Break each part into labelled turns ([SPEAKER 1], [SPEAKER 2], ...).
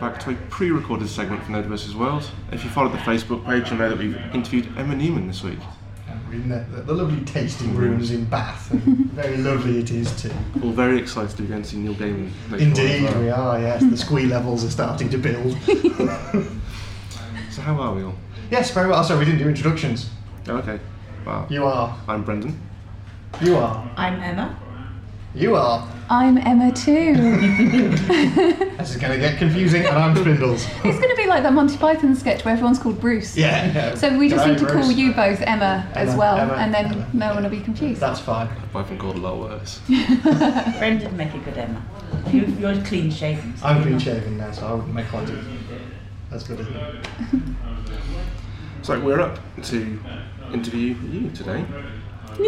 [SPEAKER 1] back to a pre recorded segment from Nerd vs. World. If you follow the Facebook page, you'll know that we've interviewed Emma Newman this week.
[SPEAKER 2] We're in the, the, the lovely tasting
[SPEAKER 3] Mm.
[SPEAKER 2] rooms in Bath. and very lovely it is too.
[SPEAKER 1] All very excited to be going to see Neil Gaiman. next
[SPEAKER 2] Indeed,
[SPEAKER 1] month.
[SPEAKER 2] we are. Yes, the squee levels are starting to build.
[SPEAKER 1] So, how are we all?
[SPEAKER 2] yes, very well. Sorry, we didn't do introductions.
[SPEAKER 1] Oh, okay. Wow.
[SPEAKER 2] You are.
[SPEAKER 1] I'm Brendan.
[SPEAKER 2] You are.
[SPEAKER 4] I'm Emma.
[SPEAKER 2] You are.
[SPEAKER 3] I'm Emma too.
[SPEAKER 2] This is going to get confusing, and I'm Spindles.
[SPEAKER 3] it's going to be like that Monty Python sketch where everyone's called Bruce.
[SPEAKER 2] yeah, yeah.
[SPEAKER 3] So we just
[SPEAKER 2] Hello,
[SPEAKER 3] need to call
[SPEAKER 2] Bruce.
[SPEAKER 3] you both Emma, as
[SPEAKER 2] Emma,
[SPEAKER 3] well,
[SPEAKER 2] Emma,
[SPEAKER 3] and then
[SPEAKER 2] Emma.
[SPEAKER 3] no one will be confused.
[SPEAKER 2] That's fine.
[SPEAKER 1] I've been called a lot worse.
[SPEAKER 4] Brendan make a good Emma. You, you're clean shaven. so
[SPEAKER 2] I'm
[SPEAKER 4] you're
[SPEAKER 2] clean
[SPEAKER 4] not-
[SPEAKER 2] shaven now, so I wouldn't make one do. That's good. Isn't it?
[SPEAKER 1] So, we're up to interview you today. a,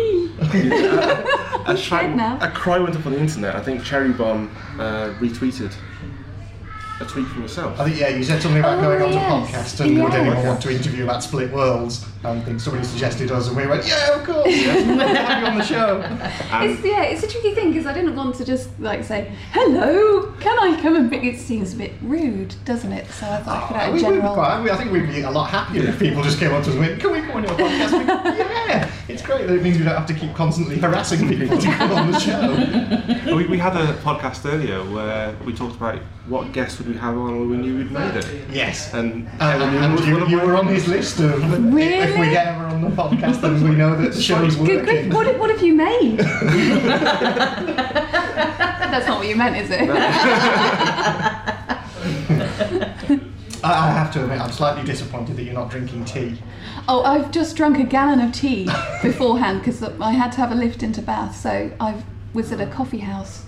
[SPEAKER 1] shout-
[SPEAKER 3] dead now.
[SPEAKER 1] a cry went up on the internet. I think Cherry Bomb uh, retweeted a tweet from yourself.
[SPEAKER 2] I think yeah, you said something about
[SPEAKER 3] Oh,
[SPEAKER 2] going on to
[SPEAKER 3] yes.
[SPEAKER 2] podcasts and would
[SPEAKER 3] Yes.
[SPEAKER 2] anyone want to interview about split worlds? And think somebody suggested us, and we went, yeah, of course, yes, we'll have you on the show.
[SPEAKER 1] And-
[SPEAKER 3] It's, yeah, it's a tricky thing because I didn't want to just like say hello. Can I come and pick? It seems a bit rude, doesn't it? So I thought I could out
[SPEAKER 2] Oh, we
[SPEAKER 3] a
[SPEAKER 2] would be
[SPEAKER 3] general.
[SPEAKER 2] quite, I think we'd be a lot happier if people just came up to us and went, Can we come on your podcast? We'd go, yeah, it's great that it means we don't have to keep constantly harassing people to come on the show.
[SPEAKER 1] we, we had a podcast earlier where we talked about what guests would we have on when we knew we'd made it.
[SPEAKER 2] Yes. And,
[SPEAKER 1] And,
[SPEAKER 2] and you, you were on his list of if we
[SPEAKER 3] Really?
[SPEAKER 2] get ever on the podcast, then we know that the show's
[SPEAKER 3] Good, good.
[SPEAKER 2] working.
[SPEAKER 3] What, what have you made? That's not what you meant, is it?
[SPEAKER 2] I, I have to admit, I'm slightly disappointed that you're not drinking tea.
[SPEAKER 3] Oh, I've just drunk a gallon of tea beforehand because I had to have a lift into Bath, so I was at a coffee house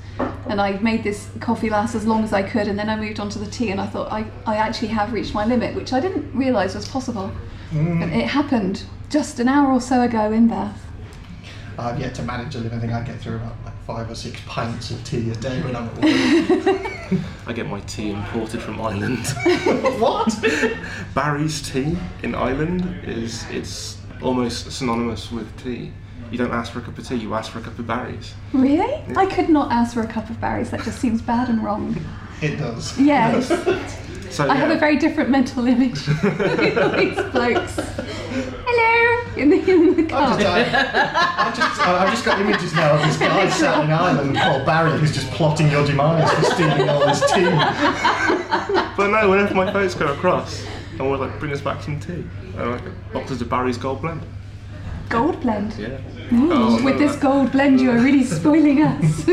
[SPEAKER 3] and I made this coffee last as long as I could, and then I moved on to the tea, and I thought I, I actually have reached my limit, which I didn't realise was possible.
[SPEAKER 2] Mm.
[SPEAKER 3] And it happened just an hour or so ago in Bath.
[SPEAKER 2] I've yet to manage a living. I think I get through about like five or six pints of tea a day when I'm at work.
[SPEAKER 1] I get my tea imported from Ireland.
[SPEAKER 2] what?
[SPEAKER 1] Barry's tea in Ireland is it's almost synonymous with tea. You don't ask for a cup of tea, you ask for a cup of Barry's.
[SPEAKER 3] Really? I could not ask for a cup of berries, that just seems bad and wrong.
[SPEAKER 2] It does.
[SPEAKER 3] Yes.
[SPEAKER 1] So
[SPEAKER 3] I have
[SPEAKER 1] yeah.
[SPEAKER 3] a very different mental image of these blokes. Hello! In the, in the car.
[SPEAKER 2] I've just, I, I've, just, uh, I've just got images now of this guy sat in Ireland called Barry who's just plotting your demise for stealing all this tea.
[SPEAKER 1] But no, whenever my folks go across, I always like bring us back some tea. And like boxes of Barry's Gold Blend.
[SPEAKER 3] Gold blend.
[SPEAKER 1] Yeah.
[SPEAKER 3] Ooh,
[SPEAKER 1] no,
[SPEAKER 3] with this
[SPEAKER 1] that-
[SPEAKER 3] gold blend, you are really spoiling us.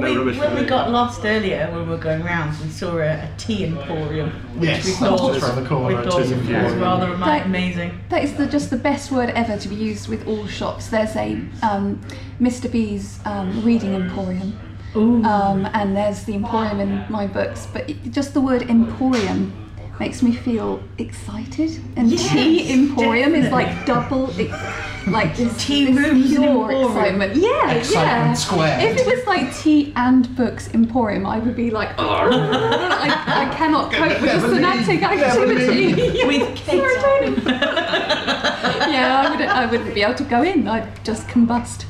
[SPEAKER 1] No
[SPEAKER 4] we,
[SPEAKER 1] rubbish
[SPEAKER 4] when
[SPEAKER 1] for
[SPEAKER 4] we
[SPEAKER 1] me.
[SPEAKER 4] got lost earlier, when we were going round, we saw a, a tea emporium. Which
[SPEAKER 2] Yes,
[SPEAKER 4] we
[SPEAKER 2] that's
[SPEAKER 4] thought,
[SPEAKER 2] just around the
[SPEAKER 4] we
[SPEAKER 2] corner, a
[SPEAKER 4] thought
[SPEAKER 2] tea
[SPEAKER 4] was
[SPEAKER 2] emporium.
[SPEAKER 4] rather ama-
[SPEAKER 3] Like-
[SPEAKER 4] amazing.
[SPEAKER 3] that is the, just the best word ever to be used with all shops. There's a um, Mr. B's um, reading emporium,
[SPEAKER 4] Ooh.
[SPEAKER 3] um, and there's the emporium in my books. But it, just the word emporium makes me feel excited. And
[SPEAKER 4] Yes,
[SPEAKER 3] tea emporium is like
[SPEAKER 4] definitely.
[SPEAKER 3] double, ex- like this,
[SPEAKER 4] Tea
[SPEAKER 3] this
[SPEAKER 4] rooms and
[SPEAKER 3] pure
[SPEAKER 4] emporium.
[SPEAKER 3] excitement. Yeah,
[SPEAKER 2] Excitement
[SPEAKER 3] yeah.
[SPEAKER 2] squared.
[SPEAKER 3] If it was like tea and books emporium, I would be like, "Oh, I, I cannot cope with the
[SPEAKER 2] Never
[SPEAKER 3] synaptic
[SPEAKER 2] leave, never
[SPEAKER 3] activity.
[SPEAKER 4] With cake.
[SPEAKER 3] Serotonin. yeah, I wouldn't, I wouldn't be able to go in. I'd just combust.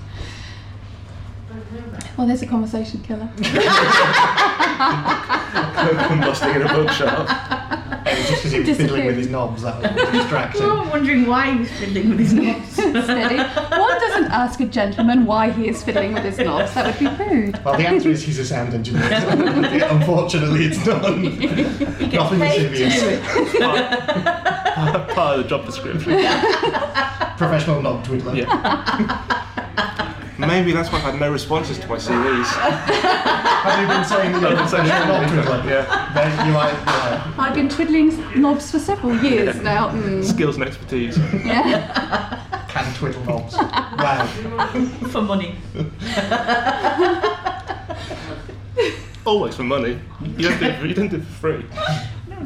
[SPEAKER 3] Well, there's a conversation killer.
[SPEAKER 1] combusting in a bookshop.
[SPEAKER 2] It was just because he was fiddling with
[SPEAKER 3] Disappeared.
[SPEAKER 2] his knobs, that was
[SPEAKER 4] Oh,
[SPEAKER 2] distracting.
[SPEAKER 4] I'm wondering why he was fiddling with his knobs.
[SPEAKER 3] Steady. One doesn't ask a gentleman why he is fiddling with his knobs. That would be rude.
[SPEAKER 2] Well, the answer is he's a sound engineer. so Unfortunately, it's done. Nothing is
[SPEAKER 4] paid to do
[SPEAKER 2] serious.
[SPEAKER 4] it.
[SPEAKER 1] Part of the job description.
[SPEAKER 2] Professional knob twiddler.
[SPEAKER 1] Yeah. Maybe that's why I've had no responses to my CVs.
[SPEAKER 2] Have you been saying that you're a professional knob twiddler?
[SPEAKER 1] Yeah.
[SPEAKER 2] Then you are. You are.
[SPEAKER 3] I've been twiddling knobs for several years now. Mm.
[SPEAKER 1] Skills and expertise.
[SPEAKER 3] Yeah.
[SPEAKER 2] Can twiddle knobs. Wow.
[SPEAKER 4] For money.
[SPEAKER 1] Always for money. You don't do it for, you don't do it for free.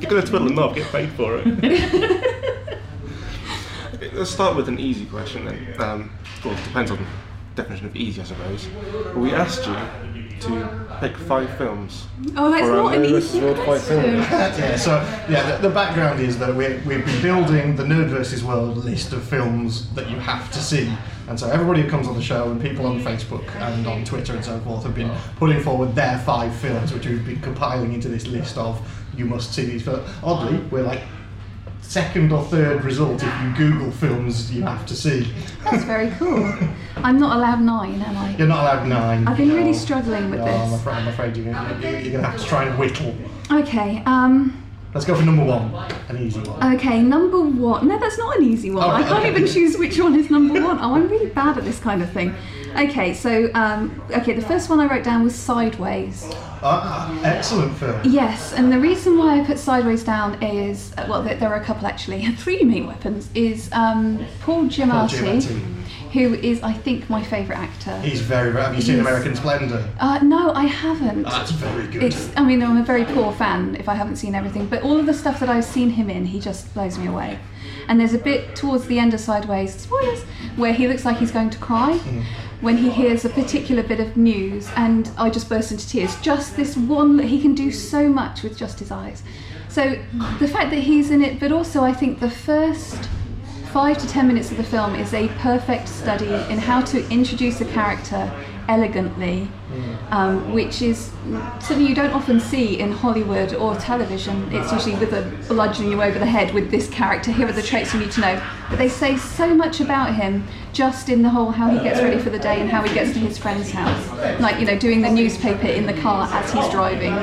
[SPEAKER 1] You're going to twiddle a knob, get paid for it. Let's start with an easy question then. Um, well, it depends on definition of easy, I suppose. We asked you to pick five films.
[SPEAKER 3] Oh, that's
[SPEAKER 1] for our
[SPEAKER 3] not an
[SPEAKER 1] Nerd vs.
[SPEAKER 3] easy
[SPEAKER 1] World five
[SPEAKER 3] question.
[SPEAKER 1] films.
[SPEAKER 2] Yeah, so yeah, the, the background is that we're, we've been building the Nerd versus World list of films that you have to see. And so everybody who comes on the show and people on Facebook and on Twitter and so forth have been putting forward their five films, which we've been compiling into this list of you must see these films. Oddly, we're like second or third result if you Google films you have to see.
[SPEAKER 3] That's very cool. I'm not allowed nine, am I?
[SPEAKER 2] You're not allowed nine.
[SPEAKER 3] I've been really
[SPEAKER 2] No.
[SPEAKER 3] struggling with
[SPEAKER 2] No, I'm
[SPEAKER 3] this.
[SPEAKER 2] afraid, I'm afraid you're going you're, you're to have to try and whittle.
[SPEAKER 3] Okay, um,
[SPEAKER 2] Let's go for number one, an easy one.
[SPEAKER 3] okay, number one. No, that's not an easy one.
[SPEAKER 2] Oh,
[SPEAKER 3] I can't
[SPEAKER 2] okay.
[SPEAKER 3] even choose which one is number one. Oh, I'm really bad at this kind of thing. Okay, so, um, okay, the first one I wrote down was Sideways.
[SPEAKER 2] Ah, excellent film.
[SPEAKER 3] Yes, and the reason why I put Sideways down is, uh, well, there there are a couple actually, three main weapons, is um, Paul Giamatti,
[SPEAKER 2] Giamatti.
[SPEAKER 3] who is, I think, my favourite actor.
[SPEAKER 2] He's very, very. Have you seen
[SPEAKER 3] He's-
[SPEAKER 2] American Splendor?
[SPEAKER 3] Uh, no, I haven't.
[SPEAKER 2] That's very good.
[SPEAKER 3] It's, I mean, I'm a very poor fan if I haven't seen everything, but all of the stuff that I've seen him in, he just blows me away. And there's a bit towards the end of Sideways, spoilers, where he looks like he's going to cry when he hears a particular bit of news, and I just burst into tears. Just this one, he can do so much with just his eyes. So the fact that he's in it, but also I think the first five to ten minutes of the film is a perfect study in how to introduce a character elegantly, um, which is something you don't often see in Hollywood or television. It's usually with a bludgeoning you over the head with this character. Here are the traits you need to know. But they say so much about him just in the whole how he gets ready for the day and how he gets to his friend's house. Like, you know, doing the newspaper in the car as he's driving.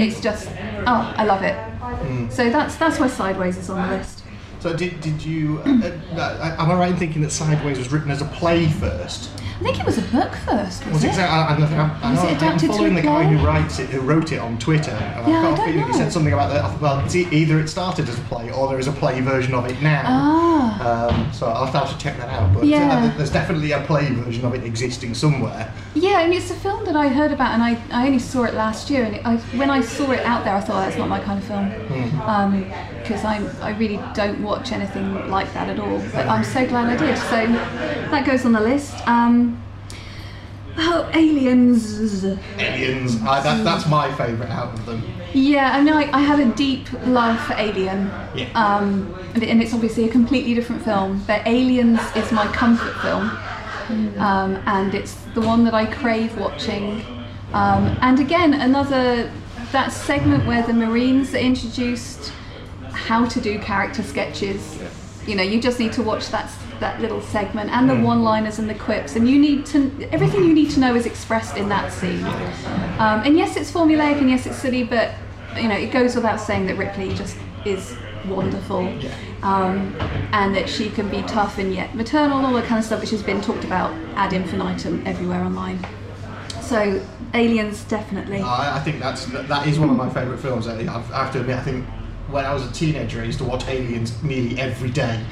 [SPEAKER 3] It's just, oh, I love it. So that's, that's why Sideways is on the list.
[SPEAKER 2] So did, did you? Uh, uh, am I right in thinking that Sideways was written as a play first?
[SPEAKER 3] I think it was a book first, was,
[SPEAKER 2] Was
[SPEAKER 3] it?
[SPEAKER 2] it? exa- I, I, don't think I'm, I
[SPEAKER 3] Was
[SPEAKER 2] know,
[SPEAKER 3] it
[SPEAKER 2] I'm
[SPEAKER 3] adapted to
[SPEAKER 2] following
[SPEAKER 3] a
[SPEAKER 2] the guy
[SPEAKER 3] play?
[SPEAKER 2] who writes it, who wrote it on Twitter. And I've
[SPEAKER 3] Yeah, I
[SPEAKER 2] got a
[SPEAKER 3] don't
[SPEAKER 2] feeling he
[SPEAKER 3] know.
[SPEAKER 2] said something about that. Well, it's e- either it started as a play or there is a play version of it now.
[SPEAKER 3] Ah.
[SPEAKER 2] Um, so I'll have to check that out. But uh,
[SPEAKER 3] Yeah.
[SPEAKER 2] there's definitely a play version of it existing somewhere.
[SPEAKER 3] Yeah, I mean, it's a film that I heard about, and I, I only saw it last year. And it, I, when I saw it out there, I thought oh, that's not my kind of film
[SPEAKER 2] Hmm.
[SPEAKER 3] because I I really don't watch anything like that at all. But I'm so glad I did. So that goes on the list. Um, oh, aliens.
[SPEAKER 2] Aliens. I, that, that's my favourite out of them.
[SPEAKER 3] Yeah, I know. I, I had a deep love for Alien.
[SPEAKER 2] Yeah.
[SPEAKER 3] Um, and, it- and it's obviously a completely different film, but Aliens is my comfort film. Um, and it's the one that I crave watching. Um, and again, another that segment where the Marines are introduced how to do character sketches. You know, you just need to watch that s- that little segment and the one-liners and the quips, and you need to everything you need to know is expressed in that scene. Um, and yes, it's formulaic, and yes, it's silly, but you know, it goes without saying that Ripley just is wonderful, um, and that she can be tough and yet maternal, and all that kind of stuff, which has been talked about ad infinitum everywhere online. So, aliens definitely.
[SPEAKER 2] I, I think that's that is one of my favourite films. I, I've- I have to admit, I think when I was a teenager, I used to watch Aliens nearly every day.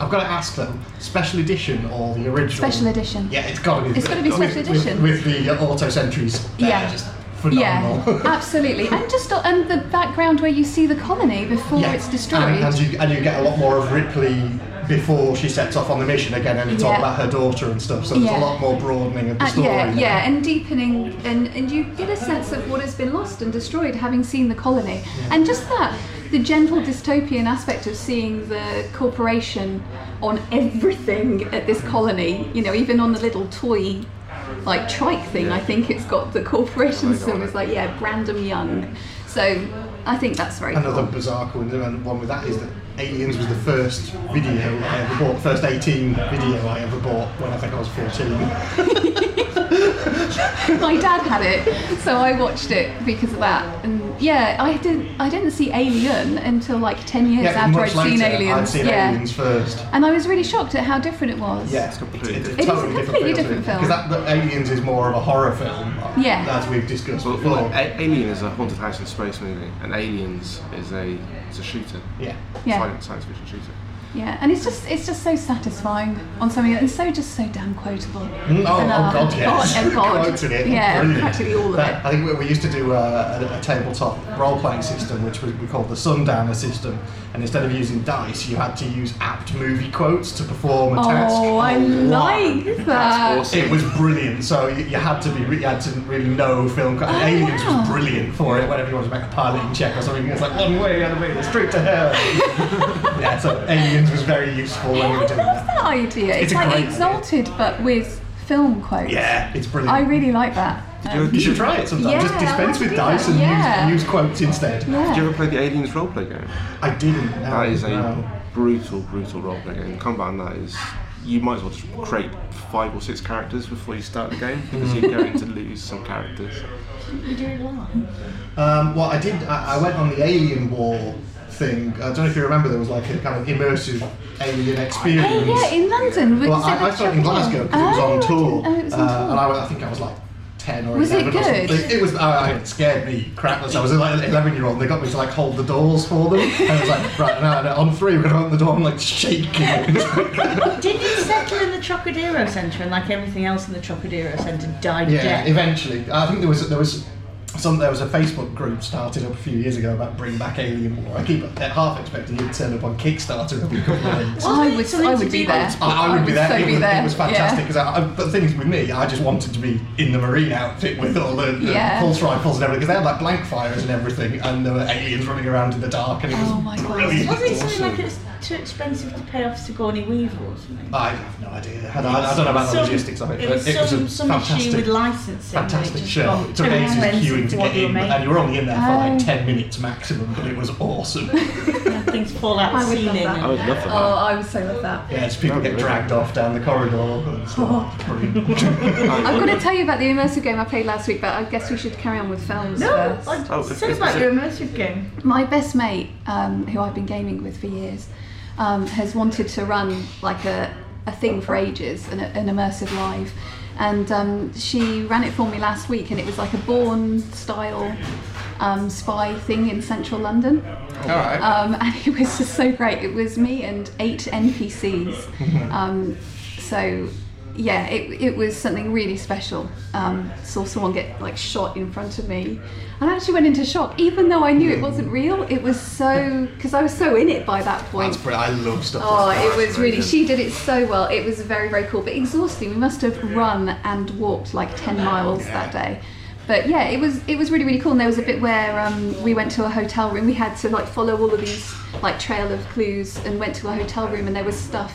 [SPEAKER 2] I've got to ask though, special edition or the original?
[SPEAKER 3] Special edition.
[SPEAKER 2] Yeah, it's got to be.
[SPEAKER 3] It's gotta be
[SPEAKER 2] with-
[SPEAKER 3] special
[SPEAKER 2] with-
[SPEAKER 3] edition.
[SPEAKER 2] with, the uh, auto sentries. They're
[SPEAKER 3] Yeah.
[SPEAKER 2] just phenomenal.
[SPEAKER 3] Yeah, absolutely. And just uh, and the background where you see the colony before
[SPEAKER 2] Yeah.
[SPEAKER 3] it's destroyed.
[SPEAKER 2] And, and, you, and you get a lot more of Ripley before she sets off on the mission again, and it's all
[SPEAKER 3] Yeah.
[SPEAKER 2] about her daughter and stuff. So there's
[SPEAKER 3] Yeah.
[SPEAKER 2] a lot more broadening of the
[SPEAKER 3] Uh,
[SPEAKER 2] story.
[SPEAKER 3] yeah, yeah, and deepening, and, and you get a sense of what has been lost and destroyed having seen the colony. And just that, the gentle dystopian aspect of seeing the corporation on everything at this colony, you know, even on the little toy like trike thing, I think it's got the corporation symbol. It's like, yeah, Brandon Young. So I think that's very
[SPEAKER 2] Another
[SPEAKER 3] cool.
[SPEAKER 2] bizarre coincidence, one with that is that Aliens was the first video I ever bought, first 18 video I ever bought when I think I was 14.
[SPEAKER 3] My dad had it, so I watched it because of that. And yeah, I didn't I didn't see Alien until like ten years
[SPEAKER 2] yeah,
[SPEAKER 3] after I'd
[SPEAKER 2] much
[SPEAKER 3] seen
[SPEAKER 2] later
[SPEAKER 3] Aliens.
[SPEAKER 2] I'd seen
[SPEAKER 3] yeah.
[SPEAKER 2] Aliens first.
[SPEAKER 3] And I was really shocked at how different it was.
[SPEAKER 2] Yeah,
[SPEAKER 1] It's completely
[SPEAKER 3] It is a completely different film.
[SPEAKER 2] Because that, that Aliens is more of a horror film, uh,
[SPEAKER 3] Yeah.
[SPEAKER 2] as we've discussed
[SPEAKER 1] Well,
[SPEAKER 2] before.
[SPEAKER 1] well a- Alien is a haunted house in space movie, and Aliens is a it's a shooter,
[SPEAKER 2] yeah.
[SPEAKER 3] Yeah.
[SPEAKER 1] silent science fiction shooter.
[SPEAKER 3] Yeah, and it's just it's just so satisfying on something and so just so damn quotable.
[SPEAKER 2] Oh, oh
[SPEAKER 3] And, uh,
[SPEAKER 2] God, yes.
[SPEAKER 3] God, oh, God.
[SPEAKER 2] Quoted it.
[SPEAKER 3] Yeah,
[SPEAKER 2] Brilliant.
[SPEAKER 3] practically all of
[SPEAKER 2] That-
[SPEAKER 3] it.
[SPEAKER 2] I think we, we used to do uh, a, a tabletop role-playing system, which we, we called the Sundowner system. And instead of using dice, you had to use apt movie quotes to perform a task.
[SPEAKER 3] Oh, I like that.
[SPEAKER 1] That's
[SPEAKER 2] It was brilliant. So you, you had to be, re- you had to really know film. co- and Aliens
[SPEAKER 3] Oh, wow.
[SPEAKER 2] was brilliant for it. Whenever you wanted to make a piloting check or something, it was like one way, other way, straight to hell. yeah, so Aliens was very useful when we
[SPEAKER 3] I
[SPEAKER 2] were
[SPEAKER 3] love
[SPEAKER 2] doing that.
[SPEAKER 3] that idea. It's,
[SPEAKER 2] It's a
[SPEAKER 3] like
[SPEAKER 2] great idea.
[SPEAKER 3] exalted but with film quotes.
[SPEAKER 2] Yeah, it's brilliant.
[SPEAKER 3] I really like that.
[SPEAKER 1] you
[SPEAKER 3] Um,
[SPEAKER 1] ever-
[SPEAKER 2] You should try it sometime.
[SPEAKER 3] Yeah,
[SPEAKER 2] Just dispense
[SPEAKER 3] I wanna
[SPEAKER 2] with
[SPEAKER 3] do
[SPEAKER 2] dice
[SPEAKER 3] that,
[SPEAKER 2] and
[SPEAKER 3] yeah.
[SPEAKER 2] use, use quotes instead.
[SPEAKER 3] yeah.
[SPEAKER 1] Did you ever play the Aliens roleplay game?
[SPEAKER 2] I didn't. No,
[SPEAKER 1] That is a
[SPEAKER 2] no.
[SPEAKER 1] brutal, brutal roleplay game. Combat on that is. You might as well just create five or six characters before you start the game because you're going to lose some characters.
[SPEAKER 4] You do it live.
[SPEAKER 2] Um, well, I did. I, I went on the Alien War thing. I don't know if you remember. There was like a kind of immersive alien experience.
[SPEAKER 3] Oh yeah, in London.
[SPEAKER 2] well, I, I saw it in Glasgow because it was on tour,
[SPEAKER 3] Oh, it was on
[SPEAKER 2] uh,
[SPEAKER 3] tour.
[SPEAKER 2] and I, was- I think I was like ten or
[SPEAKER 3] Was it
[SPEAKER 2] eleven or something.
[SPEAKER 3] good?
[SPEAKER 2] It was. I, I- it scared me crapless. I was like an eleven-year-old. and They got me to like hold the doors for them, and I was like, right now no, on three, we're gonna open the door. I'm like shaking. it.
[SPEAKER 4] Didn't you settle in the Trocadero Centre and like everything else in the Trocadero Centre died
[SPEAKER 2] yeah,
[SPEAKER 4] dead?
[SPEAKER 2] eventually. I think there was there was some there was a Facebook group started up a few years ago about bring back Alien War. I keep half expecting you'd turn up on Kickstarter every couple of weeks.
[SPEAKER 3] I would,
[SPEAKER 4] Something
[SPEAKER 3] I
[SPEAKER 4] to
[SPEAKER 3] would be
[SPEAKER 4] do.
[SPEAKER 3] there.
[SPEAKER 2] I, I would be there.
[SPEAKER 3] So
[SPEAKER 2] it,
[SPEAKER 3] be
[SPEAKER 2] was,
[SPEAKER 3] there.
[SPEAKER 2] it was fantastic because I, I, but the thing is with me, I just wanted to be in the marine outfit with all the, the
[SPEAKER 3] Yeah.
[SPEAKER 2] pulse rifles and everything because they had like blank fires and everything, and there were aliens running around in the dark, and it was
[SPEAKER 3] Oh my God.
[SPEAKER 2] brilliant.
[SPEAKER 4] Wasn't it something like it's too expensive to pay off Sigourney Weaver or something?
[SPEAKER 2] I have no idea. I, I don't know about the
[SPEAKER 4] Some-
[SPEAKER 2] logistics of it,
[SPEAKER 4] It
[SPEAKER 2] but
[SPEAKER 4] was
[SPEAKER 2] it was
[SPEAKER 4] some,
[SPEAKER 2] a
[SPEAKER 4] some issue
[SPEAKER 2] fantastic,
[SPEAKER 4] with licensing. that it
[SPEAKER 2] fantastic
[SPEAKER 4] just
[SPEAKER 2] show.
[SPEAKER 4] got
[SPEAKER 2] It
[SPEAKER 4] too
[SPEAKER 2] took ages
[SPEAKER 4] expensive
[SPEAKER 2] queuing
[SPEAKER 4] for
[SPEAKER 2] to
[SPEAKER 4] what
[SPEAKER 2] get
[SPEAKER 4] they were
[SPEAKER 2] in,
[SPEAKER 4] making.
[SPEAKER 2] and you were only in there for
[SPEAKER 3] Oh.
[SPEAKER 2] like ten minutes maximum, but it was awesome.
[SPEAKER 4] And things fall out
[SPEAKER 3] I
[SPEAKER 4] the
[SPEAKER 3] would love
[SPEAKER 4] ceiling.
[SPEAKER 3] that.
[SPEAKER 1] I
[SPEAKER 4] and-
[SPEAKER 1] would love that.
[SPEAKER 3] Oh, I would so love that.
[SPEAKER 2] yeah, it's people get dragged off down the corridor. And stuff. Brilliant.
[SPEAKER 1] I
[SPEAKER 3] I've
[SPEAKER 1] would-
[SPEAKER 3] got to tell you about the immersive game I played last week, but I guess we should carry on with films
[SPEAKER 4] No,
[SPEAKER 3] first.
[SPEAKER 4] I
[SPEAKER 1] Oh, if-
[SPEAKER 4] said
[SPEAKER 1] if-
[SPEAKER 4] about
[SPEAKER 1] if-
[SPEAKER 4] your immersive game.
[SPEAKER 3] My best mate, um, who I've been gaming with for years, um, has wanted to run like a, a thing for ages, an, an immersive live. And um, she ran it for me last week, and it was like a Bourne style um, spy thing in central London.
[SPEAKER 2] All right.
[SPEAKER 3] Um, and it was just so great. It was me and eight NPCs. Um, so, yeah, it, it was something really special. Um, saw someone get like shot in front of me, and I actually went into shock, even though I
[SPEAKER 2] Hmm.
[SPEAKER 3] knew it wasn't real. It was so because I was so in it by that point.
[SPEAKER 2] That's brilliant. I love stuff.
[SPEAKER 3] Oh,
[SPEAKER 2] like that.
[SPEAKER 3] it was really. She did it so well. It was very, very cool, but exhausting. We must have run and walked like ten miles that day. But yeah, it was it was really really cool. And there was a bit where um, we went to a hotel room. We had to like follow all of these like trail of clues and went to a hotel room, and there was stuff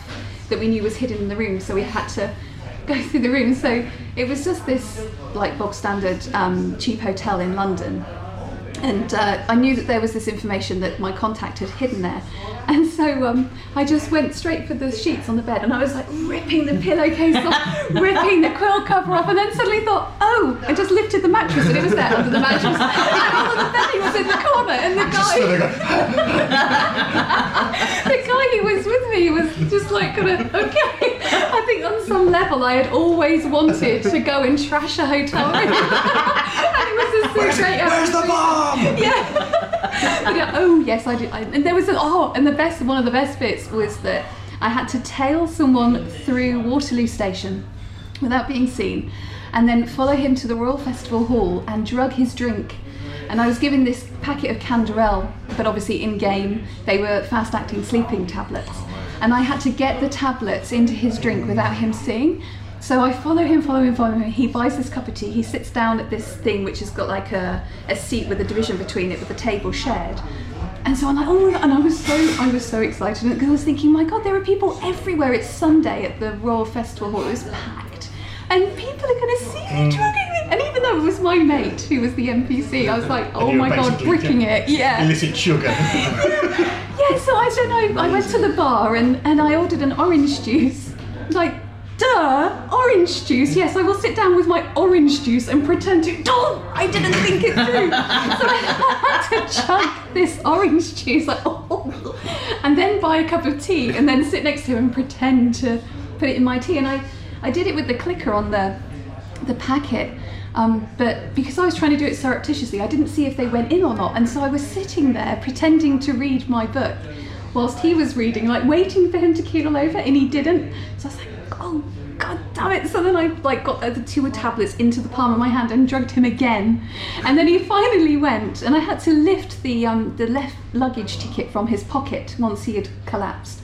[SPEAKER 3] that we knew was hidden in the room, so we had to go through the room. So it was just this like bog standard um, cheap hotel in London, and uh, I knew that there was this information that my contact had hidden there. And so um, I just went straight for the sheets on the bed and I was like ripping the pillowcase off, ripping the quill cover off, and then suddenly thought, oh, I just lifted the mattress and it was there under the mattress. And all the bedding was in the corner and the guy
[SPEAKER 2] Stood there going,
[SPEAKER 3] the guy who was with me was just like kind of okay. I think on some level I had always wanted to go and trash a hotel room, and it was uh, just so great.
[SPEAKER 2] Where's the bomb?
[SPEAKER 3] Yeah. But yeah, Oh yes, I did. I, and there was an, oh, and the best one of the best bits was that I had to tail someone through Waterloo Station without being seen, and then follow him to the Royal Festival Hall and drug his drink. And I was given this packet of Canderel, but obviously in game they were fast-acting sleeping tablets, and I had to get the tablets into his drink without him seeing. So I follow him, follow him, follow him. He buys this cup of tea. He sits down at this thing which has got like a, a seat with a division between it, with a table shared. And so I'm like, oh, and I was so I was so excited because I was thinking, my God, there are people everywhere. It's Sunday at the Royal Festival Hall. It was packed, and people are going to see me
[SPEAKER 2] Mm.
[SPEAKER 3] drugging me. And even though it was my mate who was the NPC, I was like, oh
[SPEAKER 2] you were
[SPEAKER 3] my God,
[SPEAKER 2] basically
[SPEAKER 3] bricking
[SPEAKER 2] getting-
[SPEAKER 3] it, yeah.
[SPEAKER 2] Illicit sugar.
[SPEAKER 3] Yeah, so I don't know. I went to the bar and, and I ordered an orange juice. Like, duh, orange juice. Yes, I will sit down with my orange juice and pretend to. Oh, I didn't think it through. so I had to chug this orange juice, like, oh, and then buy a cup of tea and then sit next to him and pretend to put it in my tea. And I, I did it with the clicker on the the packet. Um, but because I was trying to do it surreptitiously, I didn't see if they went in or not. And so I was sitting there pretending to read my book whilst he was reading, like waiting for him to keel over, and he didn't. So I was like, oh, god damn it. So then I like got the two tablets into the palm of my hand and drugged him again. And then he finally went, and I had to lift the, um, the left luggage ticket from his pocket once he had collapsed.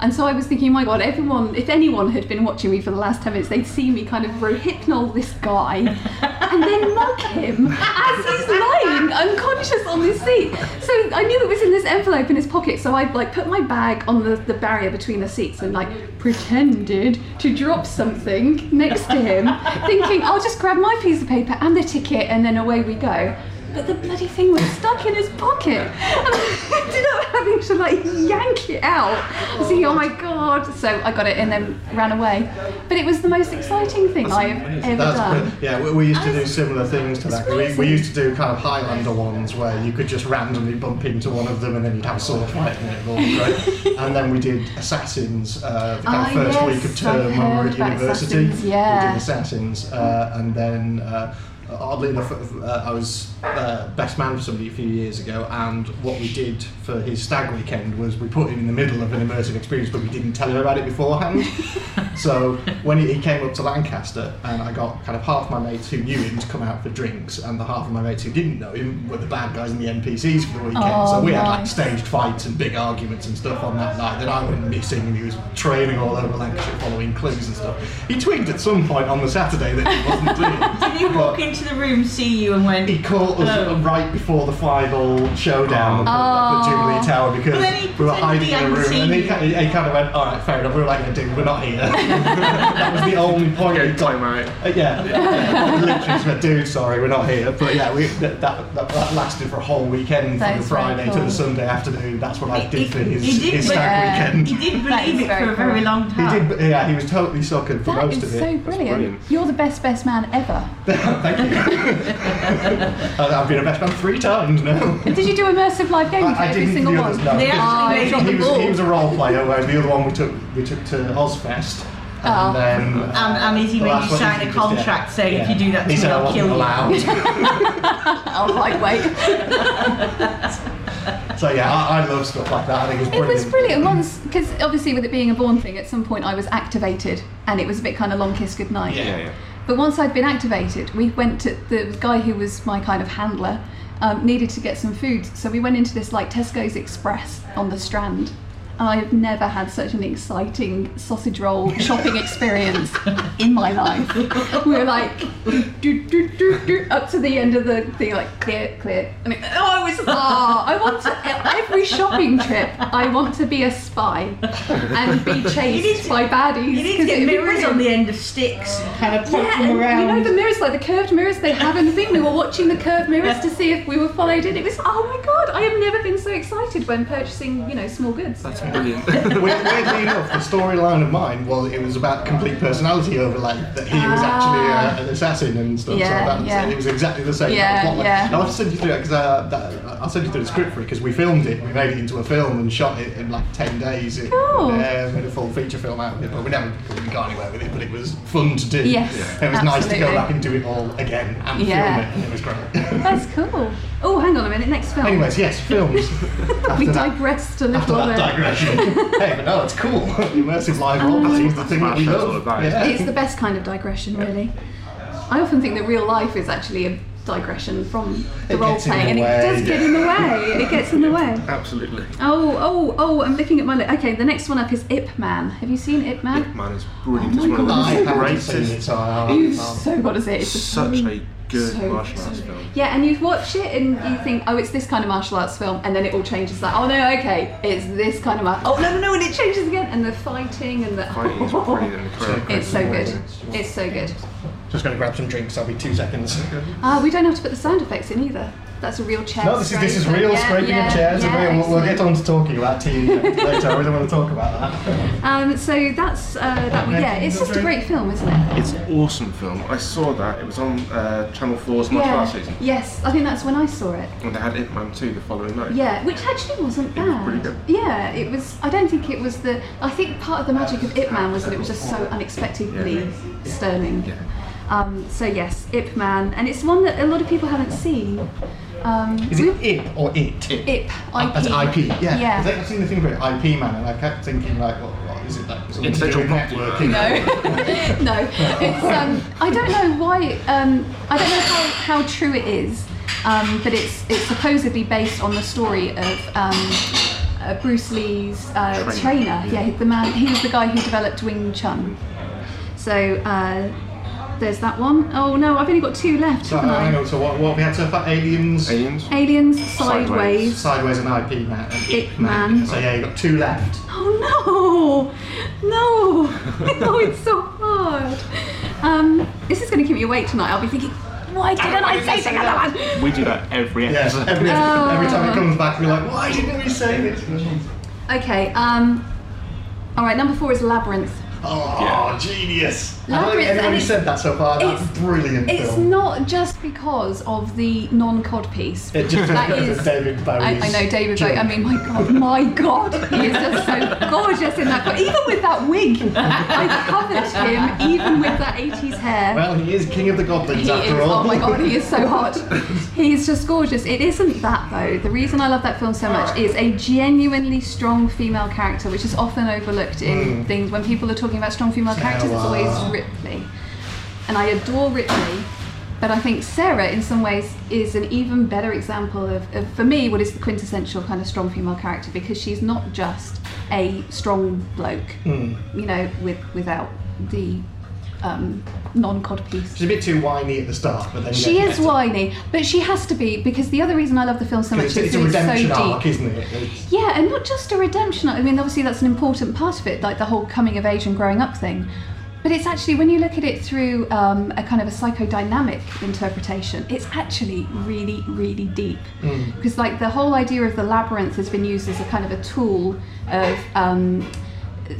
[SPEAKER 3] And so I was thinking, my God, everyone, if anyone had been watching me for the last 10 minutes, they'd see me kind of rohypnol this guy and then mug him as he's lying unconscious on his seat. So I knew it was in this envelope in his pocket, so I like put my bag on the, the barrier between the seats and like pretended to drop something next to him, thinking I'll just grab my piece of paper and the ticket and then away we go. But the bloody thing was stuck in his pocket, and I ended up having to like yank it out. I was thinking, oh my god! So I got it and then ran away. But it was the most exciting thing I have ever done.
[SPEAKER 2] That's, yeah, we, we used to do
[SPEAKER 3] That's-
[SPEAKER 2] similar things to that. We, we
[SPEAKER 3] amazing.
[SPEAKER 2] used to do kind of Highlander ones where you could just randomly bump into one of them and then you'd have a sword fight and it all great. and then we did Assassins, uh, the kind
[SPEAKER 3] Ah,
[SPEAKER 2] of first
[SPEAKER 3] yes,
[SPEAKER 2] week of term
[SPEAKER 3] I've
[SPEAKER 2] when we were
[SPEAKER 3] heard
[SPEAKER 2] at
[SPEAKER 3] about
[SPEAKER 2] university.
[SPEAKER 3] Assassins, yeah.
[SPEAKER 2] We did Assassins, uh, and then. Uh, Oddly enough, uh, I was uh, best man for somebody a few years ago, and what we did for his stag weekend was we put him in the middle of an immersive experience, but we didn't tell him about it beforehand. So when he came up to Lancaster, and I got kind of half my mates who knew him to come out for drinks, and the half of my mates who didn't know him were the bad guys and the NPCs for the weekend. so
[SPEAKER 3] Oh,
[SPEAKER 2] we had like
[SPEAKER 3] nice.
[SPEAKER 2] staged fights and big arguments and stuff on that night that I went missing, and he was trailing all over Lancashire following clues and stuff. He twigged at some point on the Saturday that he wasn't doing.
[SPEAKER 4] Did he
[SPEAKER 2] but-
[SPEAKER 4] walk into the room, see you, and went?
[SPEAKER 2] He caught us
[SPEAKER 4] Oh.
[SPEAKER 2] right before the final showdown at the
[SPEAKER 3] Oh.
[SPEAKER 2] Jubilee Tower because
[SPEAKER 4] Well, then he
[SPEAKER 2] we were
[SPEAKER 4] pretended
[SPEAKER 2] hiding
[SPEAKER 4] he
[SPEAKER 2] in a
[SPEAKER 4] hadn't
[SPEAKER 2] room,
[SPEAKER 4] seen
[SPEAKER 2] and he,
[SPEAKER 4] you.
[SPEAKER 2] ki- he kind of went, "All right, fair enough. We were like, "Yeah, dude, we're not here." that was the only point.
[SPEAKER 1] Okay,
[SPEAKER 2] he got-
[SPEAKER 1] time out.
[SPEAKER 2] Uh, yeah, yeah. literally just went, dude, sorry, we're not here. But yeah, we, that, that, that that lasted for a whole weekend
[SPEAKER 3] That
[SPEAKER 2] from the
[SPEAKER 3] is very
[SPEAKER 2] Friday to
[SPEAKER 3] cool.
[SPEAKER 2] the Sunday afternoon. That's what I
[SPEAKER 4] He-
[SPEAKER 2] did
[SPEAKER 4] he-
[SPEAKER 2] for his,
[SPEAKER 4] he did,
[SPEAKER 2] his
[SPEAKER 4] but-
[SPEAKER 2] stag
[SPEAKER 3] Yeah.
[SPEAKER 2] weekend.
[SPEAKER 4] He didn't
[SPEAKER 3] That is
[SPEAKER 4] believe it
[SPEAKER 3] very
[SPEAKER 4] for a very
[SPEAKER 3] cool.
[SPEAKER 4] long
[SPEAKER 2] He did,
[SPEAKER 4] time.
[SPEAKER 2] but yeah, he was totally suckered for
[SPEAKER 3] That
[SPEAKER 2] most
[SPEAKER 3] is
[SPEAKER 2] of it.
[SPEAKER 3] so brilliant.
[SPEAKER 1] brilliant.
[SPEAKER 3] You're the best best man ever.
[SPEAKER 2] Thank you. I- I've been a best man three times now.
[SPEAKER 3] Did you do immersive live games
[SPEAKER 2] I, I
[SPEAKER 3] for every
[SPEAKER 2] didn't do
[SPEAKER 3] single
[SPEAKER 2] the
[SPEAKER 3] one?
[SPEAKER 2] others, no.
[SPEAKER 4] They
[SPEAKER 2] because
[SPEAKER 4] actually
[SPEAKER 3] Oh,
[SPEAKER 4] made
[SPEAKER 3] drop
[SPEAKER 4] it
[SPEAKER 2] he,
[SPEAKER 3] the
[SPEAKER 2] was,
[SPEAKER 3] ball.
[SPEAKER 2] he was a role player, whereas the other one we took we took to Ozfest. And
[SPEAKER 3] Oh.
[SPEAKER 2] then, uh,
[SPEAKER 4] And, and is he
[SPEAKER 2] the
[SPEAKER 4] made
[SPEAKER 2] last
[SPEAKER 4] you
[SPEAKER 2] one
[SPEAKER 4] sign
[SPEAKER 2] he
[SPEAKER 4] a
[SPEAKER 2] just did.
[SPEAKER 4] contract saying if you do that
[SPEAKER 2] he
[SPEAKER 4] to
[SPEAKER 2] said
[SPEAKER 4] me,
[SPEAKER 2] I
[SPEAKER 4] I'll
[SPEAKER 2] wasn't
[SPEAKER 4] kill you?
[SPEAKER 2] allowed.
[SPEAKER 3] Oh, right, wait.
[SPEAKER 2] so yeah, I, I love stuff like that. I think it's
[SPEAKER 3] It
[SPEAKER 2] brilliant.
[SPEAKER 3] was brilliant once, because obviously with it being a born thing, at some point I was activated, and it was a bit kind of long kiss goodnight.
[SPEAKER 2] Yeah.
[SPEAKER 1] Yeah, yeah.
[SPEAKER 3] But once I'd been activated, we went to the guy who was my kind of handler um, needed to get some food, so we went into this like Tesco's Express on the Strand. And I've never had such an exciting sausage roll shopping experience in my life. We were like do, do, do, do, up to the end of the thing, like clear, clear. And it, oh, I was ah, I want to every shopping trip. I want to be a spy and be
[SPEAKER 4] need
[SPEAKER 3] chased
[SPEAKER 4] to-
[SPEAKER 3] by baddies.
[SPEAKER 4] You need to
[SPEAKER 3] 'cause
[SPEAKER 4] get
[SPEAKER 3] it'd be
[SPEAKER 4] mirrors on
[SPEAKER 3] brilliant.
[SPEAKER 4] the end of sticks and kind of point
[SPEAKER 3] Yeah,
[SPEAKER 4] them
[SPEAKER 3] and
[SPEAKER 4] around.
[SPEAKER 3] you know the mirrors, like the curved mirrors they have in the thing. We were watching the curved mirrors to see if we were followed in. It was oh my god! I have never been so excited when purchasing, you know, small goods.
[SPEAKER 1] That's brilliant.
[SPEAKER 2] Weird- Weirdly enough, the storyline of mine was it was about complete personality overlay that he was actually
[SPEAKER 3] Ah.
[SPEAKER 2] uh, an assassin and stuff.
[SPEAKER 3] Yeah,
[SPEAKER 2] so that was,
[SPEAKER 3] yeah.
[SPEAKER 2] it was exactly the same.
[SPEAKER 3] Yeah,
[SPEAKER 2] plot line.
[SPEAKER 3] yeah.
[SPEAKER 2] I'll have to send you through it because uh, that- I'll send you through the script for it because we filmed it, we made it into a film and shot it in like ten days. It,
[SPEAKER 3] Cool.
[SPEAKER 2] Yeah, made a full feature film out of it, but we never we got anywhere with it. But it was fun to do.
[SPEAKER 3] Yes,
[SPEAKER 2] it was nice to go
[SPEAKER 3] absolutely.
[SPEAKER 2] back and do it all again and
[SPEAKER 3] Yeah.
[SPEAKER 2] film it, and it was great.
[SPEAKER 3] That's cool. Oh, hang on a minute. Next film.
[SPEAKER 2] Anyways, yes, films.
[SPEAKER 3] we
[SPEAKER 2] After that-
[SPEAKER 3] digressed a
[SPEAKER 2] after
[SPEAKER 3] little.
[SPEAKER 2] that
[SPEAKER 3] there.
[SPEAKER 2] digression. hey, but no, it's cool. Immersive live role playing is the thing that we
[SPEAKER 1] That's what
[SPEAKER 2] love.
[SPEAKER 1] it's all about.
[SPEAKER 2] Yeah.
[SPEAKER 3] Oh, It's the best kind of digression, really. I often think that real life is actually a digression from the
[SPEAKER 2] It
[SPEAKER 3] role
[SPEAKER 2] gets in
[SPEAKER 3] playing,
[SPEAKER 2] the
[SPEAKER 3] and
[SPEAKER 2] way.
[SPEAKER 3] it does get in the way. It gets in the way.
[SPEAKER 1] Absolutely.
[SPEAKER 3] Oh, oh, oh! I'm looking at my. Li- okay, the next one up is Ip Man. Have you seen Ip Man?
[SPEAKER 1] Ip Man is brilliant.
[SPEAKER 3] Oh
[SPEAKER 1] it's
[SPEAKER 3] my
[SPEAKER 1] one
[SPEAKER 3] God,
[SPEAKER 2] I
[SPEAKER 1] of the
[SPEAKER 3] haven't
[SPEAKER 2] have seen it,
[SPEAKER 1] greatest.
[SPEAKER 2] so I'll,
[SPEAKER 3] You've
[SPEAKER 2] I'll-
[SPEAKER 3] so got to see it. It's just
[SPEAKER 1] Um, Such
[SPEAKER 3] so-
[SPEAKER 1] a good
[SPEAKER 3] so-
[SPEAKER 1] martial arts
[SPEAKER 3] so-
[SPEAKER 1] film.
[SPEAKER 3] Yeah, and you watch it and you think, oh, it's this kind of martial arts film, and then it all changes. Like, oh no, okay, it's this kind of mar- Oh no, no, no, and it changes again, and the fighting and the.
[SPEAKER 1] Fighting is brilliant and incredible.
[SPEAKER 3] It's so good. It's so good.
[SPEAKER 2] just going to grab some drinks. I'll be two seconds.
[SPEAKER 3] Ah, we don't have to put the sound effects in either. That's a real chair.
[SPEAKER 2] No, this is this is
[SPEAKER 3] scrape.
[SPEAKER 2] real
[SPEAKER 3] Yeah,
[SPEAKER 2] scraping
[SPEAKER 3] yeah,
[SPEAKER 2] of chairs.
[SPEAKER 3] yeah,
[SPEAKER 2] and we'll, we'll
[SPEAKER 3] excellent.
[SPEAKER 2] get on to talking about tea later. I really want to talk about that.
[SPEAKER 3] Um, so that's uh, that. one- Yeah, it's just a great film, isn't it?
[SPEAKER 1] It's an awesome film. I saw that. It was on uh, Channel 4's Martial Arts
[SPEAKER 3] Yeah.
[SPEAKER 1] Season.
[SPEAKER 3] Yes, I think that's when I saw it.
[SPEAKER 1] And they had Ip Man 2 the following night.
[SPEAKER 3] Yeah, which actually wasn't
[SPEAKER 1] It was
[SPEAKER 3] bad.
[SPEAKER 1] pretty good.
[SPEAKER 3] Yeah, it was. I don't think it was the. I think part of the magic of Ip Man was that it was just so unexpectedly sterling.
[SPEAKER 1] Yeah.
[SPEAKER 3] Um, so yes, Ip Man, and it's one that a lot of people haven't seen. Um,
[SPEAKER 2] Is
[SPEAKER 3] we-
[SPEAKER 2] it IP or it?
[SPEAKER 3] Ip? IP.
[SPEAKER 2] That's IP, yeah.
[SPEAKER 3] Yeah.
[SPEAKER 2] Because I've seen the thing about IP man, and I kept thinking like, what, what is it like? something to do
[SPEAKER 1] Intellectual
[SPEAKER 2] with
[SPEAKER 1] property.
[SPEAKER 2] networking?
[SPEAKER 3] No, no. It's, um, I don't know why. Um, I don't know how, how true it is, um, but it's it's supposedly based on the story of um, uh, Bruce Lee's uh,
[SPEAKER 1] Trainer.
[SPEAKER 3] trainer. Yeah, the man. He was the guy who developed Wing Chun. So. Uh, There's that one. Oh no, I've only got two left,
[SPEAKER 2] So,
[SPEAKER 3] haven't
[SPEAKER 2] uh, hang
[SPEAKER 3] I?
[SPEAKER 2] on, so what, what have we had so far? Aliens,
[SPEAKER 1] Aliens?
[SPEAKER 3] Aliens,
[SPEAKER 1] Sideways.
[SPEAKER 3] sideways.
[SPEAKER 2] Sideways, and IP Man. and
[SPEAKER 3] Ip Man.
[SPEAKER 2] So, yeah, you've got two left.
[SPEAKER 3] Oh no! No! oh, it's so hard. Um, this is going to keep me awake tonight. I'll be thinking, why didn't I say the other one?
[SPEAKER 1] We do that every
[SPEAKER 2] Yeah,
[SPEAKER 1] episode.
[SPEAKER 2] so every,
[SPEAKER 3] Oh.
[SPEAKER 2] every time it comes back, we're like, why didn't we say this?
[SPEAKER 3] Okay. Um. All right. Number four is labyrinth.
[SPEAKER 2] Oh,
[SPEAKER 1] Yeah.
[SPEAKER 2] genius. Have
[SPEAKER 3] Labyrinth,
[SPEAKER 2] anyone
[SPEAKER 3] and
[SPEAKER 2] who
[SPEAKER 3] it's-
[SPEAKER 2] said that so far? That's
[SPEAKER 3] it's-
[SPEAKER 2] brilliant
[SPEAKER 3] It's
[SPEAKER 2] film.
[SPEAKER 3] not just because of the non-cod piece.
[SPEAKER 2] it just
[SPEAKER 3] That
[SPEAKER 2] because
[SPEAKER 3] is-
[SPEAKER 2] of David Bowie's.
[SPEAKER 3] I, I know David Bowie.
[SPEAKER 2] jump.
[SPEAKER 3] I mean, my God, my God, he is just so gorgeous in that. co- Even with that wig, I covered him. Even with that '80s hair.
[SPEAKER 2] Well, he is king of the goblins
[SPEAKER 3] He
[SPEAKER 2] after
[SPEAKER 3] is,
[SPEAKER 2] all.
[SPEAKER 3] oh my god, he is so hot. He's just gorgeous. It isn't that though. The reason I love that film so much is a genuinely strong female character, which is often overlooked in things. When people are talking about strong female characters, it's
[SPEAKER 2] Hmm. Sarah.
[SPEAKER 3] always Ripley. And I adore Ripley, but I think Sarah, in some ways, is an even better example of, of for me, what is the quintessential kind of strong female character because she's not just a strong bloke,
[SPEAKER 2] Hmm.
[SPEAKER 3] you know, with without the um, non-cod piece.
[SPEAKER 2] She's a bit too whiny at the start, but then you
[SPEAKER 3] She
[SPEAKER 2] get
[SPEAKER 3] is
[SPEAKER 2] better.
[SPEAKER 3] whiny, but she has to be because the other reason I love the film so
[SPEAKER 2] 'Cause
[SPEAKER 3] much
[SPEAKER 2] It's,
[SPEAKER 3] is
[SPEAKER 2] it's a
[SPEAKER 3] that
[SPEAKER 2] redemption
[SPEAKER 3] it's so
[SPEAKER 2] arc,
[SPEAKER 3] deep.
[SPEAKER 2] isn't it? It's-
[SPEAKER 3] Yeah, and not just a redemption. I mean, obviously that's an important part of it, like the whole coming of age and growing up thing. But it's actually when you look at it through um, a kind of a psychodynamic interpretation, it's actually really, really deep.
[SPEAKER 2] Mm. Hmm.
[SPEAKER 3] Because like the whole idea of the labyrinth has been used as a kind of a tool of um,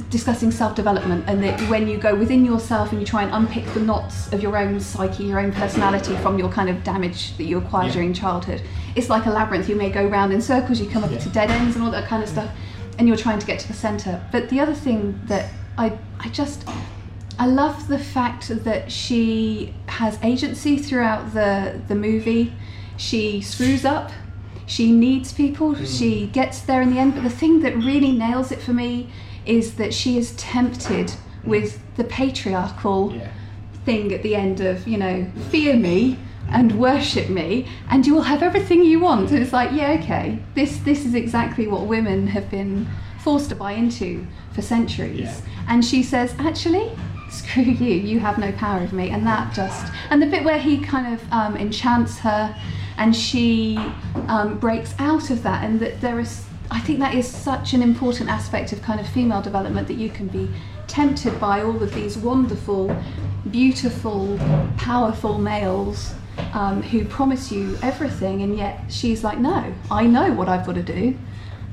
[SPEAKER 3] discussing self-development and that when you go within yourself and you try and unpick the knots of your own psyche your own personality from your kind of damage that you acquired
[SPEAKER 2] Yeah.
[SPEAKER 3] during childhood it's like a labyrinth you may go round in circles you come up
[SPEAKER 2] Yeah.
[SPEAKER 3] to dead ends and all that kind of stuff and you're trying to get to the center but the other thing that i i just I love the fact that she has agency throughout the, the movie. She screws up. She needs people.
[SPEAKER 2] Hmm.
[SPEAKER 3] She gets there in the end. But the thing that really nails it for me is that she is tempted with the patriarchal
[SPEAKER 2] yeah.
[SPEAKER 3] thing at the end of, you know, fear me and worship me and you will have everything you want. And it's like, yeah, okay. This this is exactly what women have been forced to buy into for centuries.
[SPEAKER 2] Yeah.
[SPEAKER 3] And she says, actually, screw you, you have no power over me. And that just and the bit where he kind of um, enchants her and she um, breaks out of that and that there is I think that is such an important aspect of kind of female development that you can be tempted by all of these wonderful, beautiful, powerful males um, who promise you everything, and yet she's like, no, I know what I've got to do,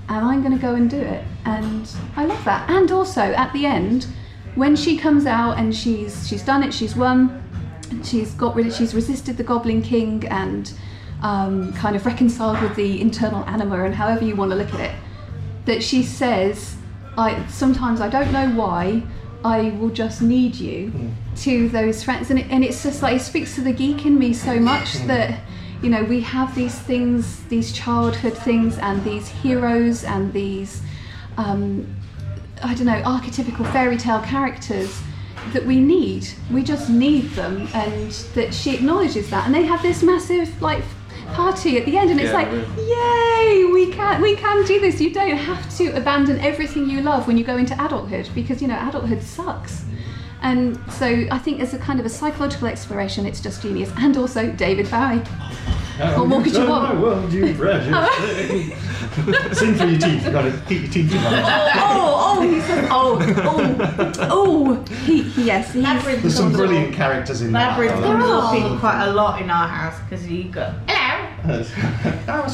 [SPEAKER 3] and I'm going to go and do it. And I love that. And also at the end, when she comes out and she's she's done it, she's won, and she's got rid of, she's resisted the Goblin King and um, kind of reconciled with the internal anima, and however you want to look at it that she says, I sometimes I don't know why, I will just need you to those friends. And, it, and it's just like, it speaks to the geek in me so much that, you know, we have these things, these childhood things, and these heroes, and these, um, I don't know, archetypical fairy tale characters that we need. We just need them, and that she acknowledges that. And they have this massive, like, party at the end, and it's
[SPEAKER 1] Yeah,
[SPEAKER 3] like,
[SPEAKER 1] really.
[SPEAKER 3] Yay! We can we can do this. You don't have to abandon everything you love when you go into adulthood because you know adulthood sucks. And so I think as a kind of a psychological exploration, it's just genius. And also David Bowie. What
[SPEAKER 2] Oh,
[SPEAKER 3] more could you want?
[SPEAKER 2] world, you Sing through your teeth. You've got to keep your teeth in mind.
[SPEAKER 3] Oh, oh, he's oh, oh, oh. He, he- yes, he's
[SPEAKER 4] Labyrinth
[SPEAKER 2] There's some
[SPEAKER 4] comes up-
[SPEAKER 2] brilliant characters in that. Um,
[SPEAKER 4] Labyrinth comes up
[SPEAKER 3] Oh.
[SPEAKER 4] in quite a lot in our house because you go, hello.
[SPEAKER 2] I was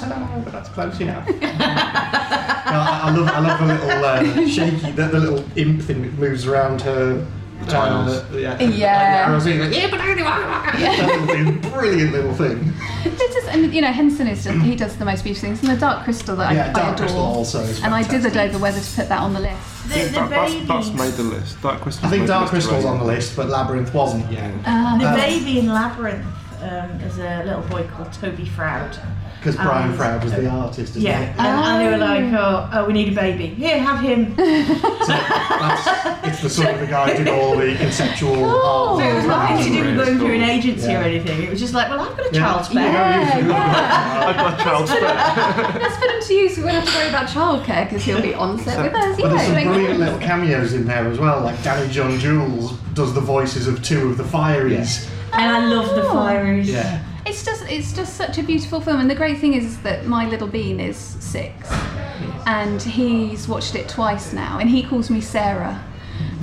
[SPEAKER 2] hello, Oh, but that's close enough. no, I, I love, I love the little uh, shaky, the, the little imp thing that moves around her.
[SPEAKER 1] Tiles.
[SPEAKER 2] Uh, yeah.
[SPEAKER 3] Yeah.
[SPEAKER 2] I was thinking, like, yeah, but that would be a brilliant little thing.
[SPEAKER 3] This is, and you know, Henson is just, he does the most beautiful things. And the Dark Crystal that I,
[SPEAKER 2] yeah,
[SPEAKER 3] I
[SPEAKER 2] Dark
[SPEAKER 3] adore.
[SPEAKER 2] Crystal also. Is
[SPEAKER 3] and I
[SPEAKER 2] fantastic.
[SPEAKER 3] dithered over whether to put that on the list.
[SPEAKER 4] The,
[SPEAKER 1] Yeah,
[SPEAKER 4] the
[SPEAKER 1] that- that's,
[SPEAKER 4] baby,
[SPEAKER 1] that's made the list. Dark Crystal.
[SPEAKER 2] I think Dark Crystal's on the list, but Labyrinth wasn't yet.
[SPEAKER 1] Yeah.
[SPEAKER 3] Uh,
[SPEAKER 4] the
[SPEAKER 2] Uh,
[SPEAKER 4] baby in Labyrinth um, as a little boy called Toby Froud.
[SPEAKER 2] Because Brian
[SPEAKER 4] And-
[SPEAKER 2] Froud was the artist, isn't
[SPEAKER 4] Ah. Yeah,
[SPEAKER 2] it?
[SPEAKER 4] and, and they were like, oh, oh, we need a baby. Here, have him.
[SPEAKER 2] So that's, it's the sort of the guy who did all the conceptual
[SPEAKER 3] Oh,
[SPEAKER 2] art.
[SPEAKER 4] So it was nothing to do with going through an agency
[SPEAKER 2] Yeah.
[SPEAKER 4] or anything. It was just like, well, I've got a
[SPEAKER 2] Yeah.
[SPEAKER 4] child spare.
[SPEAKER 3] Yeah, yeah.
[SPEAKER 1] I've got a child spare.
[SPEAKER 3] Let's put him to use. We won't have to worry about childcare because he'll be on set with us.
[SPEAKER 2] But there's some
[SPEAKER 3] Yeah,
[SPEAKER 2] brilliant little cameos in there as well, like Danny John Jules does the voices of two of the Fireys.
[SPEAKER 4] And I love the
[SPEAKER 3] Oh.
[SPEAKER 4] fires.
[SPEAKER 2] Yeah.
[SPEAKER 3] It's just it's just such a beautiful film, and the great thing is that my little bean is six, and he's watched it twice now, and he calls me Sarah,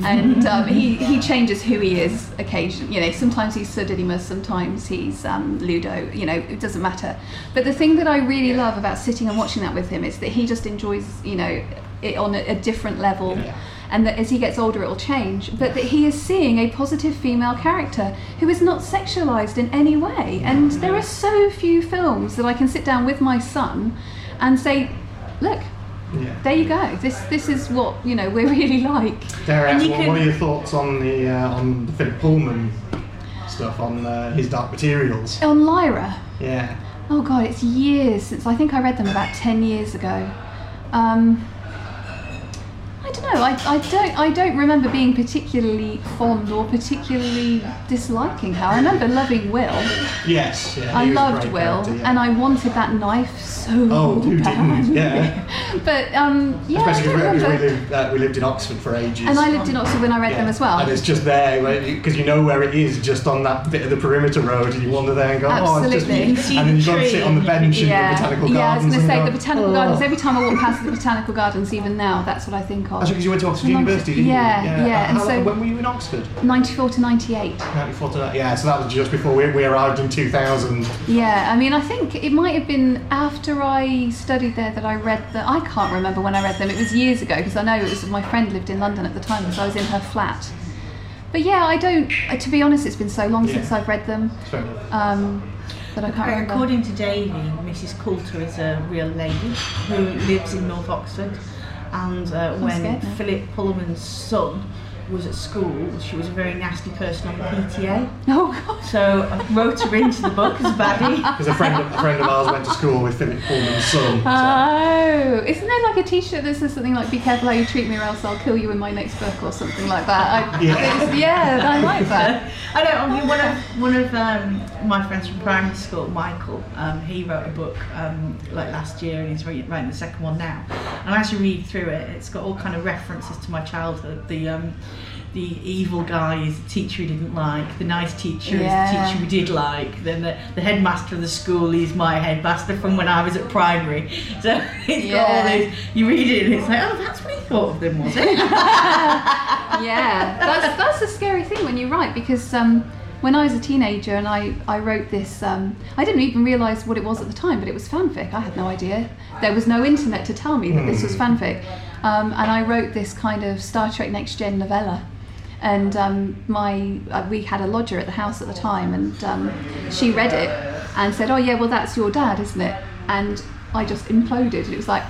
[SPEAKER 3] and um, he he changes who he is occasionally. You know, sometimes he's Sir Didymus, sometimes he's um, Ludo. You know, it doesn't matter. But the thing that I really love about sitting and watching that with him is that he just enjoys you know it on a, a different level.
[SPEAKER 2] Yeah.
[SPEAKER 3] And that as he gets older, it'll change, but that he is seeing a positive female character who is not sexualized in any way. And there are so few films that I can sit down with my son and say, Look,
[SPEAKER 2] Yeah.
[SPEAKER 3] there you go. This this is what you know we're really like.
[SPEAKER 2] Dare I
[SPEAKER 4] And
[SPEAKER 2] ask,
[SPEAKER 4] you
[SPEAKER 2] what,
[SPEAKER 4] can-
[SPEAKER 2] what are your thoughts on the uh, on the Philip Pullman stuff on uh, his Dark Materials?
[SPEAKER 3] On Lyra,
[SPEAKER 2] Yeah,
[SPEAKER 3] oh god, it's years since I think I read them about ten years ago. Um, I don't know. I, I don't I don't remember being particularly fond or particularly disliking her. I remember loving Will.
[SPEAKER 2] yes, yeah.
[SPEAKER 3] I
[SPEAKER 2] he was a
[SPEAKER 3] loved
[SPEAKER 2] great
[SPEAKER 3] Will,
[SPEAKER 2] character, yeah.
[SPEAKER 3] and I wanted that knife so
[SPEAKER 2] Oh, who
[SPEAKER 3] bad.
[SPEAKER 2] didn't? Yeah,
[SPEAKER 3] But um, yeah, I
[SPEAKER 2] especially
[SPEAKER 3] don't
[SPEAKER 2] because we,
[SPEAKER 3] remember.
[SPEAKER 2] lived, uh, we lived in Oxford for ages.
[SPEAKER 3] And I lived in Oxford when I read
[SPEAKER 2] Yeah.
[SPEAKER 3] them as well.
[SPEAKER 2] And it's just there because you know where it is, just on that bit of the perimeter road, and you wander there and go,
[SPEAKER 3] Absolutely.
[SPEAKER 2] oh,
[SPEAKER 3] You
[SPEAKER 2] it's
[SPEAKER 3] can
[SPEAKER 2] just
[SPEAKER 4] see
[SPEAKER 2] me. And then
[SPEAKER 4] the
[SPEAKER 2] you've got to
[SPEAKER 4] tree.
[SPEAKER 2] sit on the bench
[SPEAKER 3] yeah,
[SPEAKER 2] in the botanical
[SPEAKER 3] yeah. I was
[SPEAKER 2] gardens.
[SPEAKER 3] going to say
[SPEAKER 2] and
[SPEAKER 3] the
[SPEAKER 2] go,
[SPEAKER 3] botanical
[SPEAKER 2] "Oh."
[SPEAKER 3] gardens. Every time I walk past the botanical gardens, even now, that's what I think of.
[SPEAKER 2] That's because you went to Oxford
[SPEAKER 3] And I'm
[SPEAKER 2] University,
[SPEAKER 3] just-
[SPEAKER 2] didn't
[SPEAKER 3] yeah,
[SPEAKER 2] you?
[SPEAKER 3] yeah, and
[SPEAKER 2] How-
[SPEAKER 3] so-
[SPEAKER 2] when were you in Oxford?
[SPEAKER 3] 94 to 98.
[SPEAKER 2] 94 to that. Yeah, so that was just before we, we arrived in 2000.
[SPEAKER 3] Yeah, I mean, I think it might have been after I studied there that I read them. I can't remember when I read them. It was years ago because I know it was my friend lived in London at the time because I was in her flat. But yeah, I don't. uh, To be honest, it's been so long
[SPEAKER 2] Yeah.
[SPEAKER 3] since I've read them
[SPEAKER 2] Fair enough.
[SPEAKER 3] um, that I can't remember.
[SPEAKER 4] According to Davy, Mrs. Coulter is a real lady who lives in North Oxford. And uh, when
[SPEAKER 3] scared now.
[SPEAKER 4] Philip Pullman's son was at school, she was a very nasty person on the PTA.
[SPEAKER 3] Oh God.
[SPEAKER 4] So I wrote her into the book as a baddie.
[SPEAKER 2] Because a friend, of- a friend of ours went to school with Philip Pullman's son. so-
[SPEAKER 3] Oh, isn't there like a T-shirt that says something like "Be careful how you treat me, or else I'll kill you in my next book" or something like that? I,
[SPEAKER 2] Yeah.
[SPEAKER 3] yeah, yeah I like that.
[SPEAKER 4] I know. I mean, one of one of um, my friends from primary school, Michael, um, he wrote a book um, like last year, and he's re- writing the second one now. And as you read through it, it's got all kind of references to my childhood. The um, the evil guy is the teacher he didn't like. The nice teacher
[SPEAKER 3] Yeah.
[SPEAKER 4] is the teacher we did like. Then the, the headmaster of the school is my headmaster from when I was at primary. So it's got
[SPEAKER 3] Yeah.
[SPEAKER 4] all these. You read it, and it's like, oh, that's what he thought of them, was it?
[SPEAKER 3] yeah, that's that's a scary thing when you write because um, when I was a teenager and I, I wrote this, um, I didn't even realise what it was at the time, but it was fanfic. I had no idea. There was no internet to tell me that this was fanfic, um, and I wrote this kind of Star Trek Next Gen novella. And um, my uh, we had a lodger at the house at the time, and um, she read it and said, "Oh yeah, well that's your dad, isn't it?" And I just imploded. It was like,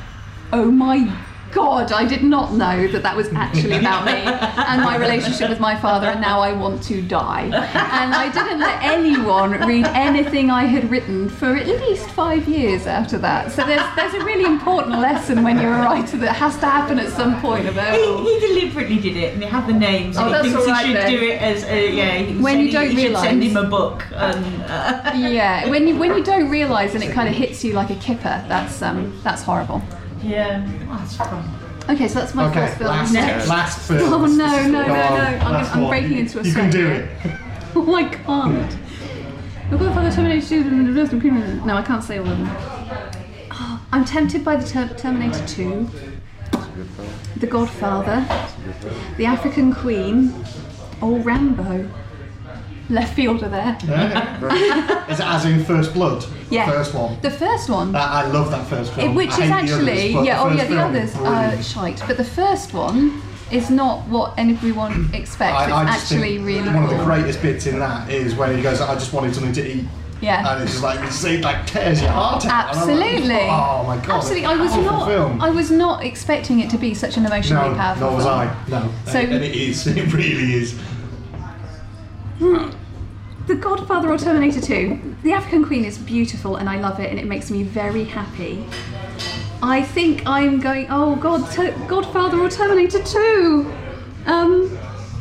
[SPEAKER 3] oh my god i did not know that that was actually about me and my relationship with my father and now i want to die and i didn't let anyone read anything i had written for at least five years after that so there's, there's a really important lesson when you're a writer that has to happen at some point about
[SPEAKER 4] He, he deliberately did it, and they had the names.
[SPEAKER 3] Oh,
[SPEAKER 4] and
[SPEAKER 3] that's
[SPEAKER 4] he thinks
[SPEAKER 3] all right
[SPEAKER 4] he should
[SPEAKER 3] then.
[SPEAKER 4] do it as a, yeah. He
[SPEAKER 3] When
[SPEAKER 4] said
[SPEAKER 3] you
[SPEAKER 4] he-
[SPEAKER 3] don't
[SPEAKER 4] he should send
[SPEAKER 3] realise.
[SPEAKER 4] him a book. And, uh,
[SPEAKER 3] yeah when you when you don't realize and it kind of hits you like a kipper that's um that's horrible
[SPEAKER 4] yeah, oh, that's fun.
[SPEAKER 3] okay so that's my
[SPEAKER 2] Okay,
[SPEAKER 3] first film
[SPEAKER 2] last,
[SPEAKER 3] Next.
[SPEAKER 2] last film.
[SPEAKER 3] Oh, no,
[SPEAKER 2] This is
[SPEAKER 3] no, no,
[SPEAKER 2] the
[SPEAKER 3] no.
[SPEAKER 2] one.
[SPEAKER 3] I'm gonna-
[SPEAKER 2] Last
[SPEAKER 3] I'm
[SPEAKER 2] one.
[SPEAKER 3] breaking
[SPEAKER 2] You-
[SPEAKER 3] into a
[SPEAKER 2] You can
[SPEAKER 3] sweat
[SPEAKER 2] do
[SPEAKER 3] here.
[SPEAKER 2] it.
[SPEAKER 3] Oh my god. We've got further Terminator 2 and the Criminal. No, I can't say all of them. Oh, I'm tempted by the ter- Terminator 2, The Godfather, The African Queen, or Rambo. Left fielder there.
[SPEAKER 2] Yeah. Is it as in First Blood?
[SPEAKER 3] Yeah.
[SPEAKER 2] First one.
[SPEAKER 3] The first one.
[SPEAKER 2] That- I love that first film.
[SPEAKER 3] It- which
[SPEAKER 2] Ah, I
[SPEAKER 3] is
[SPEAKER 2] hate the
[SPEAKER 3] actually
[SPEAKER 2] others, but
[SPEAKER 3] yeah oh
[SPEAKER 2] first
[SPEAKER 3] yeah the
[SPEAKER 2] film,
[SPEAKER 3] others are
[SPEAKER 2] brilliant.
[SPEAKER 3] shite but the first one is not what everyone expects
[SPEAKER 2] I, I
[SPEAKER 3] it's
[SPEAKER 2] just think
[SPEAKER 3] actually really
[SPEAKER 2] one of the
[SPEAKER 3] cool.
[SPEAKER 2] greatest bits in that is when he goes, "I just wanted something to eat."
[SPEAKER 3] Yeah.
[SPEAKER 2] And it's just like, it's, it like tears your heart out. And I'm like,
[SPEAKER 3] Absolutely.
[SPEAKER 2] oh my god.
[SPEAKER 3] Absolutely,
[SPEAKER 2] it's
[SPEAKER 3] I was
[SPEAKER 2] an awful
[SPEAKER 3] not.
[SPEAKER 2] Film.
[SPEAKER 3] I was not expecting it to be such an emotionally
[SPEAKER 2] no,
[SPEAKER 3] powerful.
[SPEAKER 2] nor was
[SPEAKER 3] film.
[SPEAKER 2] I. No.
[SPEAKER 3] So-
[SPEAKER 2] and it is. It really is.
[SPEAKER 3] The The Godfather or Terminator 2. The African Queen is beautiful and I love it and it makes me very happy. I think I'm going, oh God, Ter- Godfather or Terminator 2. Um,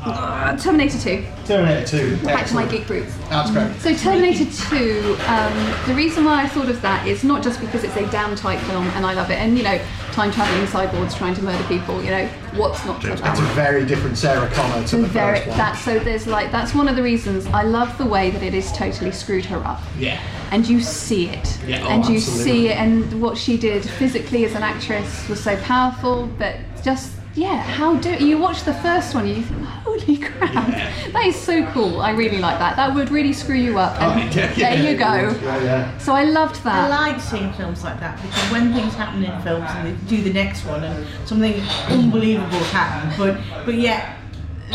[SPEAKER 3] uh, Terminator 2.
[SPEAKER 2] Terminator 2.
[SPEAKER 3] Back to my
[SPEAKER 2] excellent.
[SPEAKER 3] geek roots.
[SPEAKER 2] That's great.
[SPEAKER 3] So Terminator 2, um, the reason why I thought of that is not just because it's a damn type film and I love it, and you know, time traveling cyborgs trying to murder people, you know, what's not to
[SPEAKER 5] James
[SPEAKER 3] love?
[SPEAKER 2] That's a very different Sarah Connor to the
[SPEAKER 3] Mm. Very,
[SPEAKER 2] first one.
[SPEAKER 3] that, so there's like that's one of the reasons I love the way that it is totally screwed her up,
[SPEAKER 2] yeah.
[SPEAKER 3] and you see it,
[SPEAKER 2] Yeah, oh,
[SPEAKER 3] and you
[SPEAKER 2] absolutely.
[SPEAKER 3] see it, and what she did physically as an actress was so powerful, but just yeah, how do you watch the first one? and You think, holy crap, that is so cool. I really like that. That would really screw you up.
[SPEAKER 2] Oh,
[SPEAKER 3] And
[SPEAKER 2] yeah, yeah,
[SPEAKER 3] there you go.
[SPEAKER 2] Yeah, yeah.
[SPEAKER 3] So I loved
[SPEAKER 4] I
[SPEAKER 3] that.
[SPEAKER 4] like seeing films like that because when things happen in films and they do the next one and something unbelievable happens, but but yet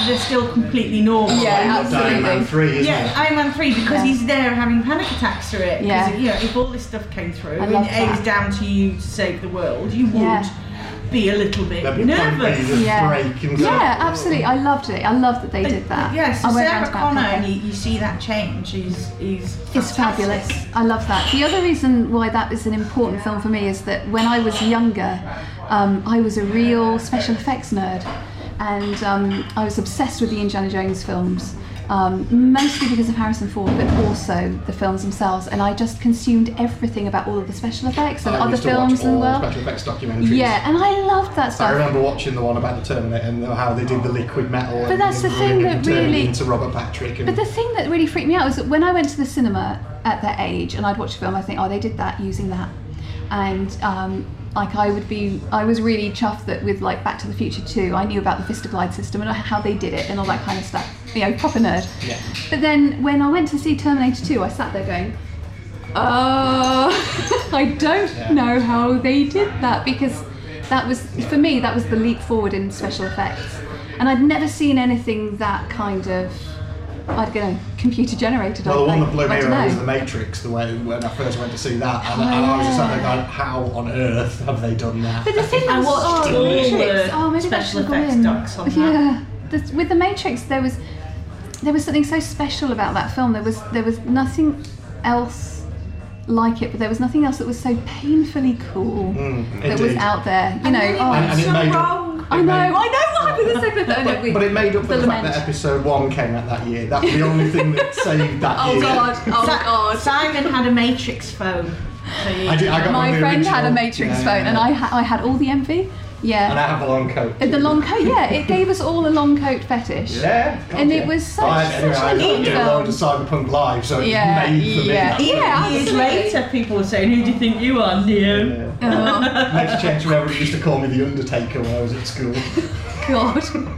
[SPEAKER 4] they're still completely normal.
[SPEAKER 3] Yeah,
[SPEAKER 4] Like,
[SPEAKER 2] Iron Man
[SPEAKER 3] Absolutely.
[SPEAKER 2] 3, isn't
[SPEAKER 4] yeah,
[SPEAKER 2] it?
[SPEAKER 4] Iron Man 3 because
[SPEAKER 3] Yeah.
[SPEAKER 4] he's there having panic attacks through it. 'Cause,
[SPEAKER 3] Yeah.
[SPEAKER 4] you know, if all this stuff came through
[SPEAKER 3] I
[SPEAKER 4] and
[SPEAKER 3] love
[SPEAKER 4] it was
[SPEAKER 3] that.
[SPEAKER 4] down to you to save the world, you would
[SPEAKER 3] Yeah.
[SPEAKER 4] be a little bit
[SPEAKER 2] There'd be a point where you
[SPEAKER 4] nervous.
[SPEAKER 2] just
[SPEAKER 3] Yeah.
[SPEAKER 2] break and go,
[SPEAKER 3] Yeah, absolutely. I loved it. I loved that they did that.
[SPEAKER 4] Yeah, so
[SPEAKER 3] I went round
[SPEAKER 4] Sarah
[SPEAKER 3] to that
[SPEAKER 4] Connor,
[SPEAKER 3] proper.
[SPEAKER 4] and you, you see that change. He's, he's
[SPEAKER 3] It's fabulous. I love that. The other reason why that is an important film for me is that when I was younger, um, I was a real special effects nerd, and um, I was obsessed with the Indiana Jones films. Um, mostly because of Harrison Ford, but also the films themselves, and I just consumed everything about all of the special effects and
[SPEAKER 2] I
[SPEAKER 3] other
[SPEAKER 2] used to Uh, watch
[SPEAKER 3] films in the
[SPEAKER 2] all the
[SPEAKER 3] world.
[SPEAKER 2] special effects documentaries.
[SPEAKER 3] Yeah, and I loved that
[SPEAKER 2] I
[SPEAKER 3] stuff. Oh.
[SPEAKER 2] remember watching the one about the Terminator and how they did the liquid metal.
[SPEAKER 3] But that's the thing that really-
[SPEAKER 2] into Robert Patrick. And
[SPEAKER 3] But the thing that really freaked me out was that when I went to the cinema at that age and I'd watch a film, I think, oh, they did that using that, and um, like I would be, I was really chuffed that with like Back to the Future 2, I knew about the Vista Glide system and how they did it and all that kind of stuff. You know, proper nerd.
[SPEAKER 2] Yeah.
[SPEAKER 3] But then when I went to see Terminator 2, I sat there going, uh, I don't
[SPEAKER 2] Yeah.
[SPEAKER 3] know how they did that because that was, for me, that was the leap forward in special effects. And I'd never seen anything that kind of, I'd go, computer generated.
[SPEAKER 2] well, the
[SPEAKER 3] I
[SPEAKER 2] one that
[SPEAKER 3] think.
[SPEAKER 2] blew me
[SPEAKER 3] I don't
[SPEAKER 2] away was
[SPEAKER 3] know.
[SPEAKER 2] The Matrix. The way when I first went to see that, and, and I was just sat there going, "How on earth have they done that?"
[SPEAKER 3] Oh. But the thing
[SPEAKER 4] I
[SPEAKER 3] was,
[SPEAKER 4] watched
[SPEAKER 3] oh,
[SPEAKER 4] all
[SPEAKER 3] the Matrix.
[SPEAKER 4] the
[SPEAKER 3] Oh, maybe that
[SPEAKER 4] special
[SPEAKER 3] should go
[SPEAKER 4] effects
[SPEAKER 3] in.
[SPEAKER 4] docs on that.
[SPEAKER 3] yeah, The- with the Matrix, there was there was something so special about that film. There was there was nothing else like it, but there was nothing else that was so painfully cool
[SPEAKER 2] Mm,
[SPEAKER 3] that was
[SPEAKER 2] indeed.
[SPEAKER 3] out there. You know, oh,
[SPEAKER 2] And- and it
[SPEAKER 4] so
[SPEAKER 2] made-
[SPEAKER 4] wrong.
[SPEAKER 3] I know, I know what happened with Second Third.
[SPEAKER 2] But, but it made up for the, fact
[SPEAKER 3] lament.
[SPEAKER 2] that episode one came out that year. That's the only thing that saved that
[SPEAKER 3] Oh
[SPEAKER 2] year.
[SPEAKER 3] God! Oh
[SPEAKER 4] Si-
[SPEAKER 3] God!
[SPEAKER 4] Simon had a Matrix phone. So you-
[SPEAKER 2] I did- I got one
[SPEAKER 3] My
[SPEAKER 2] of the
[SPEAKER 3] friend had a
[SPEAKER 2] original-
[SPEAKER 3] Matrix
[SPEAKER 2] Yeah, yeah,
[SPEAKER 3] phone, and
[SPEAKER 2] yeah.
[SPEAKER 3] I ha- I had all the envy. Yeah.
[SPEAKER 2] and I have a long coat.
[SPEAKER 3] And the long coat, yeah, it gave us all a long coat fetish.
[SPEAKER 2] Yeah.
[SPEAKER 3] And it was such-
[SPEAKER 2] I, anyway,
[SPEAKER 3] such
[SPEAKER 2] I
[SPEAKER 3] a
[SPEAKER 2] lived
[SPEAKER 3] neat
[SPEAKER 2] a load of
[SPEAKER 3] film.
[SPEAKER 2] Cyberpunk Live, so it
[SPEAKER 3] Yeah,
[SPEAKER 2] made for me.
[SPEAKER 3] yeah.
[SPEAKER 2] That's
[SPEAKER 3] Yeah,
[SPEAKER 4] Years
[SPEAKER 3] absolutely.
[SPEAKER 4] later, people were saying, "Who do you think you are, Neo?"
[SPEAKER 2] Yeah.
[SPEAKER 3] Oh.
[SPEAKER 2] Next change to whoever used to call me the Undertaker when I was at school.
[SPEAKER 3] God.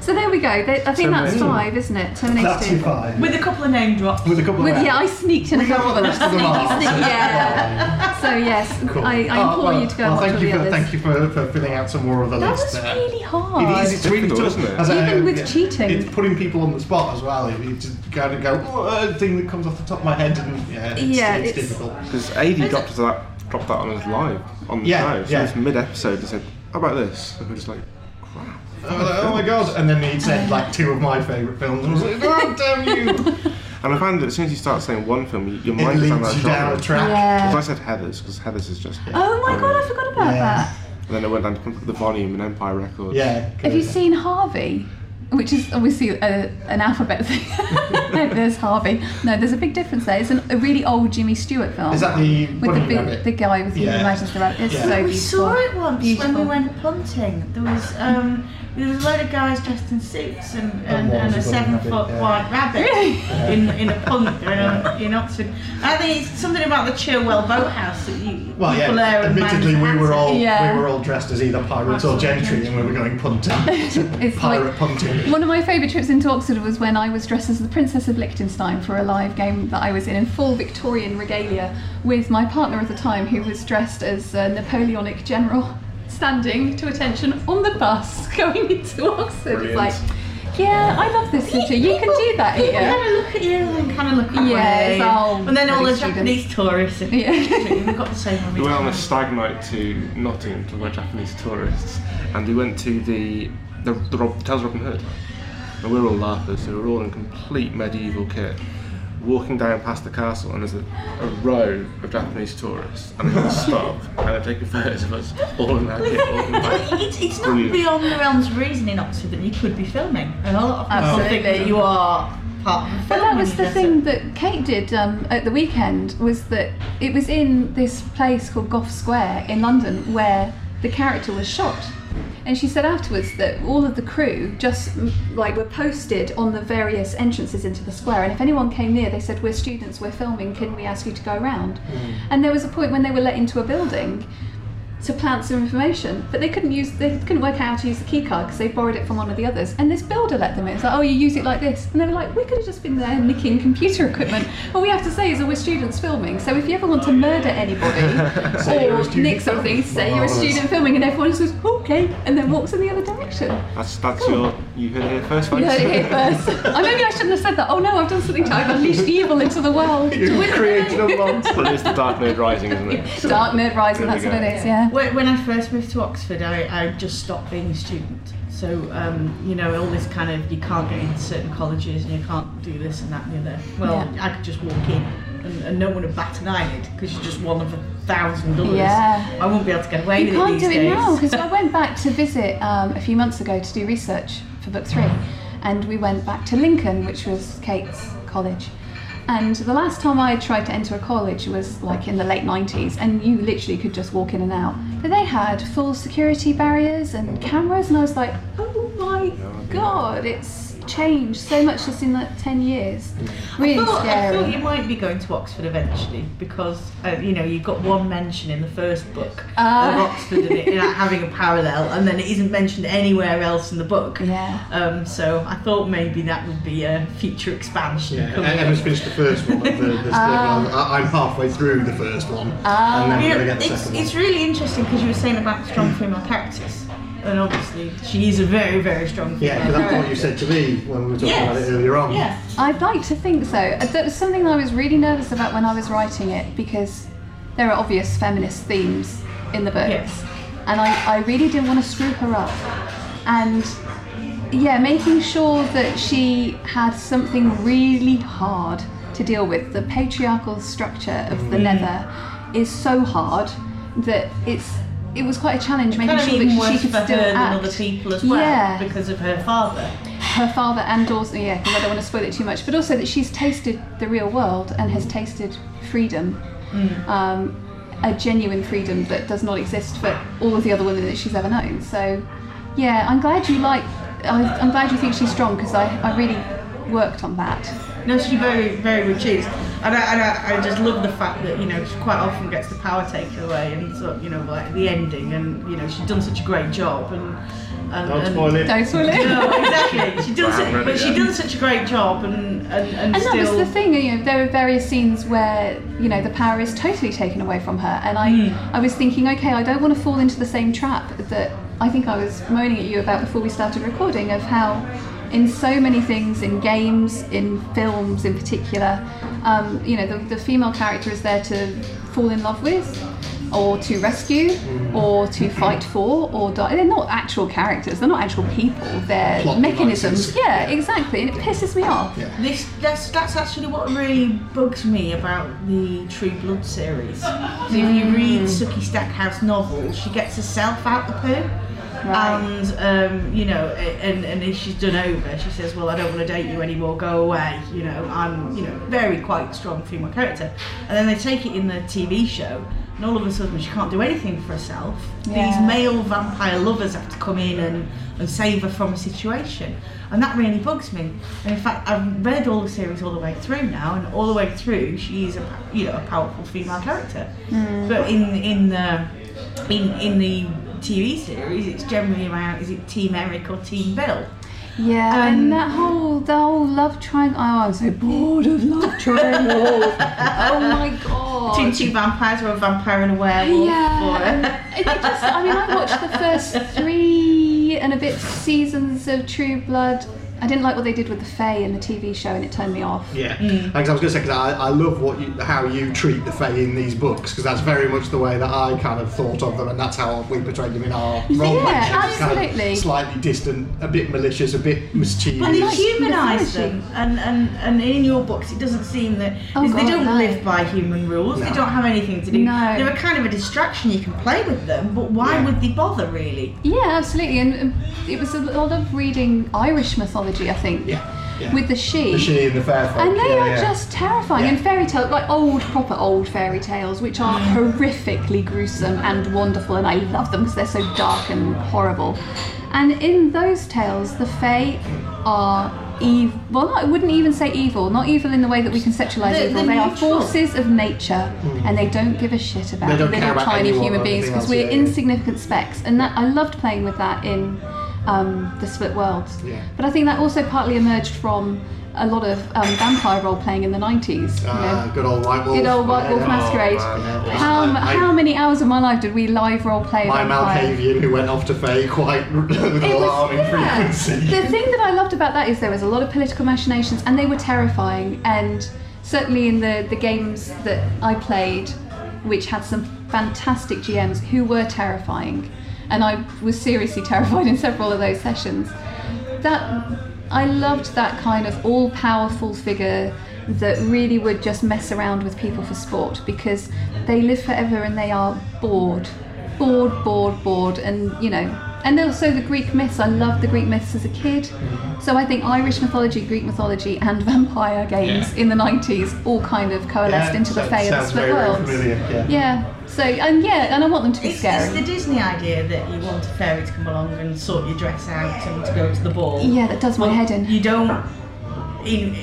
[SPEAKER 3] So there we go. They- I think that's
[SPEAKER 1] Terminator.
[SPEAKER 3] five, isn't it? Terminator
[SPEAKER 2] That's your
[SPEAKER 3] 2.
[SPEAKER 2] five.
[SPEAKER 4] With a couple of name drops.
[SPEAKER 2] With a couple
[SPEAKER 3] With,
[SPEAKER 2] of
[SPEAKER 3] yeah, I sneaked in a
[SPEAKER 2] we know
[SPEAKER 3] couple
[SPEAKER 2] what
[SPEAKER 3] of
[SPEAKER 2] the
[SPEAKER 3] them.
[SPEAKER 2] rest of them
[SPEAKER 3] Sneaky,
[SPEAKER 2] are.
[SPEAKER 3] sneaky, yeah. So yes,
[SPEAKER 2] Cool.
[SPEAKER 3] I, I
[SPEAKER 2] Oh,
[SPEAKER 3] implore
[SPEAKER 2] well,
[SPEAKER 3] you to go
[SPEAKER 2] well,
[SPEAKER 3] and watch
[SPEAKER 2] thank
[SPEAKER 3] all
[SPEAKER 2] you
[SPEAKER 3] the
[SPEAKER 2] for,
[SPEAKER 3] others.
[SPEAKER 2] Thank you for, for filling out some more of the
[SPEAKER 3] that
[SPEAKER 2] list
[SPEAKER 3] was
[SPEAKER 2] there.
[SPEAKER 3] really hard.
[SPEAKER 2] It is. It's really
[SPEAKER 1] Difficult,
[SPEAKER 2] tough.
[SPEAKER 1] isn't it?
[SPEAKER 2] As a-
[SPEAKER 3] Even with cheating.
[SPEAKER 2] It's putting people on the spot as well. It- It's just kind of go "Oh, uh, thing that comes off the top of my head, and yeah, it's,
[SPEAKER 3] Yeah,
[SPEAKER 2] it's,
[SPEAKER 3] it's-
[SPEAKER 2] difficult.
[SPEAKER 1] Because AD dropped us that dropped that on us live on the
[SPEAKER 2] Yeah,
[SPEAKER 1] show. So
[SPEAKER 2] yeah.
[SPEAKER 1] it's mid episode and said, How about this? And we're just like,
[SPEAKER 2] I was like, oh my god! And then he said like two of my favourite films, and I was like, oh damn you!
[SPEAKER 1] And I found that as soon as you start saying one film, you- your
[SPEAKER 2] It
[SPEAKER 1] mind is on that
[SPEAKER 2] leads you down
[SPEAKER 1] genre.
[SPEAKER 2] a track.
[SPEAKER 1] Because I
[SPEAKER 3] Yeah.
[SPEAKER 1] said Heathers, because Heathers is just.
[SPEAKER 3] Oh my god, I forgot about
[SPEAKER 2] Yeah.
[SPEAKER 3] that.
[SPEAKER 1] And then I went down to the volume and Empire Records.
[SPEAKER 2] Yeah.
[SPEAKER 3] Have you seen Harvey? Which is obviously a, an alphabet thing. there's Harvey. No, there's a big difference there. It's an, a really old Jimmy Stewart film.
[SPEAKER 2] Is that the
[SPEAKER 3] with the,
[SPEAKER 2] bunny
[SPEAKER 3] big,
[SPEAKER 2] rabbit?
[SPEAKER 3] the guy with
[SPEAKER 2] Yeah.
[SPEAKER 3] the imagines the rabbit? It's
[SPEAKER 2] Yeah.
[SPEAKER 3] so beautiful.
[SPEAKER 4] we saw it once
[SPEAKER 3] Beautiful.
[SPEAKER 4] when we went punting. There was um, there was a load of guys dressed in suits and,
[SPEAKER 2] And
[SPEAKER 4] and,
[SPEAKER 2] one
[SPEAKER 4] and a
[SPEAKER 2] was a bunny
[SPEAKER 4] seven
[SPEAKER 2] rabbit,
[SPEAKER 4] foot
[SPEAKER 2] yeah.
[SPEAKER 4] white rabbit in, in a punt in, a, in Oxford. I think it's something about the Chilwell boathouse that you
[SPEAKER 2] Well,
[SPEAKER 4] people
[SPEAKER 2] yeah.
[SPEAKER 4] there
[SPEAKER 2] Admittedly, we were all
[SPEAKER 3] Yeah.
[SPEAKER 2] we were all dressed as either pirates or gentry, and we were going punting.
[SPEAKER 3] It's
[SPEAKER 2] pirate
[SPEAKER 3] like-
[SPEAKER 2] punting.
[SPEAKER 3] One of my favourite trips into Oxford was when I was dressed as the Princess of Liechtenstein for a live game that I was in in full Victorian regalia with my partner at the time, who was dressed as a Napoleonic general, standing to attention on the bus going into Oxford.
[SPEAKER 1] Brilliant.
[SPEAKER 3] It's like, yeah, I love this city. You can do that
[SPEAKER 4] People
[SPEAKER 3] here.
[SPEAKER 4] kind of look at you and kind of look away.
[SPEAKER 3] Yeah, it's all
[SPEAKER 4] and then all the
[SPEAKER 3] British students.
[SPEAKER 4] Japanese tourists. Are
[SPEAKER 3] Yeah.
[SPEAKER 4] We've got the same one.
[SPEAKER 1] We went on a
[SPEAKER 4] time.
[SPEAKER 1] stag night to Nottingham to where Japanese tourists, and we went to the the, the Rob, Tales of Robin Hood, and we were all laughers. So we were all in complete medieval kit, walking down past the castle, and there's a, a row of Japanese tourists, and they stop and they're taking photos of us all in our kit walking back.
[SPEAKER 4] it's, it's not
[SPEAKER 1] Brilliant.
[SPEAKER 4] beyond the realms of reason in Oxford that you could be filming. And a lot of people think
[SPEAKER 3] Absolutely.
[SPEAKER 4] that you are part of the
[SPEAKER 3] But
[SPEAKER 4] film.
[SPEAKER 3] that was
[SPEAKER 4] and
[SPEAKER 3] the
[SPEAKER 4] that's
[SPEAKER 3] thing
[SPEAKER 4] it.
[SPEAKER 3] that Kate did um, at the weekend was that it was in this place called Gough Square in London where the character was shot. And she said afterwards that all of the crew just mm, like were posted on the various entrances into the square, and if anyone came near, they said, "We're students, we're filming. Can we ask you to go around?" And there was a point when they were let into a building to plant some information, but they couldn't use they couldn't work out how to use the key card because they borrowed it from one of the others. And this builder let them in. It's like, oh, you use it like this, and they were like, we could have just been there nicking computer equipment. All we have to say is, oh, we're students filming. So if you ever want to murder anybody
[SPEAKER 2] Say you're a
[SPEAKER 3] or
[SPEAKER 2] student
[SPEAKER 3] nick
[SPEAKER 2] filming.
[SPEAKER 3] something, say you're a student filming, and everyone says okay, and then walks in the other direction.
[SPEAKER 1] That's that's your you heard it here first,
[SPEAKER 3] You
[SPEAKER 1] folks.
[SPEAKER 3] heard it here first. oh, maybe I shouldn't have said that. Oh no, I've done something. To, I've unleashed evil into the world.
[SPEAKER 2] You created a monster.
[SPEAKER 1] Well, it's the Dark Nerd Rising, isn't it?
[SPEAKER 3] Dark Nerd Rising.
[SPEAKER 1] There we
[SPEAKER 3] That's what
[SPEAKER 1] go.
[SPEAKER 3] it is. Yeah.
[SPEAKER 4] When, when I first moved to Oxford, I, I just stopped being a student. So, um, you know, all this kind of you can't get into certain colleges and you can't do this and that and the other. Well,
[SPEAKER 3] Yeah.
[SPEAKER 4] I could just walk in and, and no one would bat an eyelid because you're just one of a thousand others.
[SPEAKER 3] Yeah.
[SPEAKER 4] I won't be able to get away
[SPEAKER 3] You
[SPEAKER 4] with
[SPEAKER 3] can't
[SPEAKER 4] it
[SPEAKER 3] do
[SPEAKER 4] these
[SPEAKER 3] it
[SPEAKER 4] days.
[SPEAKER 3] now because I went back to visit um, a few months ago to do research for book three, and we went back to Lincoln, which was Kate's college. And the last time I tried to enter a college was like in the late 90s, and you literally could just walk in and out. But they had full security barriers and cameras, and I was like, oh my god, it's changed so much just in like 10 years. Really
[SPEAKER 4] I thought, I
[SPEAKER 3] scary.
[SPEAKER 4] thought you might be going to Oxford eventually because uh, you know you got one mention in the first book of
[SPEAKER 3] Ah.
[SPEAKER 4] Oxford and it, like, having a parallel, and then it isn't mentioned anywhere else in the book.
[SPEAKER 3] Yeah.
[SPEAKER 4] Um, so I thought maybe that would be a future expansion.
[SPEAKER 2] Yeah, e-
[SPEAKER 4] coming
[SPEAKER 2] Emma's
[SPEAKER 4] up.
[SPEAKER 2] finished the first one. The, the, the,
[SPEAKER 3] Ah.
[SPEAKER 2] I, I'm halfway through the first one, and then
[SPEAKER 4] You
[SPEAKER 2] we're
[SPEAKER 4] know,
[SPEAKER 2] going to get the
[SPEAKER 4] it's,
[SPEAKER 2] second
[SPEAKER 4] it's really interesting because you were saying about strong female characters, and obviously she is a very very strong
[SPEAKER 2] one. Yeah,
[SPEAKER 4] female.
[SPEAKER 2] because that's what
[SPEAKER 4] character.
[SPEAKER 2] you said to me when we were talking about
[SPEAKER 4] Yes.
[SPEAKER 2] it earlier on.
[SPEAKER 4] Yeah.
[SPEAKER 3] I'd like to think so. Uh, That was something I was really nervous about when I was writing it because there are obvious feminist themes in the books.
[SPEAKER 4] Yes.
[SPEAKER 3] And I, I really didn't want to screw her up. And yeah, making sure that she had something really hard to deal with. The patriarchal structure of the
[SPEAKER 4] Mm.
[SPEAKER 3] nether is so hard that it's it was quite a challenge making
[SPEAKER 4] Kind of
[SPEAKER 3] sure
[SPEAKER 4] even
[SPEAKER 3] that she
[SPEAKER 4] worse
[SPEAKER 3] could
[SPEAKER 4] for her
[SPEAKER 3] still
[SPEAKER 4] than
[SPEAKER 3] act.
[SPEAKER 4] other people as well
[SPEAKER 3] Yeah
[SPEAKER 4] because of her father.
[SPEAKER 3] her father and also yeah because i don't want to spoil it too much but also that she's tasted the real world and has tasted freedom um, a genuine freedom that does not exist for all of the other women that she's ever known so yeah i'm glad you like I, i'm glad you think she's strong because I, I really worked on that
[SPEAKER 4] No, she's very, very reduced. And I, and I, I just love the fact that, you know, she quite often gets the power taken away and sort of, you know, like the ending and, you know, she's done such a great job and... and
[SPEAKER 2] Don't
[SPEAKER 4] and-
[SPEAKER 2] spoil it.
[SPEAKER 3] don't spoil it
[SPEAKER 4] No, exactly. She's done,
[SPEAKER 1] Wow,
[SPEAKER 4] such,
[SPEAKER 1] really,
[SPEAKER 4] but she's
[SPEAKER 1] yeah.
[SPEAKER 4] done such a great job and, and, and,
[SPEAKER 3] And
[SPEAKER 4] still...
[SPEAKER 3] that was the thing, you know, there were various scenes where, you know, the power is totally taken away from her. And I, I was thinking, okay, I don't want to fall into the same trap that I think I was moaning at you about before we started recording of how, in so many things, in games, in films in particular, um, you know, the, the female character is there to fall in love with or to rescue or to fight for or die. They're not actual characters, they're not actual people, they're
[SPEAKER 2] Plot
[SPEAKER 3] mechanisms.
[SPEAKER 2] devices.
[SPEAKER 3] Yeah, exactly. And it pisses me off.
[SPEAKER 2] Yeah.
[SPEAKER 4] This, that's, that's actually what really bugs me about the True Blood series. So if you read Sookie Stackhouse novels, she gets herself out the poo.
[SPEAKER 3] Right.
[SPEAKER 4] And, um, you know, a- and, and if she's done over, she says, well, I don't want to date you anymore, go away. You know, I'm, you know, very quite strong female character. And then they take it in the TV show, and all of a sudden she can't do anything for herself.
[SPEAKER 3] Yeah.
[SPEAKER 4] These male vampire lovers have to come in and, and save her from a situation. And that really bugs me. And in fact, I've read all the series all the way through now, and all the way through, she's a pa- you know a powerful female character.
[SPEAKER 3] Mm.
[SPEAKER 4] But in in the in in the TV series, it's generally around is it Team Eric or Team Bill?
[SPEAKER 3] Yeah,
[SPEAKER 4] Um,
[SPEAKER 3] and that whole the whole love triangle. Oh, I'm so bored of love triangles. oh my god.
[SPEAKER 4] Between two vampires or a vampire and a werewolf?
[SPEAKER 3] yeah.
[SPEAKER 4] Or,
[SPEAKER 3] I think it's- I mean, I watched the first three and a bit seasons of True Blood I didn't like what they did with the Fae in the TV show, and it turned me off.
[SPEAKER 2] Yeah, because I was going to say because I, I love what you, how you treat the Fae in these books because that's very much the way that I kind of thought of them, and that's how we portrayed them in our role.
[SPEAKER 3] Yeah,
[SPEAKER 2] pictures, kind of
[SPEAKER 3] absolutely.
[SPEAKER 2] slightly distant, a bit malicious, a bit
[SPEAKER 4] But
[SPEAKER 2] mischievous.
[SPEAKER 4] they
[SPEAKER 3] Like
[SPEAKER 4] humanise them,
[SPEAKER 3] mythology.
[SPEAKER 4] and, and, and in your books, it doesn't seem that
[SPEAKER 3] Oh,
[SPEAKER 4] because they
[SPEAKER 3] God,
[SPEAKER 4] don't
[SPEAKER 3] no.
[SPEAKER 4] live by human rules. They
[SPEAKER 2] No.
[SPEAKER 4] don't have anything to do.
[SPEAKER 3] No.
[SPEAKER 4] They're a kind of a distraction. You can play with them, but why
[SPEAKER 2] Yeah.
[SPEAKER 4] would they bother really?
[SPEAKER 3] Yeah, absolutely. And um, it was a lot of reading Irish mythology, I think,
[SPEAKER 2] Yeah, yeah.
[SPEAKER 3] with the she.
[SPEAKER 2] the she and the fair folk.
[SPEAKER 3] and they
[SPEAKER 2] yeah,
[SPEAKER 3] are
[SPEAKER 2] yeah.
[SPEAKER 3] just terrifying.
[SPEAKER 2] Yeah. Mm.
[SPEAKER 3] And fairy tales, like old, proper old fairy tales, which are horrifically gruesome and wonderful, and I love them because they're so dark and horrible. And in those tales, the Fae are evil. Well, not, I wouldn't even say evil. Not evil in the way that we conceptualize
[SPEAKER 4] They're-
[SPEAKER 3] evil.
[SPEAKER 4] they're
[SPEAKER 3] They are
[SPEAKER 4] neutral.
[SPEAKER 3] forces of nature, and they don't give a shit about
[SPEAKER 2] Mm. They don't care
[SPEAKER 3] little
[SPEAKER 2] about
[SPEAKER 3] tiny
[SPEAKER 2] anyone
[SPEAKER 3] human
[SPEAKER 2] or
[SPEAKER 3] beings
[SPEAKER 2] anything
[SPEAKER 3] because
[SPEAKER 2] else,
[SPEAKER 3] we're
[SPEAKER 2] yeah, yeah.
[SPEAKER 3] insignificant specks. And that I loved playing with that in um, the Split Worlds.
[SPEAKER 2] Yeah.
[SPEAKER 3] But I think that also partly emerged from a lot of um, vampire role playing in the 90s. you
[SPEAKER 2] Ah,
[SPEAKER 3] know.
[SPEAKER 2] good old white wolf.
[SPEAKER 3] Good old White Wolf
[SPEAKER 2] Yeah.
[SPEAKER 3] Masquerade.
[SPEAKER 1] Oh, man.
[SPEAKER 2] Yeah.
[SPEAKER 3] how,
[SPEAKER 2] I- I-
[SPEAKER 3] how many hours of my life did we live role play a
[SPEAKER 2] My
[SPEAKER 3] vampire?
[SPEAKER 2] Malkavian who went off to Fae quite with an
[SPEAKER 3] It was-
[SPEAKER 2] alarming
[SPEAKER 3] yeah.
[SPEAKER 2] frequency.
[SPEAKER 3] The thing that I loved about that is there was a lot of political machinations and they were terrifying. And certainly in the, the games that I played, which had some fantastic GMs who were terrifying, and I was seriously terrified in several of those sessions. That I loved that kind of all powerful figure that really would just mess around with people for sport because they live forever and they are bored bored, bored, bored, and you know, and also the Greek myths. I loved the Greek myths as a kid, so I think Irish mythology, Greek mythology, and vampire games
[SPEAKER 2] Yeah.
[SPEAKER 3] in the '90s all kind of coalesced
[SPEAKER 2] Yeah,
[SPEAKER 3] into the
[SPEAKER 2] so-
[SPEAKER 3] Fae and the
[SPEAKER 2] sounds
[SPEAKER 3] Split
[SPEAKER 2] very, very
[SPEAKER 3] Worlds.
[SPEAKER 2] familiar, yeah.
[SPEAKER 3] yeah. So and yeah, and I want them to be
[SPEAKER 4] It's,
[SPEAKER 3] scary.
[SPEAKER 4] it's the Disney idea that you want a fairy to come along and sort your dress out and to go to the ball.
[SPEAKER 3] yeah, that does my head in.
[SPEAKER 4] You don't in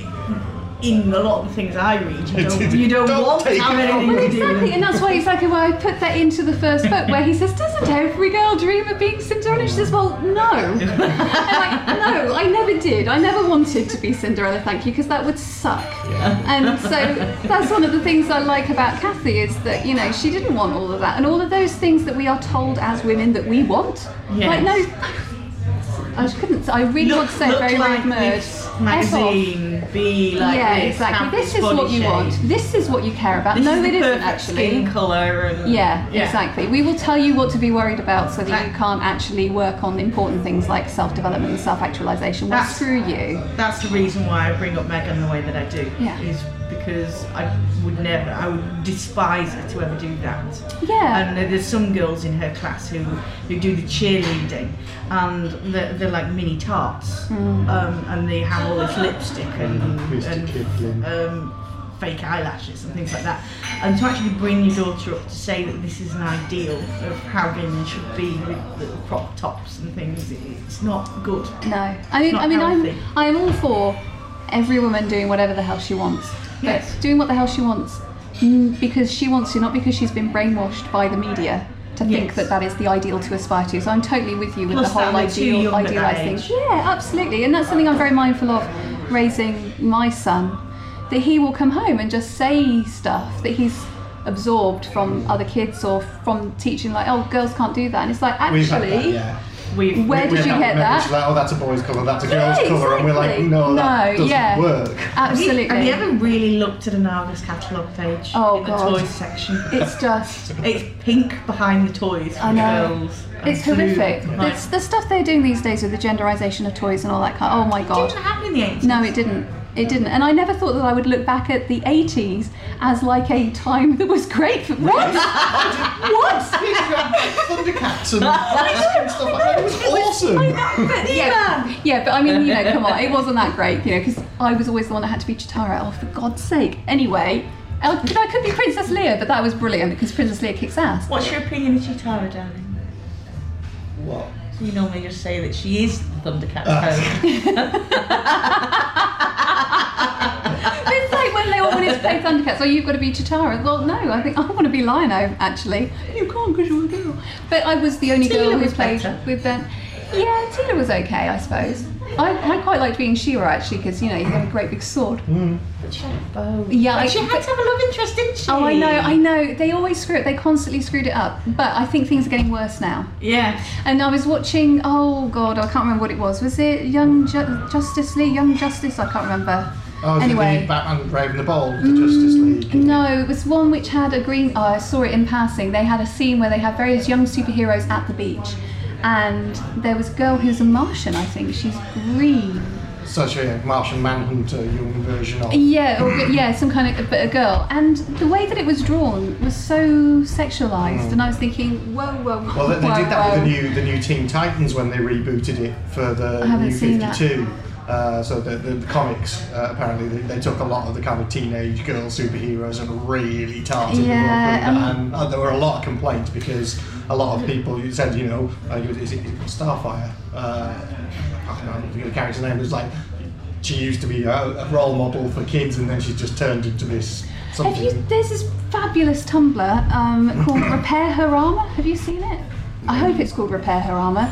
[SPEAKER 4] in a lot of the things I read. You don't you don't,
[SPEAKER 2] Don't
[SPEAKER 4] want to
[SPEAKER 2] take
[SPEAKER 4] have
[SPEAKER 2] it
[SPEAKER 4] anything
[SPEAKER 2] on.
[SPEAKER 3] Well,
[SPEAKER 4] to do.
[SPEAKER 3] exactly,
[SPEAKER 4] with
[SPEAKER 3] and that's why exactly why I put that into the first book, where he says, "Doesn't every girl dream of being Cinderella?" She says, "Well, no, I'm like, no, I never did. I never wanted to be Cinderella. Thank you, because that would suck." And so that's one of the things I like about Kathy is that you know she didn't want all of that, and all of those things that we are told as women that we want.
[SPEAKER 4] Yes.
[SPEAKER 3] Like no. I just couldn't. I really
[SPEAKER 4] Look,
[SPEAKER 3] want to say it
[SPEAKER 4] look
[SPEAKER 3] very
[SPEAKER 4] like
[SPEAKER 3] rude word.
[SPEAKER 4] this
[SPEAKER 3] F off.
[SPEAKER 4] magazine, be like
[SPEAKER 3] yeah,
[SPEAKER 4] this, have
[SPEAKER 3] exactly. This is
[SPEAKER 4] body
[SPEAKER 3] what you
[SPEAKER 4] shape.
[SPEAKER 3] want. This is what you care about.
[SPEAKER 4] This
[SPEAKER 3] Uh, no,
[SPEAKER 4] is the
[SPEAKER 3] it isn't
[SPEAKER 4] perfect
[SPEAKER 3] actually.
[SPEAKER 4] Skin color and
[SPEAKER 3] Yeah, exactly. We will tell you what to be worried about so that you can't actually work on important things like self development and self actualization. We'll
[SPEAKER 4] That's-
[SPEAKER 3] screw you.
[SPEAKER 4] That's the reason why I bring up Megan the way that I do.
[SPEAKER 3] Yeah.
[SPEAKER 4] Is because I would never, I would despise her to ever do that.
[SPEAKER 3] Yeah.
[SPEAKER 4] And there- there's some girls in her class who, who do the cheerleading and they're, they're like mini tarts
[SPEAKER 3] Hmm.
[SPEAKER 4] um, and they have all this lipstick and,
[SPEAKER 2] Mr.
[SPEAKER 4] and
[SPEAKER 2] Kipling.
[SPEAKER 4] um, fake eyelashes and things like that. And to actually bring your daughter up to say that this is an ideal of how women should be with the crop tops and things, it- it's not good.
[SPEAKER 3] no. I mean,
[SPEAKER 4] not
[SPEAKER 3] I mean
[SPEAKER 4] healthy.
[SPEAKER 3] I'm, I'm all for every woman doing whatever the hell she wants. But
[SPEAKER 4] Yes.
[SPEAKER 3] doing what the hell she wants mm, because she wants to, not because she's been brainwashed by the media to think
[SPEAKER 4] Yes.
[SPEAKER 3] that that is the ideal to aspire to. So I'm totally with you with
[SPEAKER 4] Plus
[SPEAKER 3] the whole
[SPEAKER 4] that they're too
[SPEAKER 3] ideal,
[SPEAKER 4] young at that
[SPEAKER 3] idealised
[SPEAKER 4] age.
[SPEAKER 3] thing. Yeah, absolutely. And that's something I'm very mindful of raising my son. That he will come home and just say stuff that he's absorbed from other kids or from teaching, like, oh, girls can't do that. And it's like,
[SPEAKER 2] We've had that,
[SPEAKER 3] actually,
[SPEAKER 2] yeah.
[SPEAKER 4] We've,
[SPEAKER 3] Where
[SPEAKER 2] We
[SPEAKER 3] did you
[SPEAKER 2] have
[SPEAKER 3] get
[SPEAKER 2] members
[SPEAKER 3] that?
[SPEAKER 2] Like, oh, that's a boy's colour, that's a
[SPEAKER 3] Yeah,
[SPEAKER 2] girl's colour, and we're like,
[SPEAKER 3] exactly.
[SPEAKER 2] no, that
[SPEAKER 3] No,
[SPEAKER 2] doesn't
[SPEAKER 3] yeah.
[SPEAKER 2] work.
[SPEAKER 3] Absolutely.
[SPEAKER 4] Have you, have you ever really looked at an Argos catalogue page
[SPEAKER 3] Oh,
[SPEAKER 4] in
[SPEAKER 3] God.
[SPEAKER 4] the toys section?
[SPEAKER 3] it's just
[SPEAKER 4] It's pink behind the toys for
[SPEAKER 3] I know.
[SPEAKER 4] girls. and
[SPEAKER 3] It's
[SPEAKER 4] blue
[SPEAKER 3] horrific.
[SPEAKER 4] behind-
[SPEAKER 3] It's the stuff they're doing these days with the genderisation of toys and all that kind. Oh my
[SPEAKER 4] It
[SPEAKER 3] god.
[SPEAKER 4] didn't happen in the 80s.
[SPEAKER 3] No, it didn't. It didn't. And I never thought that I would look back at the 80s as like a time that was great for what? what?
[SPEAKER 2] Thundercats and stuff like that. It was awesome.
[SPEAKER 3] But yeah, yeah, but I mean, you know, come on, it wasn't that great, you know, because I was always the one that had to be Chitara. Oh, for God's sake. Anyway, I could, I could be Princess Leia, but that was brilliant because Princess Leia kicks ass.
[SPEAKER 4] What's your opinion of Chitara, darling?
[SPEAKER 2] What?
[SPEAKER 4] You normally just say that she is the Thundercat's
[SPEAKER 2] Uh.
[SPEAKER 4] home.
[SPEAKER 3] It's like when they all wanted to play Thundercats, oh, you've got to be Chitara. Well, no, I think I want to be Lino, actually. You can't because you're a girl. But I was the only
[SPEAKER 4] Tila
[SPEAKER 3] girl who
[SPEAKER 4] was
[SPEAKER 3] played
[SPEAKER 4] better.
[SPEAKER 3] with them. Yeah, Tila was okay, I suppose. I, I quite liked being Shira actually because you know you have a great big sword.
[SPEAKER 4] But she had both.
[SPEAKER 3] Yeah, I,
[SPEAKER 4] But she had to have a love interest, didn't she?
[SPEAKER 3] oh I know, I know. They always screw it. They constantly screwed it up. But I think things are getting worse now.
[SPEAKER 4] Yeah.
[SPEAKER 3] And I was watching. Oh God, I can't remember what it was. Was it Young Ju- Justice League? Young Justice? I can't remember.
[SPEAKER 2] Oh, is
[SPEAKER 3] Anyway. Mm,
[SPEAKER 2] it the Batman Brave and the Bold, the Justice League?
[SPEAKER 3] No, it was one which had a green. Oh, I saw it in passing. They had a scene where they had various young superheroes at the beach, and there was a girl who's a Martian. I think she's green.
[SPEAKER 2] Such a Martian Manhunter young version of.
[SPEAKER 3] Yeah, or, yeah, some kind of but a girl. And the way that it was drawn was so sexualized, and I was thinking, whoa, whoa, whoa.
[SPEAKER 2] Well, they, they did that with
[SPEAKER 3] whoa.
[SPEAKER 2] the new the new Teen Titans when they rebooted it for the
[SPEAKER 3] I haven't
[SPEAKER 2] new
[SPEAKER 3] seen that.
[SPEAKER 2] 52. Uh, so the, the, the comics uh, apparently they, they took a lot of the kind of teenage girl superheroes and really tarted
[SPEAKER 3] Yeah,
[SPEAKER 2] them up,
[SPEAKER 3] um,
[SPEAKER 2] and, and uh, there were a lot of complaints because a lot of people you said you know uh, you- is it is it Starfire? Uh, I can't remember the character's name. It was like she used to be a, a role model for kids and then she just turned into this
[SPEAKER 3] Have
[SPEAKER 2] something.
[SPEAKER 3] you? There's this fabulous Tumblr um, called Repair Her Armor. Have you seen it? I hope it's called Repair Her Armor.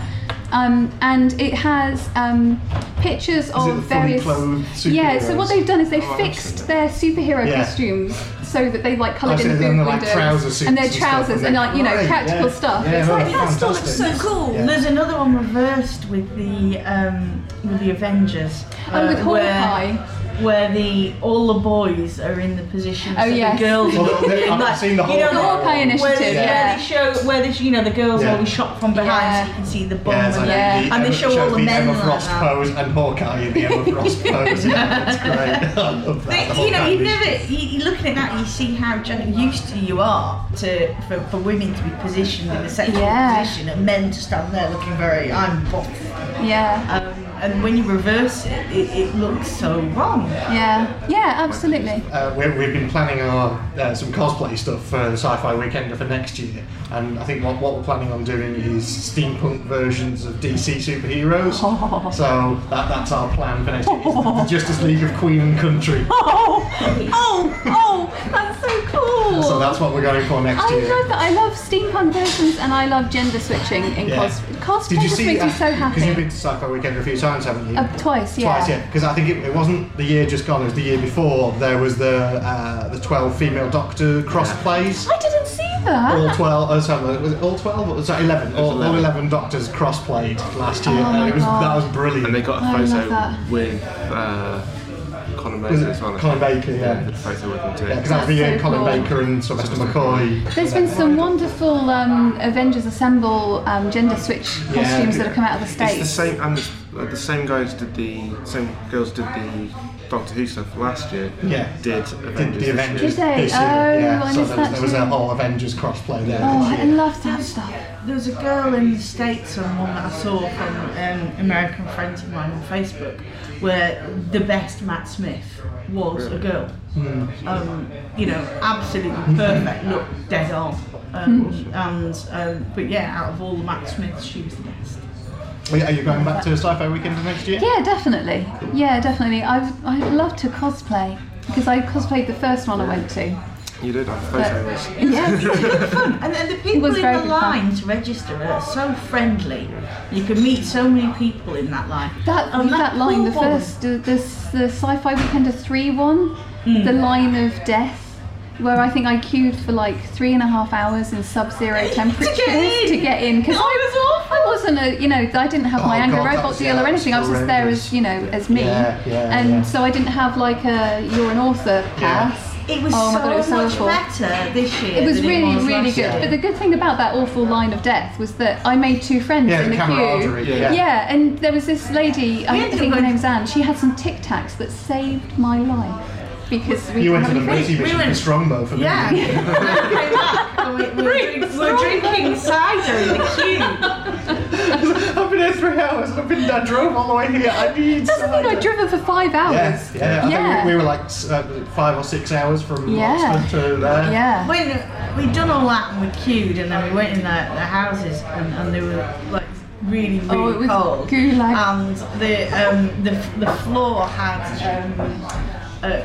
[SPEAKER 3] Um, and it has um, pictures of
[SPEAKER 2] it the fully
[SPEAKER 3] various.
[SPEAKER 2] clothed
[SPEAKER 3] Yeah. So what
[SPEAKER 2] superheroes?
[SPEAKER 3] they've done is they
[SPEAKER 1] Oh, I've
[SPEAKER 3] fixed
[SPEAKER 1] seen
[SPEAKER 3] their superhero
[SPEAKER 2] Yeah.
[SPEAKER 3] costumes so that they like coloured
[SPEAKER 2] I've
[SPEAKER 3] in the
[SPEAKER 2] seen them,
[SPEAKER 3] boot
[SPEAKER 2] they're like
[SPEAKER 3] windows
[SPEAKER 2] trouser suits
[SPEAKER 3] and their
[SPEAKER 2] and stuff,
[SPEAKER 3] trousers
[SPEAKER 2] and
[SPEAKER 3] and
[SPEAKER 2] they're
[SPEAKER 3] like you know
[SPEAKER 2] great,
[SPEAKER 3] practical
[SPEAKER 2] yeah.
[SPEAKER 3] stuff.
[SPEAKER 2] Yeah,
[SPEAKER 3] it's
[SPEAKER 2] well,
[SPEAKER 3] like
[SPEAKER 2] they're
[SPEAKER 4] That still looks so
[SPEAKER 2] Fantastic.
[SPEAKER 4] cool.
[SPEAKER 2] Yeah.
[SPEAKER 4] There's another one reversed with the um, with the Avengers. uh,
[SPEAKER 3] Oh, with Hawkeye.
[SPEAKER 4] Where, where the all the boys are in the position.
[SPEAKER 3] Oh,
[SPEAKER 4] that
[SPEAKER 3] yes.
[SPEAKER 4] The girls.
[SPEAKER 2] Well,
[SPEAKER 4] are
[SPEAKER 2] they- I've
[SPEAKER 4] like,
[SPEAKER 2] seen the
[SPEAKER 4] you
[SPEAKER 2] Hawkeye
[SPEAKER 4] know, like,
[SPEAKER 2] one. Hawkeye
[SPEAKER 3] initiative,
[SPEAKER 4] Where they, where
[SPEAKER 3] yeah.
[SPEAKER 4] they show where they, you know the girls
[SPEAKER 2] Yeah.
[SPEAKER 4] always shot from behind,
[SPEAKER 3] Yeah.
[SPEAKER 4] so you can see the bum
[SPEAKER 2] Yeah, it's
[SPEAKER 4] and,
[SPEAKER 2] like
[SPEAKER 4] the-
[SPEAKER 3] Yeah.
[SPEAKER 2] the
[SPEAKER 4] and they
[SPEAKER 2] Emma-
[SPEAKER 4] show
[SPEAKER 2] shows
[SPEAKER 4] all the
[SPEAKER 2] the
[SPEAKER 4] men
[SPEAKER 2] Emma
[SPEAKER 4] like
[SPEAKER 2] Frost
[SPEAKER 4] that.
[SPEAKER 2] pose and Hawkeye in the Emma Frost pose. Yeah, that's great. I love
[SPEAKER 4] But,
[SPEAKER 2] that.
[SPEAKER 4] you know,
[SPEAKER 2] Hawkeye
[SPEAKER 4] you
[SPEAKER 2] vision.
[SPEAKER 4] never. You, you're looking at that, and you see how gen- used to you are to for, for women to be positioned in a sexual
[SPEAKER 3] Yeah.
[SPEAKER 4] position, and men to stand there looking very I'm buff.
[SPEAKER 3] Yeah.
[SPEAKER 4] Um, and when you reverse it, it, it looks so wrong.
[SPEAKER 3] Yeah. Yeah. Absolutely.
[SPEAKER 2] Uh, we, we've been planning our uh, some cosplay stuff for the Sci-Fi Weekender for next year, and I think what, what we're planning on doing is steampunk versions of DC superheroes. so that, that's our plan for next year. It's the Justice League of Queen and Country.
[SPEAKER 3] Oh, oh, oh! That's so cool.
[SPEAKER 2] So that's what we're going for next
[SPEAKER 3] I
[SPEAKER 2] year.
[SPEAKER 3] love that. I love steampunk versions and I love gender switching in
[SPEAKER 2] Yeah.
[SPEAKER 3] cos cosplay.
[SPEAKER 2] Did you
[SPEAKER 3] just
[SPEAKER 2] see?
[SPEAKER 3] makes me so
[SPEAKER 2] Because you've been
[SPEAKER 3] happy.
[SPEAKER 2] to Sci-Fi Weekend a few times, haven't you?
[SPEAKER 3] Uh, twice, yeah.
[SPEAKER 2] Twice, yeah. Because I think it, it wasn't the year just gone; it was the year before. There was the uh, the twelve female Doctor cross plays.
[SPEAKER 3] I didn't see that.
[SPEAKER 2] All twelve. Oh, sorry, was it all twelve? Or was that eleven? All, all
[SPEAKER 1] 11.
[SPEAKER 2] eleven Doctors cross played last year.
[SPEAKER 3] Oh
[SPEAKER 2] and
[SPEAKER 3] my
[SPEAKER 2] it was
[SPEAKER 3] God.
[SPEAKER 2] that was brilliant.
[SPEAKER 1] And they got
[SPEAKER 3] Oh, I
[SPEAKER 1] a
[SPEAKER 3] love
[SPEAKER 1] photo
[SPEAKER 3] that.
[SPEAKER 1] with uh, Colin
[SPEAKER 2] was
[SPEAKER 1] Baker
[SPEAKER 2] it
[SPEAKER 1] as well. I
[SPEAKER 2] Colin
[SPEAKER 1] think.
[SPEAKER 2] Baker?
[SPEAKER 1] Yeah, they
[SPEAKER 2] Yeah.
[SPEAKER 1] did a photo with him too.
[SPEAKER 2] Yeah, because that was the
[SPEAKER 3] That's
[SPEAKER 2] year
[SPEAKER 3] so
[SPEAKER 2] Colin
[SPEAKER 3] cool.
[SPEAKER 2] Baker and Sylvester McCoy.
[SPEAKER 3] There's been some wonderful um, Avengers Assemble um, gender switch
[SPEAKER 2] Yeah.
[SPEAKER 3] costumes that have come out of the
[SPEAKER 1] It's the
[SPEAKER 3] states.
[SPEAKER 1] same, and the, uh, the same guys did the same girls did the Doctor Who stuff last year.
[SPEAKER 2] Yeah.
[SPEAKER 1] did
[SPEAKER 2] Did
[SPEAKER 1] Avengers
[SPEAKER 2] the Avengers
[SPEAKER 3] Did they?
[SPEAKER 2] this year?
[SPEAKER 3] Oh,
[SPEAKER 2] yeah.
[SPEAKER 3] I
[SPEAKER 2] So
[SPEAKER 3] missed
[SPEAKER 2] there was,
[SPEAKER 3] that
[SPEAKER 2] there was a
[SPEAKER 3] too.
[SPEAKER 2] whole Avengers cross play there.
[SPEAKER 3] Oh,
[SPEAKER 2] this
[SPEAKER 3] I
[SPEAKER 2] year.
[SPEAKER 3] love that stuff.
[SPEAKER 4] There was a girl in the States and one that I saw from um, American friends of mine on Facebook where the best Matt Smith was a girl. Um, you know, absolutely perfect, looked dead on. Um,
[SPEAKER 3] Hmm.
[SPEAKER 4] and um, But yeah, out of all the Matt Smiths, she was the best.
[SPEAKER 2] Wait, Are you going back to Sci-Fi Weekend next year?
[SPEAKER 3] Yeah, definitely. Yeah, definitely. I've I'd love to cosplay because I cosplayed the first one I went to.
[SPEAKER 1] You did. I
[SPEAKER 3] But
[SPEAKER 1] photo was.
[SPEAKER 3] yeah,
[SPEAKER 4] And then the people
[SPEAKER 3] was
[SPEAKER 4] in
[SPEAKER 3] very
[SPEAKER 4] the
[SPEAKER 3] good fun.
[SPEAKER 4] line to register are so friendly. You can meet so many people in that line.
[SPEAKER 3] that
[SPEAKER 4] And
[SPEAKER 3] that line,
[SPEAKER 4] cool
[SPEAKER 3] the
[SPEAKER 4] one-
[SPEAKER 3] first, the, the, the Sci-Fi Weekender three one,
[SPEAKER 4] Hmm.
[SPEAKER 3] the line of death. Where I think I queued for like three and a half hours in sub-zero temperatures
[SPEAKER 4] in.
[SPEAKER 3] to get in because
[SPEAKER 4] Oh,
[SPEAKER 3] I was I wasn't a you know I didn't have my
[SPEAKER 2] Oh,
[SPEAKER 3] Angry
[SPEAKER 2] God, that
[SPEAKER 3] Robot
[SPEAKER 2] was-
[SPEAKER 3] deal
[SPEAKER 2] yeah,
[SPEAKER 3] or
[SPEAKER 2] that was
[SPEAKER 3] anything. I was just there
[SPEAKER 2] horrendous.
[SPEAKER 3] as you know as me,
[SPEAKER 2] Yeah, yeah,
[SPEAKER 3] and
[SPEAKER 2] yeah.
[SPEAKER 3] so I didn't have like a you're an author pass.
[SPEAKER 4] It was
[SPEAKER 3] Oh my
[SPEAKER 4] so
[SPEAKER 3] God, it was so
[SPEAKER 4] much
[SPEAKER 3] awful.
[SPEAKER 4] better this year.
[SPEAKER 3] It was
[SPEAKER 4] than
[SPEAKER 3] really,
[SPEAKER 4] was
[SPEAKER 3] really
[SPEAKER 4] last
[SPEAKER 3] good.
[SPEAKER 4] year.
[SPEAKER 3] But the good thing about that awful line of death was that I made two friends
[SPEAKER 2] Yeah,
[SPEAKER 3] in
[SPEAKER 2] the
[SPEAKER 3] the queue.
[SPEAKER 2] camaraderie.
[SPEAKER 1] Yeah.
[SPEAKER 3] Yeah, and there was this lady, um, I
[SPEAKER 4] Yeah,
[SPEAKER 3] think
[SPEAKER 4] you
[SPEAKER 3] her
[SPEAKER 4] went-
[SPEAKER 3] name's Anne, she had some Tic Tacs that saved my life because we
[SPEAKER 2] You
[SPEAKER 3] didn't
[SPEAKER 2] went
[SPEAKER 3] have
[SPEAKER 2] to the
[SPEAKER 3] any friends.
[SPEAKER 2] multi
[SPEAKER 4] we
[SPEAKER 2] mission
[SPEAKER 4] went-
[SPEAKER 2] for Strongbow for me.
[SPEAKER 4] Yeah. Came back and we- we Oh, We're, drink- we're drinking cider in the queue.
[SPEAKER 2] I've been here three hours. I've been. I drove all the way here. I need.
[SPEAKER 3] That's the thing, I'd driven for five
[SPEAKER 2] Yeah,
[SPEAKER 3] hours.
[SPEAKER 2] yeah. I
[SPEAKER 3] Yeah.
[SPEAKER 2] think we, we were like s- uh, five or six hours from
[SPEAKER 3] Yeah.
[SPEAKER 2] Oxford to there.
[SPEAKER 3] Yeah.
[SPEAKER 4] When we'd done all that and we queued and then we went in the, the houses and, and they were like really, really
[SPEAKER 3] Oh, it was
[SPEAKER 4] cold.
[SPEAKER 3] gulag.
[SPEAKER 4] And the, um, the, the floor had, um, uh,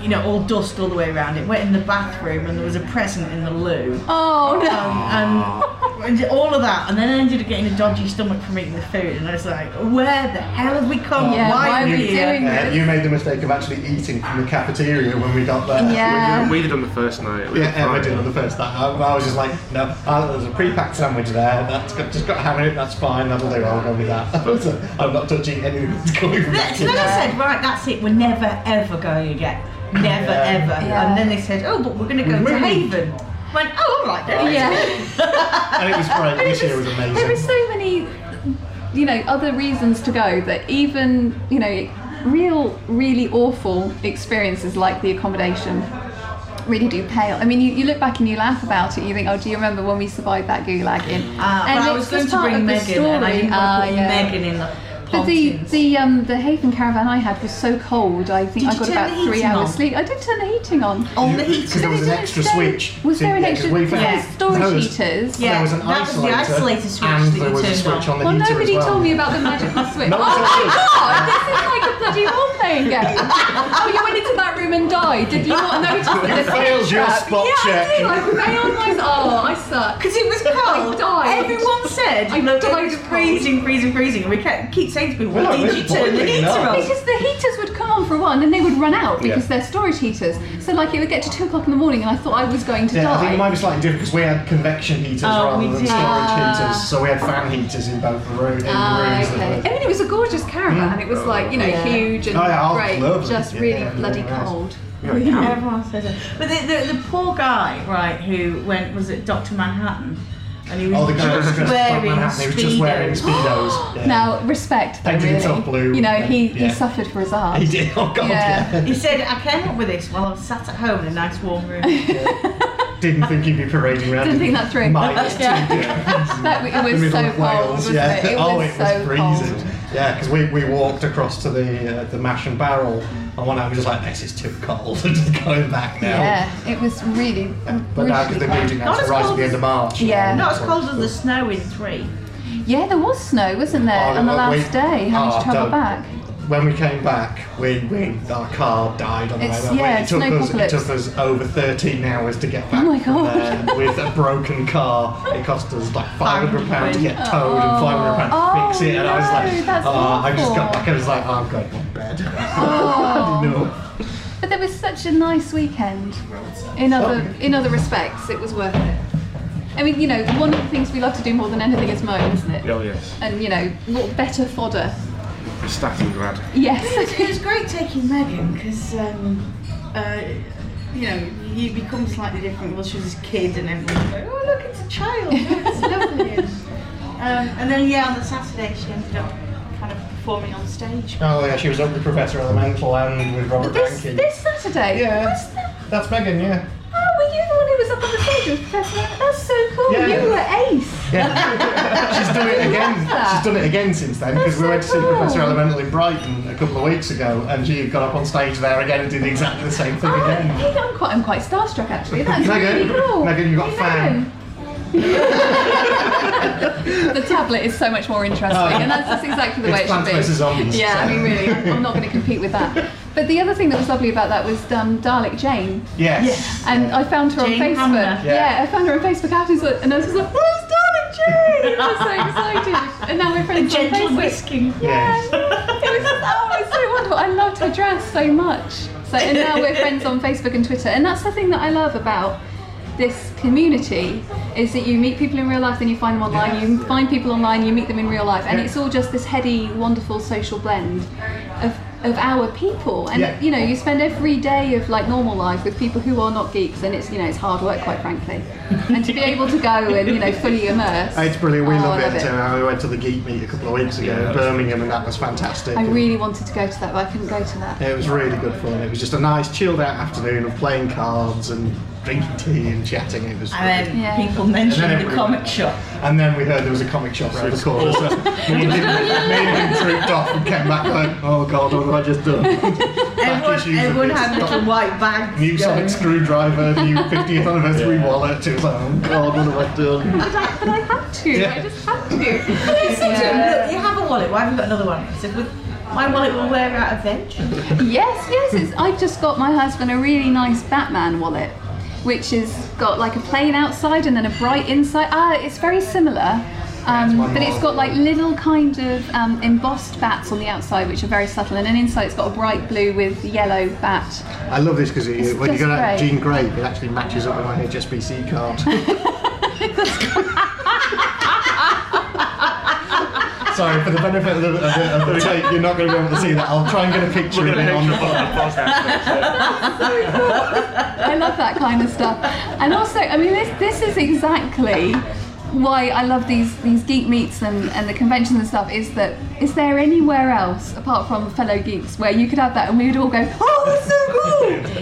[SPEAKER 4] you know, all dust all the way around it. Went in the bathroom and there was a present in the loo.
[SPEAKER 3] Oh no.
[SPEAKER 4] Um, and all of that, and then I ended up getting a dodgy stomach from eating the food, and I was like, where the hell have we come?
[SPEAKER 3] Yeah, why are
[SPEAKER 4] are
[SPEAKER 3] we doing
[SPEAKER 4] here?
[SPEAKER 2] Uh, you made the mistake of actually eating from the cafeteria when we got there.
[SPEAKER 3] Yeah.
[SPEAKER 1] We did on the first night. We
[SPEAKER 2] Yeah,
[SPEAKER 1] did
[SPEAKER 2] Emma
[SPEAKER 1] fine.
[SPEAKER 2] did on the first night. I, I was just like, no, uh, there's a pre-packed sandwich there. That's got, just got ham in it. That's fine. That'll do. I'll go with that. So, I'm not touching anything that's coming from that
[SPEAKER 4] Then
[SPEAKER 2] kitchen.
[SPEAKER 4] then I said, right, that's it, we're never ever going again. Never
[SPEAKER 2] Yeah.
[SPEAKER 4] ever.
[SPEAKER 3] Yeah.
[SPEAKER 4] And then they said, oh, but we're going to go to
[SPEAKER 2] Really?
[SPEAKER 4] Haven. I went, oh, all right then.
[SPEAKER 3] Yeah.
[SPEAKER 2] And it was great. This year was amazing.
[SPEAKER 3] There are so many, you know, other reasons to go that even, you know, real, really awful experiences like the accommodation really do pale. I mean, you, you look back and you laugh about it. You think, oh, do you remember when we survived that gulag in?
[SPEAKER 4] Ah, but I was
[SPEAKER 3] it's just
[SPEAKER 4] going to
[SPEAKER 3] part
[SPEAKER 4] bring
[SPEAKER 3] of the
[SPEAKER 4] Megan, and I didn't want
[SPEAKER 3] Ah,
[SPEAKER 4] to put
[SPEAKER 3] yeah.
[SPEAKER 4] Megan in the
[SPEAKER 3] But the
[SPEAKER 4] pontins.
[SPEAKER 3] the um, the Haven caravan I had was so cold. I
[SPEAKER 4] Did
[SPEAKER 3] think I
[SPEAKER 4] you
[SPEAKER 3] got
[SPEAKER 4] turn
[SPEAKER 3] about
[SPEAKER 4] the
[SPEAKER 3] three
[SPEAKER 4] heating
[SPEAKER 3] hours
[SPEAKER 4] on?
[SPEAKER 3] sleep. I did turn the heating on.
[SPEAKER 4] on the heat.
[SPEAKER 2] Because there was an
[SPEAKER 3] Did it
[SPEAKER 2] extra
[SPEAKER 3] stay-
[SPEAKER 2] switch.
[SPEAKER 3] Was there an
[SPEAKER 2] Yeah, 'cause
[SPEAKER 3] extra
[SPEAKER 2] we found-
[SPEAKER 4] yeah.
[SPEAKER 3] storage
[SPEAKER 2] there was-
[SPEAKER 3] heaters?
[SPEAKER 4] Yeah,
[SPEAKER 2] there was an
[SPEAKER 4] that was the
[SPEAKER 2] isolator,
[SPEAKER 4] isolator switch
[SPEAKER 2] and
[SPEAKER 4] that you
[SPEAKER 2] there was a
[SPEAKER 4] turned
[SPEAKER 2] switch
[SPEAKER 4] on.
[SPEAKER 2] on the
[SPEAKER 3] Well,
[SPEAKER 2] heater as
[SPEAKER 3] nobody
[SPEAKER 2] well.
[SPEAKER 3] told me about the magical switch.
[SPEAKER 2] No,
[SPEAKER 3] oh
[SPEAKER 2] it's
[SPEAKER 3] my
[SPEAKER 2] okay.
[SPEAKER 3] god, this is like a bloody role playing game. Oh, you went into that room and died. Did you not notice that
[SPEAKER 2] You
[SPEAKER 3] the switch
[SPEAKER 2] failed your
[SPEAKER 3] trap-
[SPEAKER 2] spot
[SPEAKER 3] yeah,
[SPEAKER 2] check.
[SPEAKER 3] I did. I failed my. Oh, I suck.
[SPEAKER 4] Because it was cold.
[SPEAKER 3] I died.
[SPEAKER 4] Everyone said,
[SPEAKER 3] I
[SPEAKER 4] you know,
[SPEAKER 3] died
[SPEAKER 4] it was
[SPEAKER 3] of cold.
[SPEAKER 4] freezing, freezing, freezing. And we kept, keep saying to people,
[SPEAKER 2] Well,
[SPEAKER 4] well,
[SPEAKER 2] it
[SPEAKER 4] did
[SPEAKER 2] was
[SPEAKER 4] you turn the
[SPEAKER 2] boiling
[SPEAKER 4] heater
[SPEAKER 2] up.
[SPEAKER 4] on?
[SPEAKER 3] It's just the heaters would come on for a while and then they would run out because
[SPEAKER 2] Yeah.
[SPEAKER 3] they're storage heaters. So like it would get to two o'clock in the morning and I thought I was going to
[SPEAKER 2] Yeah, I
[SPEAKER 3] die.
[SPEAKER 2] think mine was slightly different because we had convection heaters
[SPEAKER 4] Oh,
[SPEAKER 2] rather
[SPEAKER 4] we
[SPEAKER 2] than
[SPEAKER 4] did.
[SPEAKER 2] storage
[SPEAKER 3] Ah.
[SPEAKER 2] heaters, so we had fan heaters in both the room, in the
[SPEAKER 3] Ah,
[SPEAKER 2] rooms.
[SPEAKER 3] okay.
[SPEAKER 2] That
[SPEAKER 3] I mean, it was a gorgeous caravan. It was like you know
[SPEAKER 4] Yeah.
[SPEAKER 3] huge and
[SPEAKER 2] Oh, yeah, ours was
[SPEAKER 3] great,
[SPEAKER 2] lovely.
[SPEAKER 3] just
[SPEAKER 2] Yeah,
[SPEAKER 3] really
[SPEAKER 2] yeah,
[SPEAKER 3] bloody
[SPEAKER 2] nice.
[SPEAKER 3] cold.
[SPEAKER 1] Yeah, yeah.
[SPEAKER 4] Everyone says it. But the, the, the poor guy, right, who went, was it Dr. Manhattan? And he
[SPEAKER 2] were,
[SPEAKER 4] was
[SPEAKER 2] oh, the guy was
[SPEAKER 4] just
[SPEAKER 2] dressed like
[SPEAKER 4] wearing
[SPEAKER 2] Manhattan, he was just wearing
[SPEAKER 4] speedos.
[SPEAKER 2] speedos. Yeah.
[SPEAKER 3] Now respect, though,
[SPEAKER 2] Painted
[SPEAKER 3] really.
[SPEAKER 2] himself blue.
[SPEAKER 3] You know he,
[SPEAKER 2] Yeah.
[SPEAKER 3] he suffered for his art.
[SPEAKER 2] He did. Oh God.
[SPEAKER 3] Yeah.
[SPEAKER 2] Yeah.
[SPEAKER 4] He said, I came up with this while I was sat at home in a nice warm room.
[SPEAKER 2] Didn't think he'd be parading around. in
[SPEAKER 3] Didn't think that through.
[SPEAKER 2] Minus two
[SPEAKER 3] Yeah.
[SPEAKER 2] degrees.
[SPEAKER 3] That it
[SPEAKER 2] The
[SPEAKER 3] was
[SPEAKER 2] middle
[SPEAKER 3] so
[SPEAKER 2] of
[SPEAKER 3] cold,
[SPEAKER 2] Wales,
[SPEAKER 3] wasn't
[SPEAKER 2] yeah.
[SPEAKER 3] it? It was
[SPEAKER 2] oh, it
[SPEAKER 3] so
[SPEAKER 2] was freezing.
[SPEAKER 3] cold.
[SPEAKER 2] Yeah, because we, we walked across to the uh, the mash and barrel, and one night we were just like, this is too cold, and just going back now.
[SPEAKER 3] Yeah, it was really. uh,
[SPEAKER 2] But now, because
[SPEAKER 3] brutally
[SPEAKER 2] they're
[SPEAKER 3] cold.
[SPEAKER 2] building
[SPEAKER 4] Not
[SPEAKER 2] out
[SPEAKER 4] as
[SPEAKER 2] to rise at
[SPEAKER 4] cold
[SPEAKER 2] the
[SPEAKER 4] as-
[SPEAKER 2] end of March.
[SPEAKER 3] Yeah.
[SPEAKER 4] Not as cold as the snow in three.
[SPEAKER 3] Yeah, there was snow, wasn't there,
[SPEAKER 2] Oh,
[SPEAKER 3] on the
[SPEAKER 2] well, we-
[SPEAKER 3] last day, having
[SPEAKER 2] oh,
[SPEAKER 3] to travel
[SPEAKER 2] don't-
[SPEAKER 3] back.
[SPEAKER 2] When we came back, we, we our car died on the
[SPEAKER 3] It's-
[SPEAKER 2] way back.
[SPEAKER 3] yeah,
[SPEAKER 2] it
[SPEAKER 3] it's
[SPEAKER 2] took us it
[SPEAKER 3] snowpocalypse.
[SPEAKER 2] took us over 13 hours to get back.
[SPEAKER 3] Oh my
[SPEAKER 2] from
[SPEAKER 3] God.
[SPEAKER 2] there with a broken car, it cost us like 500 pounds to get towed and 500 pounds to
[SPEAKER 3] Oh,
[SPEAKER 2] fix it. And I was
[SPEAKER 3] no,
[SPEAKER 2] like,
[SPEAKER 3] that's
[SPEAKER 2] oh, I just got
[SPEAKER 3] awful.
[SPEAKER 2] back. I was like, oh, I'm going to bed.
[SPEAKER 3] Oh.
[SPEAKER 2] no.
[SPEAKER 3] But there was such a nice weekend. In other
[SPEAKER 2] Oh.
[SPEAKER 3] in other respects, it was worth it. I mean, you know, one of the things we love to do more than anything is moan, isn't it?
[SPEAKER 1] Oh, yes.
[SPEAKER 3] And you know, what better fodder?
[SPEAKER 1] Stalingrad.
[SPEAKER 3] Yes.
[SPEAKER 4] It was great taking Megan because, um, uh, you know, you become slightly different. Well, she was a kid, and everyone's like, oh, look, it's a child. Oh, it's lovely. And, um, and then, yeah, on the Saturday, she ended up kind of performing on stage.
[SPEAKER 2] Oh, yeah, she was up with Professor Elemental and with Robert
[SPEAKER 3] This,
[SPEAKER 2] Rankin.
[SPEAKER 3] this Saturday.
[SPEAKER 2] Yeah.
[SPEAKER 3] Was the,
[SPEAKER 2] That's Megan, yeah.
[SPEAKER 3] oh, were you the one who was up on the stage with Professor? Lemon? That's so cool.
[SPEAKER 2] Yeah.
[SPEAKER 3] You were ace.
[SPEAKER 2] Yeah. She's done it again.
[SPEAKER 3] that.
[SPEAKER 2] She's done it again since then because
[SPEAKER 3] That's
[SPEAKER 2] we went to
[SPEAKER 3] so
[SPEAKER 2] see
[SPEAKER 3] cool.
[SPEAKER 2] Professor Elemental in Brighton a couple of weeks ago, and she got up on stage there again and did exactly the same thing
[SPEAKER 3] Oh,
[SPEAKER 2] again.
[SPEAKER 3] hey, I'm quite, I'm quite starstruck actually. That's
[SPEAKER 2] Megan,
[SPEAKER 3] really cool.
[SPEAKER 2] Megan, you got a fan.
[SPEAKER 3] Megan. the tablet is so much more interesting,
[SPEAKER 2] Oh, yeah.
[SPEAKER 3] and that's, that's exactly the way
[SPEAKER 2] It's
[SPEAKER 3] it should
[SPEAKER 2] Plants
[SPEAKER 3] be.
[SPEAKER 2] vs Zombies.
[SPEAKER 3] Yeah,
[SPEAKER 2] so-
[SPEAKER 3] I mean, really, I'm I'm not going to compete with that. But the other thing that was lovely about that was um, Dalek Jane,
[SPEAKER 2] Yes.
[SPEAKER 4] Yes.
[SPEAKER 3] and oh, I found her
[SPEAKER 4] Jane
[SPEAKER 3] on Facebook.
[SPEAKER 4] Hamner.
[SPEAKER 3] Yeah.
[SPEAKER 2] Yeah.
[SPEAKER 3] I found her on Facebook afterwards, and I was just like, "Where's Dalek Jane?" I was so excited, and now we're friends on
[SPEAKER 4] Gentle
[SPEAKER 3] Facebook.
[SPEAKER 4] whisking.
[SPEAKER 3] Yeah.
[SPEAKER 2] Yes.
[SPEAKER 3] It was just, oh, it's so wonderful. I loved her dress so much. So, and now we're friends on Facebook and Twitter, and that's the thing that I love about this community is that you meet people in real life, then you find them online. You find people online, you meet them in real life, and
[SPEAKER 2] Yeah.
[SPEAKER 3] it's all just this heady, wonderful social blend of. Of our people, and
[SPEAKER 2] Yeah.
[SPEAKER 3] you know, you spend every day of like normal life with people who are not geeks, and it's you know, it's hard work, quite frankly. And to be able to go and you know, fully immerse,
[SPEAKER 2] It's brilliant. We
[SPEAKER 3] Oh,
[SPEAKER 2] love
[SPEAKER 3] I
[SPEAKER 2] it. Uh, we went to the Geek Meet a couple of weeks ago in Birmingham, and that was fantastic.
[SPEAKER 3] I
[SPEAKER 2] And
[SPEAKER 3] really wanted to go to that, but I couldn't go to that.
[SPEAKER 2] It was really good fun. It was just a nice, chilled out afternoon of playing cards and drinking tea and chatting. It was.
[SPEAKER 4] And then
[SPEAKER 3] Yeah.
[SPEAKER 4] people
[SPEAKER 2] And
[SPEAKER 4] mentioned
[SPEAKER 2] then
[SPEAKER 4] the
[SPEAKER 2] everyone-
[SPEAKER 4] comic shop.
[SPEAKER 2] And then we heard there was a comic shop around the corner, so me and him, me and him trooped off and came back going, oh god, what have I just done? Back
[SPEAKER 4] Everyone,
[SPEAKER 2] issues of
[SPEAKER 4] everyone
[SPEAKER 2] this.
[SPEAKER 4] had little white bags.
[SPEAKER 2] New sonic screwdriver, new 50th anniversary wallet. It was like, oh god, what have I done?
[SPEAKER 3] But I, but I had to.
[SPEAKER 2] Yeah.
[SPEAKER 3] I just had to.
[SPEAKER 4] And I said to him, look, you have a wallet, why have you got another one? He said, well, my wallet will wear out eventually.
[SPEAKER 3] yes, yes. It's, I just got my husband a really nice Batman wallet. which is got like a plane outside and then a bright inside. Ah, it's very similar. Um, but it's got like little kind of um, embossed bats on the outside, which are very subtle, and then inside it's got a bright blue with yellow bat
[SPEAKER 2] I love this because
[SPEAKER 3] It's
[SPEAKER 2] when you
[SPEAKER 3] just
[SPEAKER 2] go out
[SPEAKER 3] great.
[SPEAKER 2] Jean Grey, it actually matches up with my HSBC card. Sorry, for the benefit of the, of the, of the tape, you're not going to be able to see that. I'll try and get a picture
[SPEAKER 1] We're
[SPEAKER 2] of
[SPEAKER 1] going
[SPEAKER 2] it
[SPEAKER 1] to
[SPEAKER 2] on
[SPEAKER 1] picture
[SPEAKER 2] the
[SPEAKER 1] it on the podcast.
[SPEAKER 3] I love that kind of stuff. And also, I mean, this this is exactly why I love these these geek meets and, and the conventions and stuff. Is that is there anywhere else apart from fellow geeks where you could have that and we would all go, oh, that's so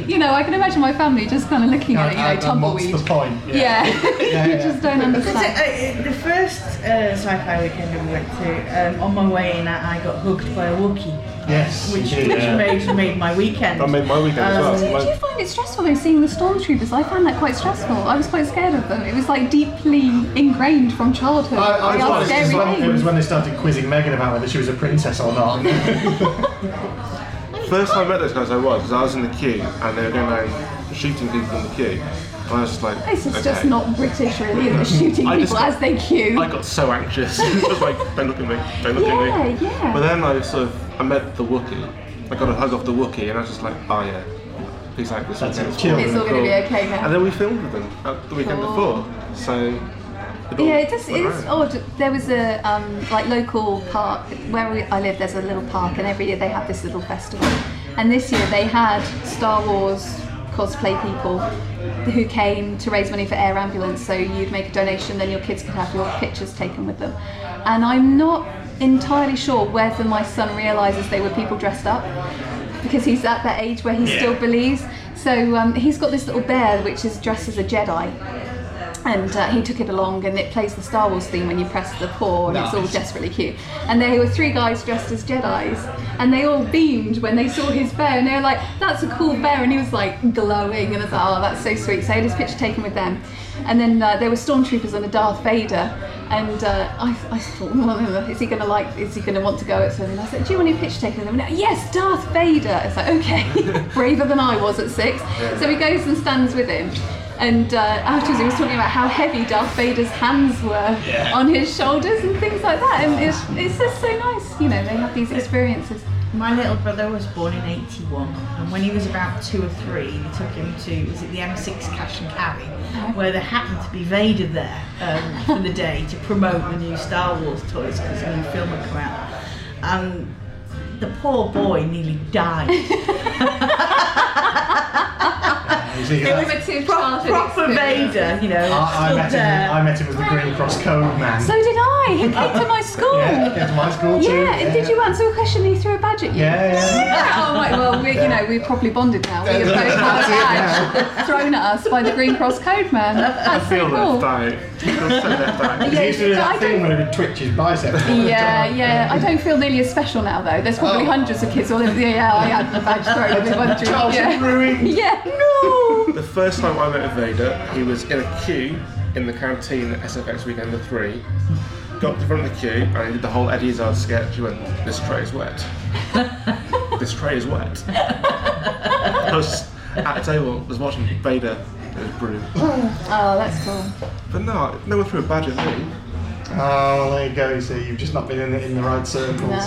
[SPEAKER 3] cool. You know, I can imagine my family just kind of looking at it, you know,
[SPEAKER 2] And- and what's
[SPEAKER 3] tumbleweed.
[SPEAKER 2] the point?
[SPEAKER 3] Yeah,
[SPEAKER 2] uh, Yeah,
[SPEAKER 3] you
[SPEAKER 2] yeah.
[SPEAKER 3] just don't
[SPEAKER 4] Because
[SPEAKER 3] understand.
[SPEAKER 4] it, uh, the first uh, sci-fi weekend that we went to, um, on my way in, I I got hugged by a Wookiee,
[SPEAKER 2] Yes,
[SPEAKER 4] which,
[SPEAKER 2] you do.
[SPEAKER 4] which
[SPEAKER 1] Yeah.
[SPEAKER 4] made, made my weekend. Um,
[SPEAKER 1] That made my weekend as well.
[SPEAKER 3] Did you find it stressful though seeing the stormtroopers? I found that quite stressful. I was quite scared of them. It was like deeply ingrained from childhood.
[SPEAKER 2] I, I
[SPEAKER 3] They
[SPEAKER 2] was
[SPEAKER 3] are
[SPEAKER 2] honest, it was
[SPEAKER 3] scary
[SPEAKER 2] when- it
[SPEAKER 3] things.
[SPEAKER 2] was when they started quizzing Megan about whether she was a princess or not.
[SPEAKER 1] First time I met those guys, I was because I was in the queue and they were going around shooting people in the queue, and I was just like,
[SPEAKER 3] This is just
[SPEAKER 1] okay.
[SPEAKER 3] not British, really. They're shooting
[SPEAKER 1] I
[SPEAKER 3] people
[SPEAKER 1] just got-
[SPEAKER 3] as they queue.
[SPEAKER 1] I got so anxious. it was like, don't look at me, don't look
[SPEAKER 3] yeah,
[SPEAKER 1] at me.
[SPEAKER 3] yeah.
[SPEAKER 1] But then I sort of I met the Wookiee. I got a hug off the Wookiee, and I was just like, oh yeah, he's like this.
[SPEAKER 2] That's
[SPEAKER 1] weekend
[SPEAKER 2] it,
[SPEAKER 1] is cool.
[SPEAKER 2] chill.
[SPEAKER 3] it's all going to be
[SPEAKER 1] Cool.
[SPEAKER 3] okay now.
[SPEAKER 1] And then we filmed with them at the weekend
[SPEAKER 3] Cool.
[SPEAKER 1] before, so. it all
[SPEAKER 3] Yeah, it just it
[SPEAKER 1] went
[SPEAKER 3] is
[SPEAKER 1] around.
[SPEAKER 3] odd. There was a um, like local park where we, I live. There's a little park, and every year they have this little festival. And this year they had Star Wars cosplay people who came to raise money for air ambulance. So you'd make a donation, then your kids could have your pictures taken with them. And I'm not entirely sure whether my son realises they were people dressed up because he's at that age where he still believes. So um, he's got this little bear which is dressed as a Jedi and uh, he took it along and it plays the Star Wars theme when you press the paw and it's all
[SPEAKER 2] Nice.
[SPEAKER 3] desperately cute. And there were three guys dressed as Jedi's and they all beamed when they saw his bear and they were like, that's a cool bear and he was like glowing and I was like, oh that's so sweet. So I had his picture taken with them. And then uh, there were stormtroopers and a Darth Vader and uh, I, I thought, "Mm, is he going to like, is he going to want to go at something? And I said, do you want your picture taken? And they went, yes, Darth Vader. It's like, okay, braver than I was at six. So he goes and stands with him. And uh, afterwards, he was talking about how heavy Darth Vader's hands were on his shoulders and things like that. And it's, it's just so nice, you know, they have these experiences.
[SPEAKER 4] My little brother was born in 81, and when he was about two or three, we took him to, was it the M6 Cash and Carry, where there happened to be Vader there um, for the day to promote the new Star Wars toys because a new film had come out. And the poor boy nearly died.
[SPEAKER 2] You see
[SPEAKER 3] It
[SPEAKER 2] that?
[SPEAKER 3] was a two
[SPEAKER 4] Proper Vader, you know,
[SPEAKER 2] uh, I, I,
[SPEAKER 4] stood
[SPEAKER 2] met him,
[SPEAKER 4] there.
[SPEAKER 2] I met him as the Green Cross Code Man.
[SPEAKER 3] So did I. He came to my school.
[SPEAKER 2] yeah, he
[SPEAKER 3] Yeah.
[SPEAKER 2] came to my school too.
[SPEAKER 3] and did you answer a question and he threw a badge at you?
[SPEAKER 2] Yeah, yeah.
[SPEAKER 3] Yeah, Oh, right, well, we, you know, we're probably bonded now. We have both had a badge thrown at us by the Green Cross Code Man.
[SPEAKER 1] I
[SPEAKER 3] That's
[SPEAKER 1] feel
[SPEAKER 3] so cool.
[SPEAKER 1] left out. I feel so left out.
[SPEAKER 2] He used to do
[SPEAKER 3] Yeah, I
[SPEAKER 2] that thing
[SPEAKER 3] don't-
[SPEAKER 2] where he would twitch his biceps. all the
[SPEAKER 3] Yeah,
[SPEAKER 2] time.
[SPEAKER 3] yeah. I don't feel nearly as special now though. There's probably
[SPEAKER 2] Oh.
[SPEAKER 3] hundreds of kids all over the yeah, I had the badge thrown with one drink.
[SPEAKER 2] Charles
[SPEAKER 3] Yeah.
[SPEAKER 2] Brewing.
[SPEAKER 3] Yeah. No.
[SPEAKER 1] The first time I met Vader, he was in a queue in the canteen at SFX Weekend the 3. Got to the front of the queue and he did the whole Eddie Izzard sketch. He went, This tray is wet. this tray is wet. I was at a table, was watching Vader and his brew.
[SPEAKER 3] Oh, that's cool.
[SPEAKER 1] But no, no one threw a badge at me.
[SPEAKER 2] Oh, there you go. You see, you've just not been in the, in the right circles.
[SPEAKER 3] No.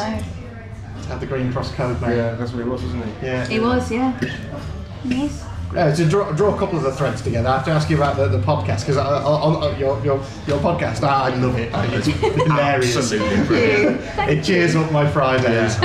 [SPEAKER 2] Had the Green Cross Code Man.
[SPEAKER 1] Yeah, that's what he was, wasn't he?
[SPEAKER 2] Yeah.
[SPEAKER 3] It was, yeah. Yes.
[SPEAKER 2] Uh, to draw, draw a couple of the threads together, I have to ask you about the, the podcast because on, on your, your your podcast, I I love it. I- It's hilarious.
[SPEAKER 1] Absolutely brilliant.
[SPEAKER 3] Thank
[SPEAKER 2] It cheers up my Fridays.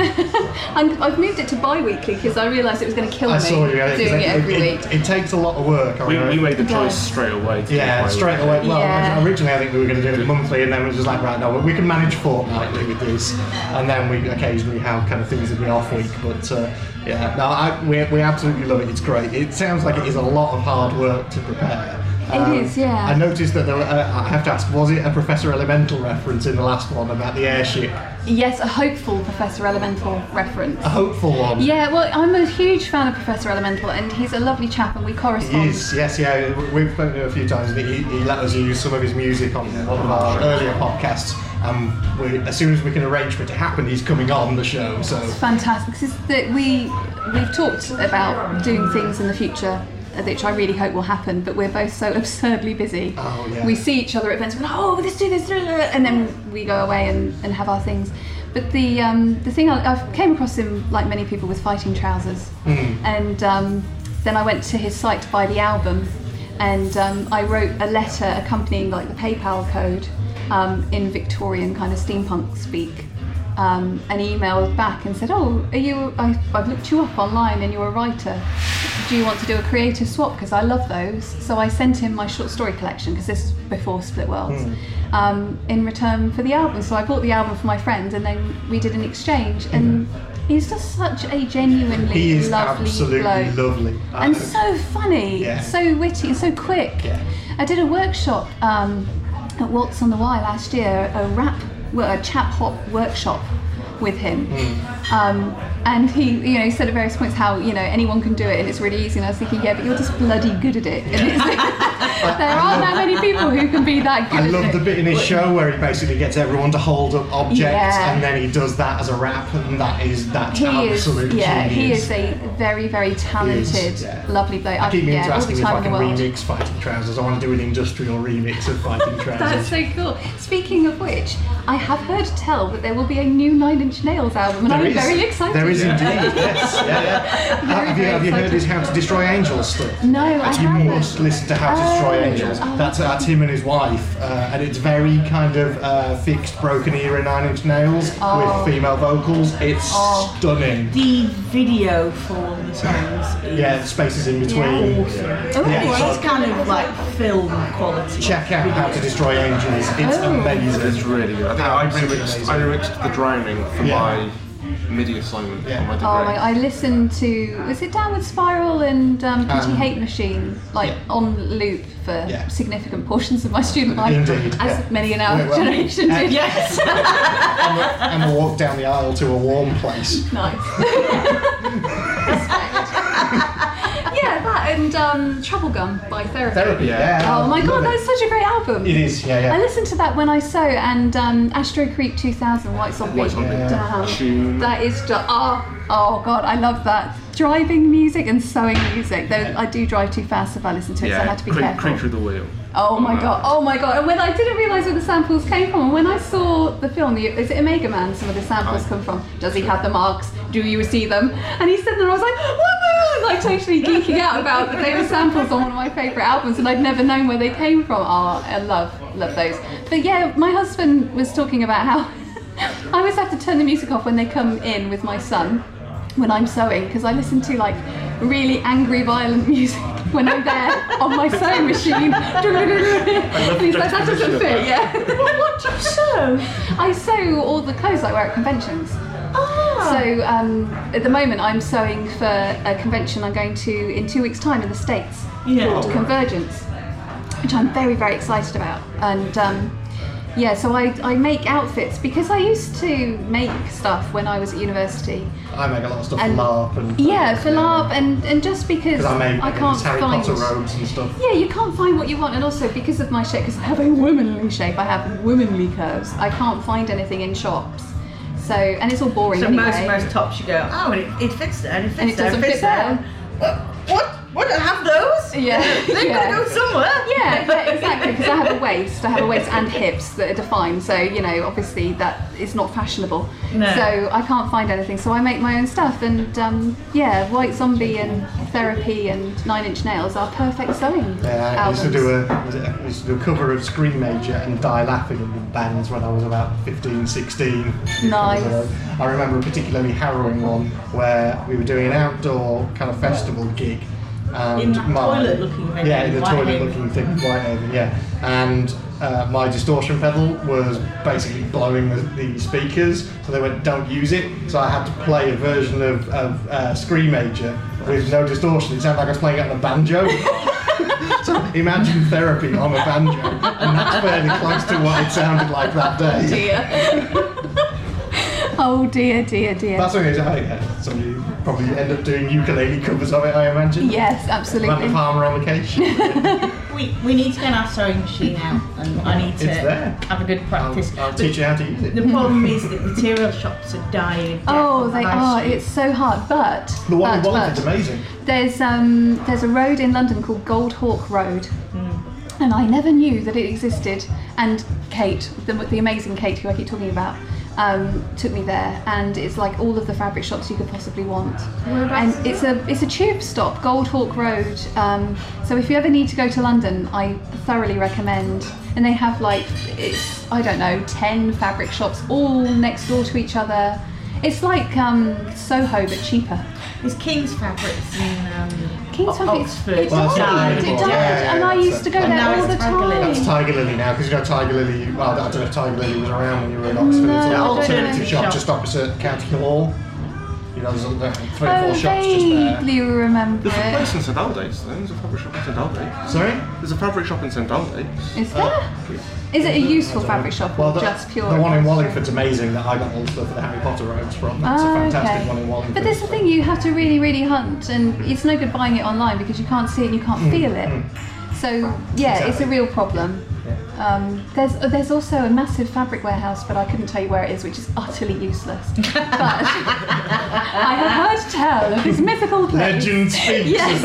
[SPEAKER 3] I'm, I've moved it to bi-weekly because I realised it was going to kill
[SPEAKER 2] I
[SPEAKER 3] me
[SPEAKER 2] saw you at it, 'cause
[SPEAKER 3] doing it
[SPEAKER 2] it,
[SPEAKER 3] every
[SPEAKER 2] it,
[SPEAKER 3] week.
[SPEAKER 2] it, it takes a lot of work. I
[SPEAKER 1] We, we
[SPEAKER 2] mean,
[SPEAKER 1] made the
[SPEAKER 3] Yeah.
[SPEAKER 1] choice straight away. to
[SPEAKER 2] yeah,
[SPEAKER 1] do it.
[SPEAKER 2] straight away. Well,
[SPEAKER 3] Yeah.
[SPEAKER 2] originally I think we were going to do it monthly, and then it was just like, right, no, we can manage fortnightly with this, and then we occasionally have kind of things that we off week. But uh, yeah, no, I, we, we absolutely love it. It's great. It sounds like it is a lot of hard work to prepare. Um,
[SPEAKER 3] It is, yeah.
[SPEAKER 2] I noticed that there. Were, uh, I have to ask, was it a Professor Elemental reference in the last one about the airship?
[SPEAKER 3] Yes, a hopeful Professor Elemental reference.
[SPEAKER 2] A hopeful one.
[SPEAKER 3] Yeah, well, I'm a huge fan of Professor Elemental, and he's a lovely chap, and we
[SPEAKER 2] He
[SPEAKER 3] correspond.
[SPEAKER 2] is, yes, yeah. we- We've spoken to him a few times, and he, he let us use some of his music on one of our earlier podcasts. Um, we, as soon as we can arrange for it to happen, he's coming on the show. So
[SPEAKER 3] fantastic 'cause it's that we we've talked about doing things in the future uh, which I really hope will happen, but we're both so absurdly busy.
[SPEAKER 2] Oh, yeah.
[SPEAKER 3] We see each other at events, we're like, oh, let's do this, blah, blah, blah," and then we go away and, and have our things. But the um, the thing I, I've came across him like many people with fighting trousers,
[SPEAKER 2] Hmm.
[SPEAKER 3] and um, then I went to his site to buy the album, and um, I wrote a letter accompanying like the PayPal code um, in Victorian kind of steampunk speak um, and emailed back and said, "Oh, are you? I, I've looked you up online, and you're a writer. Do you want to do a creative swap? Because I love those." So I sent him my short story collection because this is before Split Worlds.
[SPEAKER 2] Hmm.
[SPEAKER 3] Um, in return for the album, so I bought the album for my friend, and then we did an exchange. And he's just such a genuinely
[SPEAKER 2] Hmm. He is
[SPEAKER 3] lovely
[SPEAKER 2] absolutely
[SPEAKER 3] bloke
[SPEAKER 2] lovely.
[SPEAKER 3] and so funny,
[SPEAKER 2] Yeah.
[SPEAKER 3] so witty, and so quick.
[SPEAKER 2] Yeah.
[SPEAKER 3] I did a workshop um, at Waltz on the Wye last year, a rap, well, a chap hop workshop with him.
[SPEAKER 2] Hmm.
[SPEAKER 3] Um, and he, you know, he said at various points how you know anyone can do it and it's really easy. And I was thinking, yeah, but you're just bloody good at it. And it's- there aren't that many people who can be that good.
[SPEAKER 2] I
[SPEAKER 3] at
[SPEAKER 2] love
[SPEAKER 3] it.
[SPEAKER 2] the bit in his show where he basically gets everyone to hold up objects
[SPEAKER 3] Yeah.
[SPEAKER 2] and then he does that as a rap and that is that's
[SPEAKER 3] He is,
[SPEAKER 2] absolute
[SPEAKER 3] yeah, he
[SPEAKER 2] genius.
[SPEAKER 3] is a very, very talented,
[SPEAKER 2] yeah.
[SPEAKER 3] lovely bloke.
[SPEAKER 2] I keep meaning
[SPEAKER 3] yeah,
[SPEAKER 2] to
[SPEAKER 3] all
[SPEAKER 2] ask
[SPEAKER 3] the
[SPEAKER 2] him if
[SPEAKER 3] time
[SPEAKER 2] I
[SPEAKER 3] in the
[SPEAKER 2] can
[SPEAKER 3] world.
[SPEAKER 2] remix Fighting Trousers. I want to do an industrial remix of Fighting Trousers.
[SPEAKER 3] That's so cool. Speaking of which, I have heard tell that there will be a new Nine Inch Nails album, and
[SPEAKER 2] There
[SPEAKER 3] I'm
[SPEAKER 2] is-
[SPEAKER 3] very excited.
[SPEAKER 2] There is
[SPEAKER 1] Yeah.
[SPEAKER 2] indeed, yes. Yeah, yeah. have
[SPEAKER 3] Very,
[SPEAKER 2] you,
[SPEAKER 3] very
[SPEAKER 2] have you heard
[SPEAKER 3] excited.
[SPEAKER 2] his How to Destroy Angels stuff?
[SPEAKER 3] No, I
[SPEAKER 2] You
[SPEAKER 3] haven't.
[SPEAKER 2] must listen to How to Destroy
[SPEAKER 3] Oh,
[SPEAKER 2] Angels.
[SPEAKER 3] oh.
[SPEAKER 2] That's, uh, that's him and his wife, uh, and it's very kind of uh, fixed, broken era Nine Inch Nails
[SPEAKER 3] Oh.
[SPEAKER 2] with female vocals. It's
[SPEAKER 3] Oh.
[SPEAKER 2] stunning.
[SPEAKER 4] The video for the songs is
[SPEAKER 2] Yeah, the spaces in between.
[SPEAKER 4] yeah, awesome.
[SPEAKER 3] Oh,
[SPEAKER 2] Yeah.
[SPEAKER 3] well,
[SPEAKER 4] It's kind of like film quality.
[SPEAKER 2] Check out How to Destroy Angels. It's
[SPEAKER 3] Oh.
[SPEAKER 1] It's
[SPEAKER 2] amazing.
[SPEAKER 1] really good. I think I
[SPEAKER 2] Absolutely
[SPEAKER 1] remixed,
[SPEAKER 2] amazing.
[SPEAKER 1] I remixed The Drowning for
[SPEAKER 2] Yeah.
[SPEAKER 1] my MIDI assignment
[SPEAKER 2] Yeah.
[SPEAKER 1] for my degree.
[SPEAKER 3] Oh my! I listened to was it Downward Spiral and um, Pretty
[SPEAKER 2] Um,
[SPEAKER 3] Hate Machine like
[SPEAKER 2] yeah.
[SPEAKER 3] on loop for
[SPEAKER 2] Yeah.
[SPEAKER 3] significant portions of my student life,
[SPEAKER 2] Indeed,
[SPEAKER 3] as
[SPEAKER 2] yeah.
[SPEAKER 3] many in our
[SPEAKER 2] Well, well,
[SPEAKER 3] generation
[SPEAKER 2] uh,
[SPEAKER 3] did.
[SPEAKER 4] Yes.
[SPEAKER 2] Emma, Emma walked down the aisle to a warm place.
[SPEAKER 3] Nice. Respect. yeah, that and um, Trouble Gum by Therapy.
[SPEAKER 2] Therapy,
[SPEAKER 1] Yeah.
[SPEAKER 2] yeah.
[SPEAKER 3] Oh my
[SPEAKER 2] Love
[SPEAKER 3] god,
[SPEAKER 2] it.
[SPEAKER 3] that's such a great album.
[SPEAKER 2] It is, yeah,
[SPEAKER 3] I
[SPEAKER 2] yeah.
[SPEAKER 3] listened to that when I sew and um, Astro Creep 2000 White Zombie.
[SPEAKER 1] White Zombie.
[SPEAKER 3] Damn.
[SPEAKER 1] Tune.
[SPEAKER 3] That is just oh oh god, I love that. Driving music and sewing music. Though I do drive too fast if I listen to it, so I
[SPEAKER 1] yeah,
[SPEAKER 3] had to be
[SPEAKER 1] creep,
[SPEAKER 3] careful.
[SPEAKER 1] creep through the wheel.
[SPEAKER 3] Oh my
[SPEAKER 1] no.
[SPEAKER 3] god! Oh my god! And when I didn't realise where the samples came from, and when I saw the film, the, is it Omega Man? Some of the samples
[SPEAKER 1] Oh.
[SPEAKER 3] come from. Does he have the marks? Do you see them? And he said, and I was like, "Whoa!" Like totally geeking out about that they were samples on one of my favourite albums, and I'd never known where they came from. Oh, I love love those. But yeah, my husband was talking about how I always have to turn the music off when they come in with my son when I'm sewing because I listen to like really angry, violent music when I'm there on my sewing machine.
[SPEAKER 1] love
[SPEAKER 3] He's like, that
[SPEAKER 1] juxtaposition
[SPEAKER 3] doesn't
[SPEAKER 1] of
[SPEAKER 3] fit,
[SPEAKER 1] that.
[SPEAKER 3] yeah.
[SPEAKER 4] what do you sew?
[SPEAKER 3] I sew all the clothes I wear at conventions.
[SPEAKER 4] Ah.
[SPEAKER 3] So um, at the moment, I'm sewing for a convention I'm going to in two weeks' time in the States
[SPEAKER 4] Yeah.
[SPEAKER 3] called Convergence, which I'm very, very excited about. And um, yeah, so I, I make outfits because I used to make stuff when I was at university.
[SPEAKER 2] I make a lot of stuff for
[SPEAKER 3] And-
[SPEAKER 2] LARP and
[SPEAKER 3] Yeah, for LARP and, and just because
[SPEAKER 2] Because I make
[SPEAKER 3] can't
[SPEAKER 2] Harry
[SPEAKER 3] find.
[SPEAKER 2] Potter robes and stuff.
[SPEAKER 3] Yeah, you can't find what you want, and also because of my shape, because I have a womanly shape, I have womanly curves. I can't find anything in shops, so and it's all boring.
[SPEAKER 4] So
[SPEAKER 3] anyway.
[SPEAKER 4] most most tops you go, oh, and it, it fits there, and it fits
[SPEAKER 3] And it
[SPEAKER 4] there,
[SPEAKER 3] doesn't
[SPEAKER 4] it
[SPEAKER 3] fit
[SPEAKER 4] fits there. What? What? What? I have those?
[SPEAKER 3] Yeah,
[SPEAKER 4] They've
[SPEAKER 3] yeah.
[SPEAKER 4] got to go somewhere.
[SPEAKER 3] Yeah, yeah, exactly. Because I have a waist, I have a waist and hips that are defined. So you know, obviously that is not fashionable.
[SPEAKER 4] No.
[SPEAKER 3] So I can't find anything. So I make my own stuff, and um, yeah, White Zombie and Therapy and Nine Inch Nails are perfect sewing
[SPEAKER 2] Yeah, I
[SPEAKER 3] albums.
[SPEAKER 2] used to do a was it, I used to do a cover of Scream Major and Die Laughing in bands when I was about 15, 16.
[SPEAKER 3] Nice.
[SPEAKER 2] uh, I remember a particularly harrowing one where we were doing an outdoor kind of festival gig. And
[SPEAKER 4] In that
[SPEAKER 2] my,
[SPEAKER 4] toilet-looking thing
[SPEAKER 2] Yeah, in the
[SPEAKER 4] in Whitehaven.
[SPEAKER 2] toilet-looking thing, Whitehaven. Yeah, and uh, my distortion pedal was basically blowing the, the speakers, so they went, "Don't use it." So I had to play a version of, of uh, Scream Major with no distortion. It sounded like I was playing it on a banjo. So imagine therapy on a banjo, and that's fairly close to what it sounded like that
[SPEAKER 3] Oh
[SPEAKER 2] day.
[SPEAKER 3] dear. oh dear, dear, dear.
[SPEAKER 2] That's what it is. I think uh, somebody probably end up doing ukulele covers of it. I imagine.
[SPEAKER 3] yes,
[SPEAKER 2] Amanda
[SPEAKER 3] absolutely.
[SPEAKER 2] Palmer on occasion.
[SPEAKER 4] We, we need to get our sewing machine out, and I need to
[SPEAKER 2] It's there.
[SPEAKER 4] have a good
[SPEAKER 2] I'll,
[SPEAKER 4] practice.
[SPEAKER 2] I'll
[SPEAKER 4] But
[SPEAKER 2] teach you how to use
[SPEAKER 4] The
[SPEAKER 2] it.
[SPEAKER 4] problem is that material shops are dying. of death
[SPEAKER 3] Oh,
[SPEAKER 4] on the
[SPEAKER 3] they
[SPEAKER 4] high
[SPEAKER 3] are.
[SPEAKER 4] street.
[SPEAKER 3] It's so hard, but
[SPEAKER 2] The one in
[SPEAKER 3] but,
[SPEAKER 2] Walland's
[SPEAKER 3] but
[SPEAKER 2] amazing.
[SPEAKER 3] there's um there's a road in London called Gold Hawk Road, and I never knew that it existed. And Kate, the, the amazing Kate who I keep talking about, um, took me there, and it's like all of the fabric shops you could possibly want.
[SPEAKER 5] Whereabouts
[SPEAKER 3] And it's a it's a tube stop, Gold Hawk Road. Um, so if you ever need to go to London, I thoroughly recommend. And they have like it's I don't know ten fabric shops all next door to each other. It's like um, Soho but cheaper.
[SPEAKER 4] It's King's Fabrics in um,
[SPEAKER 3] King's
[SPEAKER 4] O-
[SPEAKER 3] Fabrics-
[SPEAKER 4] Oxford.
[SPEAKER 3] It
[SPEAKER 2] Well, it's not
[SPEAKER 3] died,
[SPEAKER 2] there
[SPEAKER 3] it died,
[SPEAKER 2] anymore. Yeah, yeah,
[SPEAKER 3] and I
[SPEAKER 2] yeah,
[SPEAKER 3] used to go
[SPEAKER 2] so-
[SPEAKER 3] there
[SPEAKER 4] And now
[SPEAKER 3] all
[SPEAKER 4] it's
[SPEAKER 3] the
[SPEAKER 4] Tiger Lily.
[SPEAKER 2] That's
[SPEAKER 3] time.
[SPEAKER 2] Tiger Lily now, because you know Tiger Lily. Well, I don't know if Tiger Lily was around when you were in Oxford. it's
[SPEAKER 3] No,
[SPEAKER 2] an
[SPEAKER 3] I don't
[SPEAKER 2] alternative
[SPEAKER 4] know.
[SPEAKER 2] shop just opposite County Hall. You know, there's a- there are three or four
[SPEAKER 3] Oh,
[SPEAKER 2] shops just there.
[SPEAKER 3] vaguely remember
[SPEAKER 1] There's a place
[SPEAKER 3] it.
[SPEAKER 1] in St Aldate's, though. There's a fabric shop in St Aldate's.
[SPEAKER 2] Sorry.
[SPEAKER 1] There's a fabric shop in St Aldate's.
[SPEAKER 3] Is there? Is it a useful fabric shop or
[SPEAKER 2] the,
[SPEAKER 3] just pure?
[SPEAKER 2] The one in Wallingford's amazing that I got all the stuff for the Harry Potter robes from. That's a
[SPEAKER 3] Ah,
[SPEAKER 2] fantastic
[SPEAKER 3] okay.
[SPEAKER 2] one in Wallingford.
[SPEAKER 3] But that's the thing, you have to really, really hunt, and it's no good buying it online because you can't see it and you can't feel it. So, yeah, it's
[SPEAKER 2] Mm,
[SPEAKER 3] a
[SPEAKER 2] Exactly.
[SPEAKER 3] real problem. Um, there's uh, there's also a massive fabric warehouse, but I couldn't tell you where it is, which is utterly useless. But I have heard tell of this mythical place.
[SPEAKER 2] Legend speaks.
[SPEAKER 3] Yes.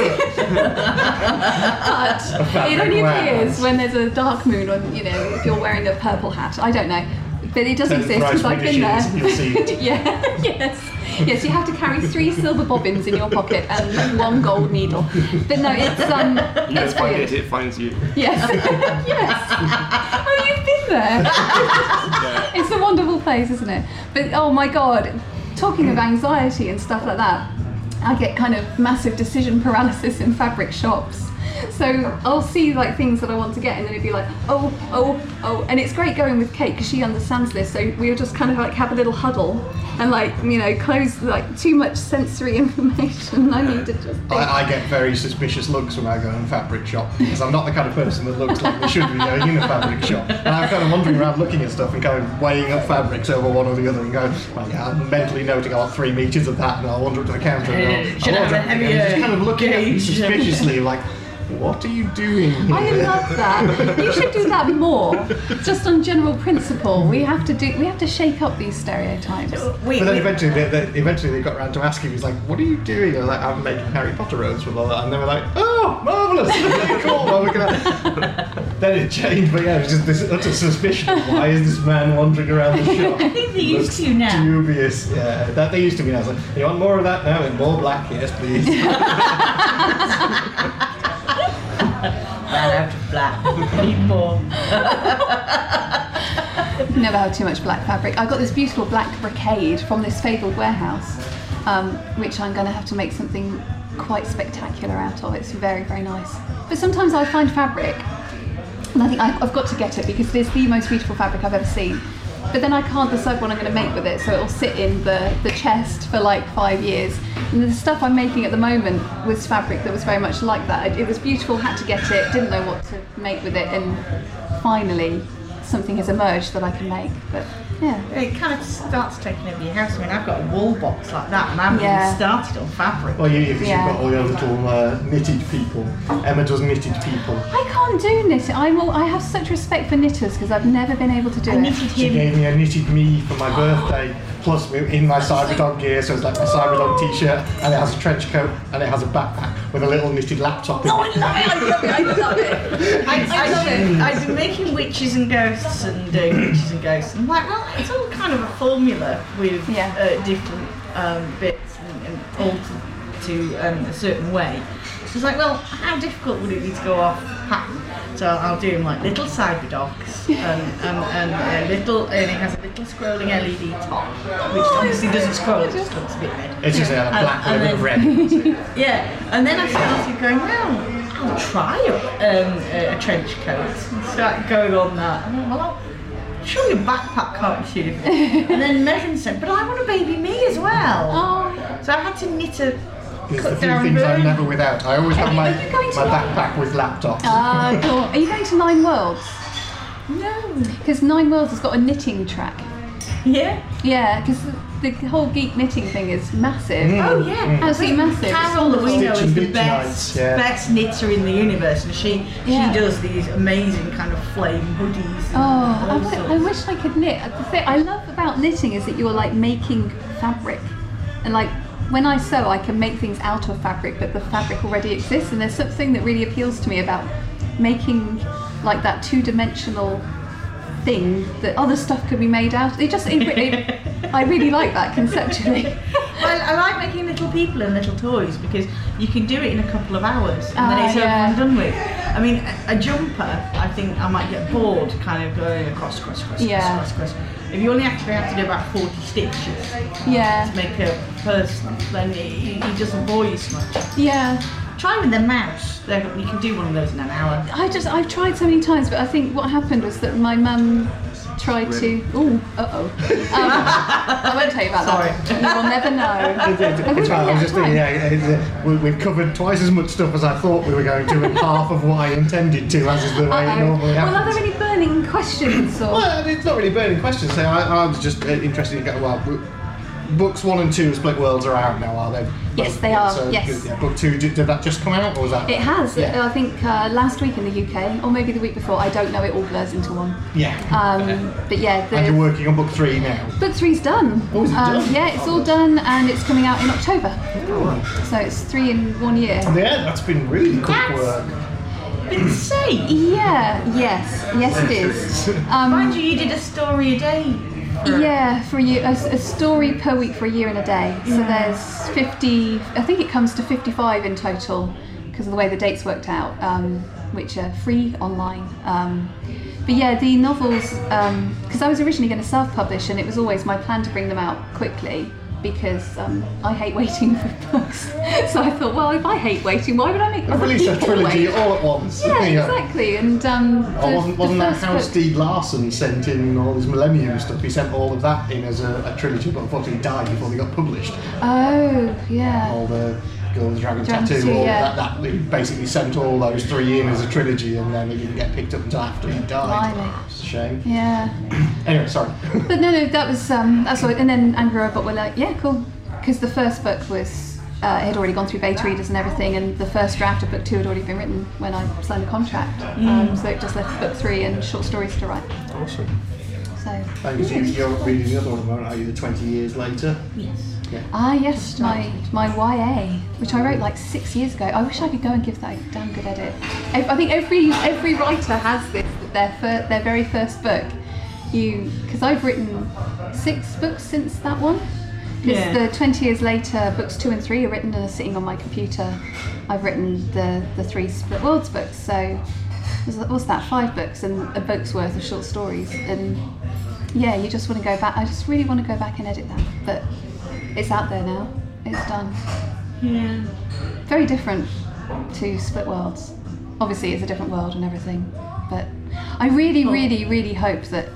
[SPEAKER 3] But
[SPEAKER 2] fabric
[SPEAKER 3] it only
[SPEAKER 2] warehouse.
[SPEAKER 3] appears when there's a dark moon, or you know, if you're wearing a purple hat. I don't know, but it does
[SPEAKER 2] Don't
[SPEAKER 3] exist
[SPEAKER 2] price
[SPEAKER 3] because I've been
[SPEAKER 2] British
[SPEAKER 3] there.
[SPEAKER 2] is, you'll see it.
[SPEAKER 3] yeah, yes, yes. You have to carry three silver bobbins in your pocket and one gold needle. But no, it's
[SPEAKER 1] You
[SPEAKER 3] um,
[SPEAKER 1] don't
[SPEAKER 3] it's
[SPEAKER 1] find it,
[SPEAKER 3] brilliant.
[SPEAKER 1] it finds you.
[SPEAKER 3] Yes, yes. Oh, you've been there. It's a wonderful place, isn't it? But oh my god, talking of anxiety and stuff like that, I get kind of massive decision paralysis in fabric shops. So I'll see like things that I want to get, and then it'd be like, oh, oh, oh, and it's great going with Kate because she understands this. So we'll just kind of like have a little huddle and like you know close like too much sensory information. I need to just. Think.
[SPEAKER 2] I, I get very suspicious looks when I go in a fabric shop because I'm not the kind of person that looks like they should be going in a fabric shop. And I'm kind of wandering around looking at stuff and kind of weighing up fabrics over one or the other and going, well, yeah, I'm mentally noting, I want three metres of that and I'll wander up to the counter and I'll,
[SPEAKER 4] Should
[SPEAKER 2] I'll
[SPEAKER 4] I have
[SPEAKER 2] order
[SPEAKER 4] a
[SPEAKER 2] it again.
[SPEAKER 4] heavier
[SPEAKER 2] Just kind of looking at me
[SPEAKER 4] gauge?
[SPEAKER 2] suspiciously like, what are you doing here?
[SPEAKER 3] I love that. You should do that more. Just on general principle, we have to do. We have to shake up these stereotypes.
[SPEAKER 4] We,
[SPEAKER 2] But then
[SPEAKER 4] we-
[SPEAKER 2] eventually, they, they, eventually they got round to asking. He's like, "What are you doing?" I was like, "I'm making Harry Potter robes from all that," and they were like, "Oh, marvelous! cool." Well, we're gonna-" then it changed, but yeah, it was just this utter suspicion. Why is this man wandering around the shop? I
[SPEAKER 4] think they used to now.
[SPEAKER 2] Dubious. Yeah, that they used to be now. It's like, you want more of that now? In more black, yes, please.
[SPEAKER 4] I'll have to black. Need more.
[SPEAKER 3] Never have too much black fabric. I got this beautiful black brocade from this fabled warehouse, um, which I'm going to have to make something quite spectacular out of. It's very, very nice. But sometimes I find fabric, and I think I've, I've got to get it because it's the most beautiful fabric I've ever seen. But then I can't decide what I'm going to make with it, so it'll sit in the, the chest for like five years. And the stuff I'm making at the moment was fabric that was very much like that. It was beautiful, had to get it, didn't know what to make with it, and finally something has emerged that I can make. But yeah.
[SPEAKER 4] It kind of starts taking over your house. I mean, I've got a wall box like that, and I haven't
[SPEAKER 3] Yeah.
[SPEAKER 4] even started on fabric.
[SPEAKER 2] well, you, because
[SPEAKER 3] Yeah.
[SPEAKER 2] you've got all your little uh, knitted people. Emma does knitted people.
[SPEAKER 3] I can't do knitting. I'm all, I have such respect for knitters because I've never been able to do
[SPEAKER 4] I
[SPEAKER 3] it.
[SPEAKER 4] knitted
[SPEAKER 2] She
[SPEAKER 4] him.
[SPEAKER 2] gave me a knitted me for my birthday, plus me in my Cyberdog gear, so it's like my Cyberdog t-shirt, and it has a trench coat, and it has a backpack with a little knitted laptop in
[SPEAKER 4] Oh, I
[SPEAKER 2] it.
[SPEAKER 4] love it! I love it! I love it! I, I,
[SPEAKER 3] love it.
[SPEAKER 4] I've been making witches and ghosts and doing witches and ghosts. I'm like, well, it's all kind of a formula with
[SPEAKER 3] Yeah.
[SPEAKER 4] uh, different um, bits and, and altered to um, a certain way. So it's like, well, how difficult would it be to go off pattern? So I'll do them like little cyber dogs and, and, and a little, and it has a little scrolling LED top, which obviously doesn't scroll, it just looks a bit red.
[SPEAKER 2] It's just a
[SPEAKER 4] And-
[SPEAKER 2] black and
[SPEAKER 4] and
[SPEAKER 2] a bit of red.
[SPEAKER 4] then-
[SPEAKER 2] That's it.
[SPEAKER 4] Yeah, and then I started going, well, I'll try um, a, a trench coat. And started going on that. And I went, well, I'll, surely a backpack can't be too difficult. and then Megan said, but I want a baby me as well.
[SPEAKER 3] Oh,
[SPEAKER 4] So I had to knit a
[SPEAKER 2] It's the
[SPEAKER 4] cut
[SPEAKER 2] few
[SPEAKER 4] down
[SPEAKER 2] things I'm
[SPEAKER 4] version.
[SPEAKER 2] never without. I always have my,
[SPEAKER 3] Are you going to
[SPEAKER 2] my
[SPEAKER 3] Nine-
[SPEAKER 2] backpack with laptops.
[SPEAKER 3] ah, cool. Are you going to Nine Worlds?
[SPEAKER 4] No.
[SPEAKER 3] Because Nine Worlds has got a knitting track.
[SPEAKER 4] Yeah.
[SPEAKER 3] Yeah, because the the whole geek knitting thing is massive.
[SPEAKER 2] Mm.
[SPEAKER 4] Oh yeah,
[SPEAKER 2] Mm.
[SPEAKER 3] Absolutely massive.
[SPEAKER 4] Carol that we
[SPEAKER 2] Stitch
[SPEAKER 4] know is
[SPEAKER 2] and
[SPEAKER 4] the
[SPEAKER 2] Beach
[SPEAKER 4] best,
[SPEAKER 2] Nights, yeah.
[SPEAKER 4] best knitter in the universe, and she
[SPEAKER 3] Yeah.
[SPEAKER 4] she does these amazing kind of flame hoodies. And
[SPEAKER 3] Oh, I
[SPEAKER 4] all
[SPEAKER 3] wi-
[SPEAKER 4] sorts.
[SPEAKER 3] I wish I could knit. The thing I love about knitting is that you're like making fabric, and like when I sew, I can make things out of fabric, but the fabric already exists. And there's something that really appeals to me about making like that two-dimensional thing that other stuff can be made out. It just, it, it, I really like that conceptually.
[SPEAKER 4] Well, I like making little people and little toys because you can do it in a couple of hours and then
[SPEAKER 3] Ah,
[SPEAKER 4] it's over
[SPEAKER 3] yeah.
[SPEAKER 4] and done with. I mean, a, a jumper, I think I might get bored kind of going across, across, across,
[SPEAKER 3] Yeah.
[SPEAKER 4] across, across, across. If you only actually have to do about 40 stitches to
[SPEAKER 3] Yeah,
[SPEAKER 4] make a person, then it, it doesn't bore you so much.
[SPEAKER 3] yeah.
[SPEAKER 4] Try with the mouse. There, you can do one of those in an hour.
[SPEAKER 3] I just I've tried so many times, but I think what happened was that my mum tried to. Oh, uh oh. Um, I won't tell you about
[SPEAKER 4] Sorry.
[SPEAKER 3] that. You will never know.
[SPEAKER 2] It's fine, I was just thinking, yeah, it's, uh, we, we've covered twice as much stuff as I thought we were going to, and half of what I intended to, as is the way it
[SPEAKER 3] Uh-oh.
[SPEAKER 2] normally
[SPEAKER 3] Well, are
[SPEAKER 2] happens.
[SPEAKER 3] there any burning questions or?
[SPEAKER 2] Well, it's not really burning questions. So I, I was just uh, interested in well, w- books one and two of Split Worlds are out now, are they?
[SPEAKER 3] Yes,
[SPEAKER 2] Both-
[SPEAKER 3] they are,
[SPEAKER 2] So,
[SPEAKER 3] yes.
[SPEAKER 2] good, yeah, book two, did, did that just come out, or was that?
[SPEAKER 3] It has.
[SPEAKER 2] Yeah.
[SPEAKER 3] I think uh, last week in the UK, or maybe the week before. I don't know. It all blurs into one.
[SPEAKER 2] yeah.
[SPEAKER 3] Um, but yeah,
[SPEAKER 2] and you're
[SPEAKER 3] the
[SPEAKER 2] working on book three now.
[SPEAKER 3] book three's done. Um,
[SPEAKER 2] Oh, is it done?
[SPEAKER 3] Yeah, it's all done, and it's coming out in October. So it's three in one year.
[SPEAKER 2] Yeah, that's been really quick
[SPEAKER 4] That's-
[SPEAKER 2] work.
[SPEAKER 4] Insane.
[SPEAKER 3] Yeah. Yes. Yes, it is. Um,
[SPEAKER 4] Mind you, you did a story a day. for-
[SPEAKER 3] Yeah, for a, year, a, a story per week for a year and a day. So there's 50, I think it comes to 55 in total because of the way the dates worked out, um, which are free online. Um, but yeah, the novels, because I was originally going to self publish and it was always my plan to bring them out quickly because um, I hate waiting for books. so I thought, well, if I hate waiting, why would I make other
[SPEAKER 2] Release a
[SPEAKER 3] people
[SPEAKER 2] trilogy
[SPEAKER 3] wait?
[SPEAKER 2] all at once.
[SPEAKER 3] Yeah, exactly. And um,
[SPEAKER 2] Or
[SPEAKER 3] the-
[SPEAKER 2] Oh, wasn't,
[SPEAKER 3] the
[SPEAKER 2] wasn't that
[SPEAKER 3] first
[SPEAKER 2] House
[SPEAKER 3] book-
[SPEAKER 2] D. Larson sent in all his Millennium stuff? He sent all of that in as a, a trilogy, but unfortunately died before they got published.
[SPEAKER 3] Oh, yeah.
[SPEAKER 2] All the Girl with the Dragon
[SPEAKER 3] Dragon
[SPEAKER 2] Tattoo,
[SPEAKER 3] Tattoo,
[SPEAKER 2] all
[SPEAKER 3] yeah.
[SPEAKER 2] that, that. He basically sent all those three in as a trilogy, and then they didn't get picked up until after he died.
[SPEAKER 3] Blimey.
[SPEAKER 2] It's a shame.
[SPEAKER 3] Yeah.
[SPEAKER 2] Anyway, sorry.
[SPEAKER 3] But no, no, that was um, that's all. And then Angry Robot were like, yeah, cool, because the first book was uh, it had already gone through beta readers and everything, and the first draft of book two had already been written when I signed the contract. Um, so it just left book three and short stories to write.
[SPEAKER 2] awesome.
[SPEAKER 3] So
[SPEAKER 2] Thanks. You, you're reading the other one at the moment, are you? The 20 years later?
[SPEAKER 4] Yes.
[SPEAKER 3] ah yes, my my YA, which I wrote like six years ago. I wish I could go and give that a damn good edit. Ev- I think every every writer has this that their fir- their very first book. You because I've written six books since that one. Because
[SPEAKER 4] Yeah.
[SPEAKER 3] the 20 years later, books two and three are written and are sitting on my computer. I've written the, the three Split Worlds books, so was- what's that, five books and a book's worth of short stories. And yeah, you just want to go back. I just really want to go back and edit that, but it's out there now. It's done.
[SPEAKER 4] Yeah.
[SPEAKER 3] Very different to Split Worlds. Obviously, it's a different world and everything, but I really, really, really hope that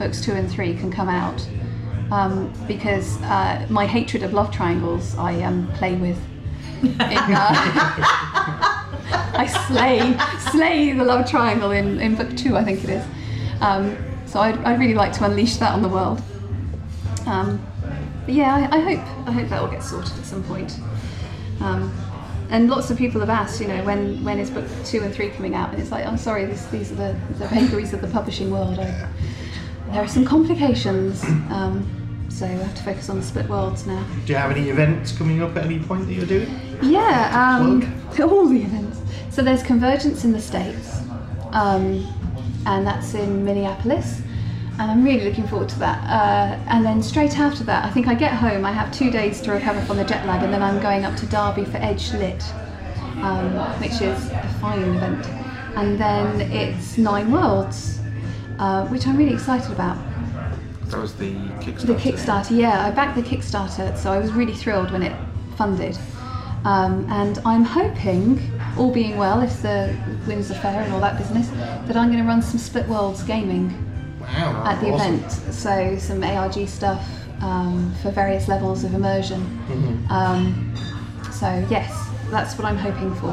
[SPEAKER 3] books two and three can come out um, because uh, my hatred of love triangles I um, play with. In, uh, I slay slay the love triangle in, in book two, I think it is. Um, so I'd, I'd really like to unleash that on the world. Um, but yeah, I, I hope I hope that will get sorted at some point. Um, and lots of people have asked, you know, when when is book two and three coming out? And it's like, I'm sorry, this, these are the, the vagaries of the publishing world. I, there are some complications, um, so I have to focus on the split worlds now.
[SPEAKER 2] Do you have any events coming up at any point that you're doing?
[SPEAKER 3] Yeah, um, all the events. So there's Convergence in the States, um, and that's in Minneapolis, and I'm really looking forward to that. Uh, and then straight after that, I think I get home, I have two days to recover from the jet lag, and then I'm going up to Derby for Edge Lit, um, which is a fine event. And then it's Nine Worlds, uh, which I'm really excited about.
[SPEAKER 1] That was the Kickstarter.
[SPEAKER 3] The Kickstarter, yeah, I backed the Kickstarter, so I was really thrilled when it funded. Um, and I'm hoping, all being well, if the Windsor Fair and all that business, that I'm going to run some Split Worlds gaming
[SPEAKER 2] Wow.
[SPEAKER 3] at the
[SPEAKER 2] awesome.
[SPEAKER 3] event. So some ARG stuff um, for various levels of immersion. Um, so yes, that's what I'm hoping for.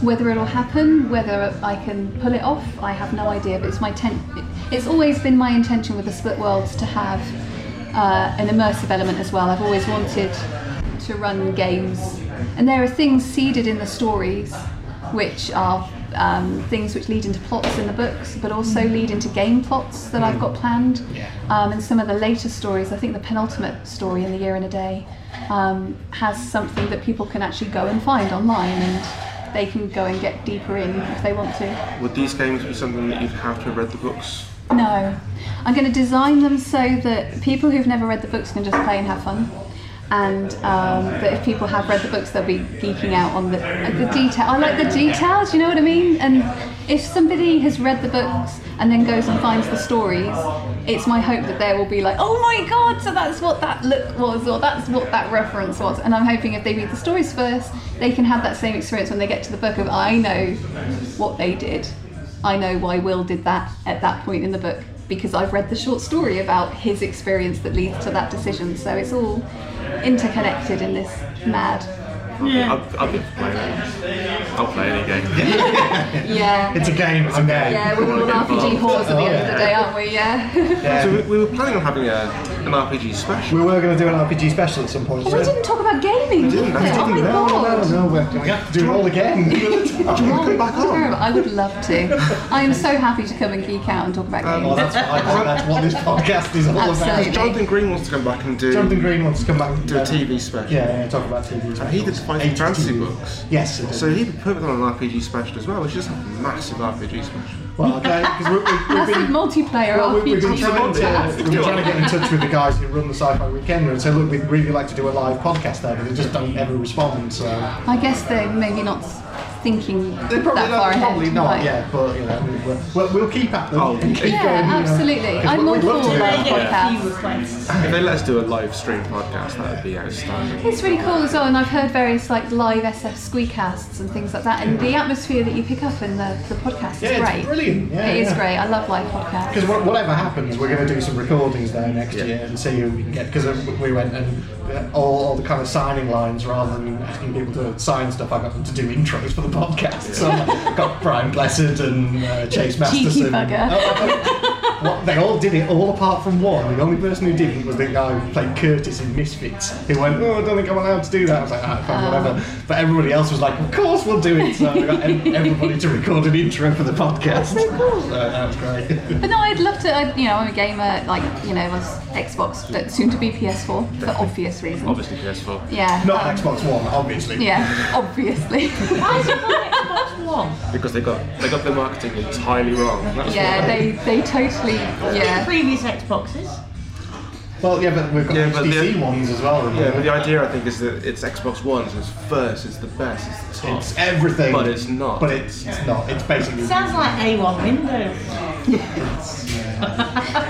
[SPEAKER 3] Whether it'll happen, whether I can pull it off, I have no idea. But it's my ten- It's always been my intention with the Split Worlds to have uh, an immersive element as well. I've always wanted to run games, and there are things seeded in the stories, which are um, things which lead into plots in the books, but also lead into game plots that I've got planned.
[SPEAKER 2] Yeah.
[SPEAKER 3] Um, and some of the later stories, I think the penultimate story in the year and a day, um, has something that people can actually go and find online, and they can go and get deeper in if they want to.
[SPEAKER 1] Would these games be something that you'd have to have read the books?
[SPEAKER 3] No. I'm going to design them so that people who've never read the books can just play and have fun. And um, that if people have read the books, they'll be geeking out on the, uh, the detail. I like the details, you know what I mean? And if somebody has read the books and then goes and finds the stories, it's my hope that they will be like, oh my god, so that's what that look was, or that's what that reference was. And I'm hoping if they read the stories first, they can have that same experience when they get to the book of, I know what they did. I know why Will did that at that point in the book because I've read the short story about his experience that leads to that decision. So it's all interconnected in this mad.
[SPEAKER 4] Yeah.
[SPEAKER 5] I'll, I'll be playing. I'll play any game.
[SPEAKER 3] Yeah.
[SPEAKER 2] It's a game. It's a game.
[SPEAKER 3] yeah, we're all RPG whores at the end
[SPEAKER 2] Oh,
[SPEAKER 3] of the day, aren't we? Yeah.
[SPEAKER 2] Yeah.
[SPEAKER 1] So we, we were planning on having a, an RPG special.
[SPEAKER 2] We were going to do an RPG special at some point.
[SPEAKER 3] Oh, we didn't talk about gaming, did
[SPEAKER 1] didn't,
[SPEAKER 3] we?
[SPEAKER 1] I
[SPEAKER 3] Oh
[SPEAKER 1] didn't
[SPEAKER 3] my
[SPEAKER 1] know.
[SPEAKER 3] god.
[SPEAKER 2] No, we're, we have to do it all again.
[SPEAKER 1] Put it back on.
[SPEAKER 3] Terrible. I would love to. I am so happy to come and geek out and talk about
[SPEAKER 2] Um, well,
[SPEAKER 3] games.
[SPEAKER 2] that's, I think that's what this podcast is all
[SPEAKER 3] Absolutely.
[SPEAKER 2] about.
[SPEAKER 1] Jonathan Green wants to come back and do,
[SPEAKER 2] Jonathan Green wants to come back and
[SPEAKER 1] do a TV special.
[SPEAKER 2] Yeah, yeah, talk about TV.
[SPEAKER 1] And he did
[SPEAKER 2] specials.
[SPEAKER 1] Final Fantasy
[SPEAKER 2] 80s.
[SPEAKER 1] books.
[SPEAKER 2] Yes, it
[SPEAKER 1] So
[SPEAKER 2] is.
[SPEAKER 1] he could put it on an RPG special as well, which is a massive RPG special.
[SPEAKER 2] well, okay, because we've, we've,
[SPEAKER 3] Massive
[SPEAKER 2] been,
[SPEAKER 3] multiplayer
[SPEAKER 2] well, we've, we've been
[SPEAKER 3] RPG.
[SPEAKER 2] trying to, we've been trying to get in touch with the guys who run the Sci-Fi Weekender and say, look, we'd really like to do a live podcast there, but they just don't ever respond. So
[SPEAKER 3] I guess they're maybe not thinking
[SPEAKER 2] they probably
[SPEAKER 3] that far
[SPEAKER 2] not,
[SPEAKER 3] ahead.
[SPEAKER 2] probably not.
[SPEAKER 3] right.
[SPEAKER 2] Yeah, but you know, we'll, we'll, we'll keep at them.
[SPEAKER 1] Oh,
[SPEAKER 2] and keep
[SPEAKER 3] Yeah,
[SPEAKER 2] going, you know.
[SPEAKER 3] absolutely. I'm all
[SPEAKER 2] we'd love to do
[SPEAKER 3] for
[SPEAKER 4] They
[SPEAKER 2] that.
[SPEAKER 4] get a
[SPEAKER 3] podcasts.
[SPEAKER 4] few requests.
[SPEAKER 1] If they let us do a live stream podcast, that would be outstanding.
[SPEAKER 3] It's really cool as well, and I've heard various like live SF squeakcasts and things like that, and the atmosphere that you pick up in the, the podcast
[SPEAKER 2] Yeah,
[SPEAKER 3] is
[SPEAKER 2] it's
[SPEAKER 3] great.
[SPEAKER 2] brilliant. Yeah,
[SPEAKER 3] It is
[SPEAKER 2] yeah.
[SPEAKER 3] great. I love live podcasts.
[SPEAKER 2] Because wha- whatever happens, we're going to do some recordings there next
[SPEAKER 1] Yeah.
[SPEAKER 2] year and see who we can get. Because we went and uh, all, all the kind of signing lines, rather than asking people to sign stuff, I got them to do intros for the podcast. So I got Brian Blessed and uh, Chase
[SPEAKER 3] Cheeky
[SPEAKER 2] Masterson.
[SPEAKER 3] bugger.
[SPEAKER 2] Oh, I- what- they all did it, all apart from one. The only person who didn't was the guy who played Curtis in Misfits. Who went, "Oh, I don't think I'm allowed to do that." I was like, "Ah, fine, whatever." But everybody else was like, "Of course we'll do it." So we got ev- everybody to record an intro for the podcast.
[SPEAKER 3] so cool.
[SPEAKER 2] So that was great.
[SPEAKER 3] But no, I'd love to. I, you know, I'm a gamer. Like you know, I was Xbox, but soon to be PS4 for obvious reasons.
[SPEAKER 5] Obviously PS4.
[SPEAKER 3] Yeah.
[SPEAKER 2] Not
[SPEAKER 3] um,
[SPEAKER 2] an Xbox One, obviously.
[SPEAKER 3] Yeah, obviously.
[SPEAKER 4] Why is it called Xbox One?
[SPEAKER 1] Because they got they got their marketing entirely wrong. That was
[SPEAKER 3] yeah,
[SPEAKER 1] why.
[SPEAKER 3] they they totally. Yeah.
[SPEAKER 4] Previous Xboxes.
[SPEAKER 2] Well, yeah, but we've got
[SPEAKER 1] Yeah, but
[SPEAKER 2] HTC
[SPEAKER 1] the-
[SPEAKER 2] ones as well.
[SPEAKER 1] Yeah, but
[SPEAKER 2] remember?
[SPEAKER 1] the idea I think is that it's Xbox One, so it's first, it's the best, it's the top.
[SPEAKER 2] it's everything.
[SPEAKER 1] But it's not.
[SPEAKER 2] But it's, it's not. It's basically.
[SPEAKER 4] Sounds like A1 Windows.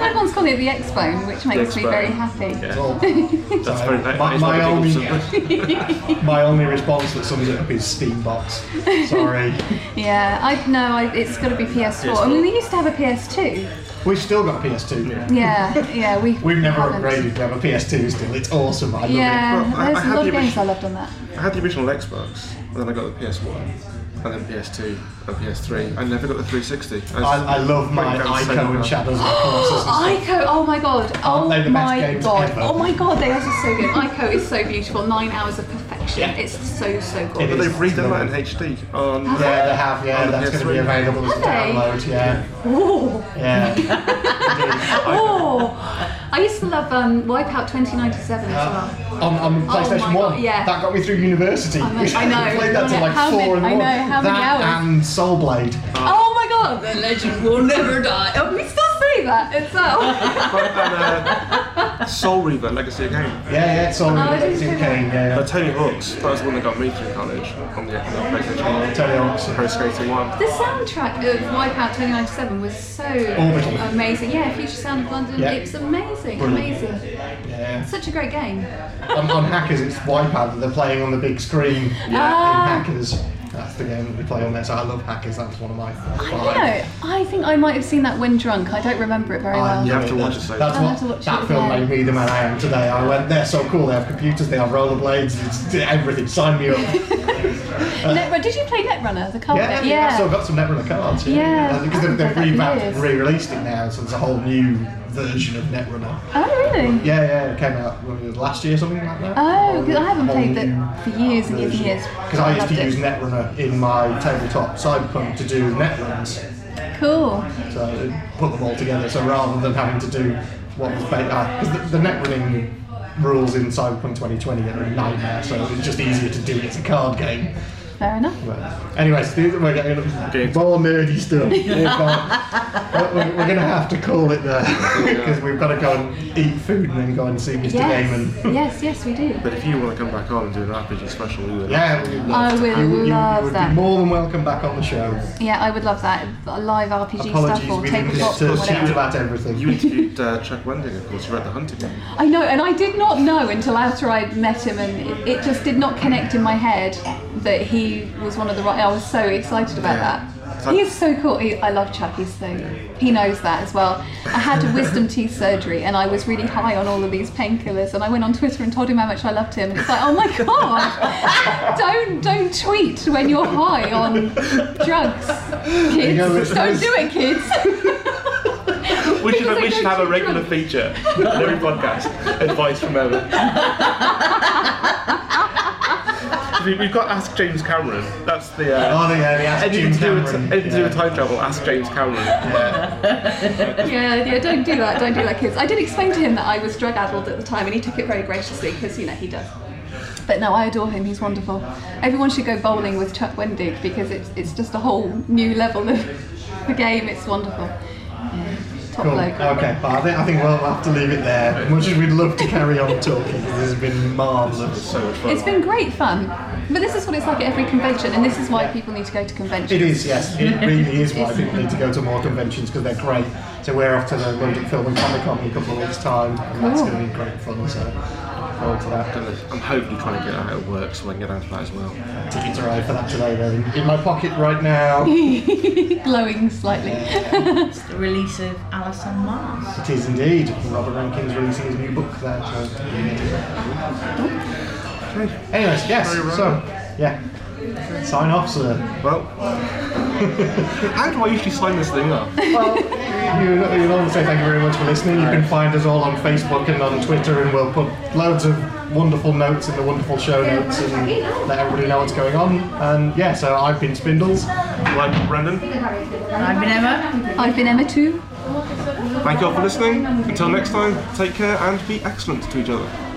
[SPEAKER 3] Everyone's calling it the X Phone, which makes me
[SPEAKER 1] Xbone.
[SPEAKER 3] very happy.
[SPEAKER 1] Yeah.
[SPEAKER 2] well,
[SPEAKER 1] That's very
[SPEAKER 2] my-
[SPEAKER 1] that,
[SPEAKER 2] my
[SPEAKER 1] that is not a
[SPEAKER 2] only-
[SPEAKER 1] big concern.
[SPEAKER 2] my only response that sums it up is Steambox. Sorry.
[SPEAKER 3] Yeah, I no, I, it's got to be PS4. I mean, we used to have a PS2.
[SPEAKER 2] We've still got a PS2.
[SPEAKER 3] Yeah, yeah, we.
[SPEAKER 2] We've never
[SPEAKER 3] haven't.
[SPEAKER 2] upgraded. We have a PS2 still. It's awesome. I love it.
[SPEAKER 3] Yeah,
[SPEAKER 1] Well, I- I
[SPEAKER 3] there's a
[SPEAKER 1] had
[SPEAKER 3] lot
[SPEAKER 1] the
[SPEAKER 3] of games
[SPEAKER 1] original-
[SPEAKER 3] I loved on that.
[SPEAKER 1] I had the original Xbox, and then I got the PS1, and then PS2, and PS3. I never got the 360. I,
[SPEAKER 2] I, I love my
[SPEAKER 1] Breakdown
[SPEAKER 2] Ico
[SPEAKER 1] Saber.
[SPEAKER 2] and Shadows of Colossus. and stuff.
[SPEAKER 3] Ico, oh my god, oh
[SPEAKER 2] they the best
[SPEAKER 3] my
[SPEAKER 2] games
[SPEAKER 3] god,
[SPEAKER 2] ever?
[SPEAKER 3] oh my god, they are just so good. Ico is so beautiful. Nine hours of perfection. It's so so
[SPEAKER 1] But
[SPEAKER 3] good.
[SPEAKER 2] is.
[SPEAKER 1] they've redone that in HD on
[SPEAKER 2] Yeah, they have.
[SPEAKER 1] On
[SPEAKER 2] Yeah,
[SPEAKER 1] the
[SPEAKER 2] that's going to be
[SPEAKER 1] PS3.
[SPEAKER 2] available as a
[SPEAKER 3] Have
[SPEAKER 2] download. Yeah.
[SPEAKER 3] Oh,
[SPEAKER 2] Yeah.
[SPEAKER 3] oh! I used to love um, Wipeout 2097 as well.
[SPEAKER 2] on, on PlayStation
[SPEAKER 3] Oh
[SPEAKER 2] 1.
[SPEAKER 3] my God, yeah.
[SPEAKER 2] That got me through university.
[SPEAKER 3] I know- I know.
[SPEAKER 2] played that till like
[SPEAKER 3] How
[SPEAKER 2] four in the
[SPEAKER 3] many-
[SPEAKER 2] morning.
[SPEAKER 3] I know, how
[SPEAKER 2] that
[SPEAKER 3] many hours?
[SPEAKER 2] and Soul Blade.
[SPEAKER 3] Oh my god, the legend will never die. Oh, we still say that itself.
[SPEAKER 1] But, uh, Soul Reaver Legacy of Game.
[SPEAKER 2] Yeah, yeah, Soul
[SPEAKER 3] I
[SPEAKER 2] Blade.
[SPEAKER 3] didn't do that.
[SPEAKER 2] Kane, yeah.
[SPEAKER 1] Uh, Tony Hawk's, that was the one that got me through college on the, on the PlayStation 1.
[SPEAKER 2] Tony Hawk's.
[SPEAKER 1] Pro Skater 1.
[SPEAKER 3] the soundtrack of Wipeout 2097 was so
[SPEAKER 2] Orbital.
[SPEAKER 3] amazing. Yeah, Future Sound of London.
[SPEAKER 2] Yeah.
[SPEAKER 3] It was amazing,
[SPEAKER 2] Brilliant.
[SPEAKER 3] amazing.
[SPEAKER 2] yeah.
[SPEAKER 3] Such a great game.
[SPEAKER 2] on, on Hackers, it's Wipeout that they're playing on the big screen.
[SPEAKER 3] Ah.
[SPEAKER 2] In Hackers. That's the game that we play on there. So I love Hackers. That's one of my
[SPEAKER 3] I don't know. I think I might have seen that when drunk. I don't remember it very well.
[SPEAKER 1] You have to
[SPEAKER 2] Yeah,
[SPEAKER 1] watch
[SPEAKER 2] that's-
[SPEAKER 1] it, so-
[SPEAKER 2] That's
[SPEAKER 3] I'll
[SPEAKER 2] what,
[SPEAKER 3] have to watch
[SPEAKER 2] that
[SPEAKER 3] it,
[SPEAKER 2] film
[SPEAKER 3] yeah.
[SPEAKER 2] made me the man I am today. I went, they're so cool. They have computers. They have rollerblades. It's everything. Sign me up.
[SPEAKER 3] Netrunner. Did you play Netrunner? The card
[SPEAKER 2] Yeah,
[SPEAKER 3] game?
[SPEAKER 2] I've still got some Netrunner cards.
[SPEAKER 3] Oh, Yeah,
[SPEAKER 2] Uh, because
[SPEAKER 3] I
[SPEAKER 2] they've,
[SPEAKER 3] haven't
[SPEAKER 2] they've
[SPEAKER 3] played that in
[SPEAKER 2] revamped
[SPEAKER 3] years.
[SPEAKER 2] and re-released it now, so there's a whole new version of Netrunner.
[SPEAKER 3] Oh, really?
[SPEAKER 2] Yeah, yeah, it came out what, last year, something like that.
[SPEAKER 3] Oh, 'cause I haven't played that for years and years and years.
[SPEAKER 2] Because I used to
[SPEAKER 3] Loved it.
[SPEAKER 2] use Netrunner in my tabletop cyberpunk to do netruns,
[SPEAKER 3] Cool.
[SPEAKER 2] so I put them all together. So rather than having to do what was because the, the netrunning rules in Cyberpunk 2020 are a nightmare, so it's just easier to do it as a card game.
[SPEAKER 3] Fair enough.
[SPEAKER 2] But anyways, these- we're getting
[SPEAKER 5] Okay.
[SPEAKER 2] more nerdy stuff. We've got- we're- we're going to have to call it there because we've got to go and eat food and then go and see Mr.
[SPEAKER 3] Yes.
[SPEAKER 2] Gaiman.
[SPEAKER 3] yes, yes, we do.
[SPEAKER 5] But if you want to come back on and do an RPG special, we would.
[SPEAKER 2] Yeah, we would love
[SPEAKER 3] I
[SPEAKER 2] to.
[SPEAKER 3] will
[SPEAKER 2] you, you
[SPEAKER 3] love
[SPEAKER 2] would
[SPEAKER 3] that.
[SPEAKER 2] be more than welcome back on the show.
[SPEAKER 3] Yeah, I would love that. Live RPG
[SPEAKER 2] Apologies,
[SPEAKER 3] stuff or
[SPEAKER 2] we didn't
[SPEAKER 3] tabletop
[SPEAKER 2] get to
[SPEAKER 3] or
[SPEAKER 2] chat
[SPEAKER 3] whatever.
[SPEAKER 2] about everything.
[SPEAKER 1] You interviewed uh, Chuck Wendig, of course, you read The Hunter Game.
[SPEAKER 3] I know, and I did not know until after I'd met him, and it, it just did not connect in my head that he was one of the right. I was so excited about
[SPEAKER 1] Yeah.
[SPEAKER 3] that. He is so cool. He, I love Chuck. He's so he knows that as well. I had a wisdom teeth surgery, and I was really high on all of these painkillers, and I went on Twitter and told him how much I loved him. It's like, oh my god, don't don't tweet when you're high on drugs,
[SPEAKER 2] you go,
[SPEAKER 3] kids.
[SPEAKER 2] it's
[SPEAKER 3] Don't
[SPEAKER 2] nice.
[SPEAKER 3] do it, kids.
[SPEAKER 1] We should,
[SPEAKER 3] Because I
[SPEAKER 1] we should
[SPEAKER 3] don't
[SPEAKER 1] have a
[SPEAKER 3] do
[SPEAKER 1] regular
[SPEAKER 3] drugs.
[SPEAKER 1] feature in every podcast. Advice from Ellen. We- We've got Ask James Cameron. That's the. Uh,
[SPEAKER 2] Oh, yeah, they asked
[SPEAKER 1] anything to
[SPEAKER 2] Jim
[SPEAKER 1] do with,
[SPEAKER 2] Cameron.
[SPEAKER 1] anything to do with
[SPEAKER 2] yeah.
[SPEAKER 1] time travel, ask James Cameron.
[SPEAKER 3] Yeah, yeah, don't do that, don't do that, kids. I did explain to him that I was drug addled at the time, and he took it very graciously because you know he does. But no, I adore him. He's wonderful. Everyone should go bowling with Chuck Wendig because it's it's just a whole new level of the game. It's wonderful. Yeah, top
[SPEAKER 2] Cool.
[SPEAKER 3] bloke.
[SPEAKER 2] Okay, well, I think, I think we'll have to leave it there. Much as we'd love to carry on talking, this has been marvellous.
[SPEAKER 1] So much fun.
[SPEAKER 3] It's been great fun, but this is what it's like at every convention, and this is why people need to go to conventions.
[SPEAKER 2] It is, yes. It really is why people need to go to more conventions because they're great. So we're off to the London Film and Comic Con in a couple of weeks' time, and that's
[SPEAKER 3] Cool.
[SPEAKER 2] going to be great fun. So look forward to that.
[SPEAKER 1] I'm hopefully trying to get out at work so I can get out of that as well.
[SPEAKER 2] Tickets arrived for that today. They're in, in my pocket right now.
[SPEAKER 3] Glowing slightly.
[SPEAKER 4] It's the release of Alice on Mars.
[SPEAKER 2] It is indeed. Robert Rankin's releasing his new book there. So. Anyways, yes.
[SPEAKER 1] Sorry, Robert.
[SPEAKER 2] So, yeah. Sign off, sir.
[SPEAKER 1] Well, how do I usually sign this thing up?
[SPEAKER 2] Well, you, you'd all say thank you very much for listening. You can find us all on Facebook and on Twitter, and we'll put loads of wonderful notes in the wonderful show notes and let everybody know what's going on. And yeah, so I've been Spindles.
[SPEAKER 1] Like Brendan,
[SPEAKER 4] I've been Emma.
[SPEAKER 3] I've been Emma too.
[SPEAKER 1] thank you all for listening. Until next time, take care and be excellent to each other.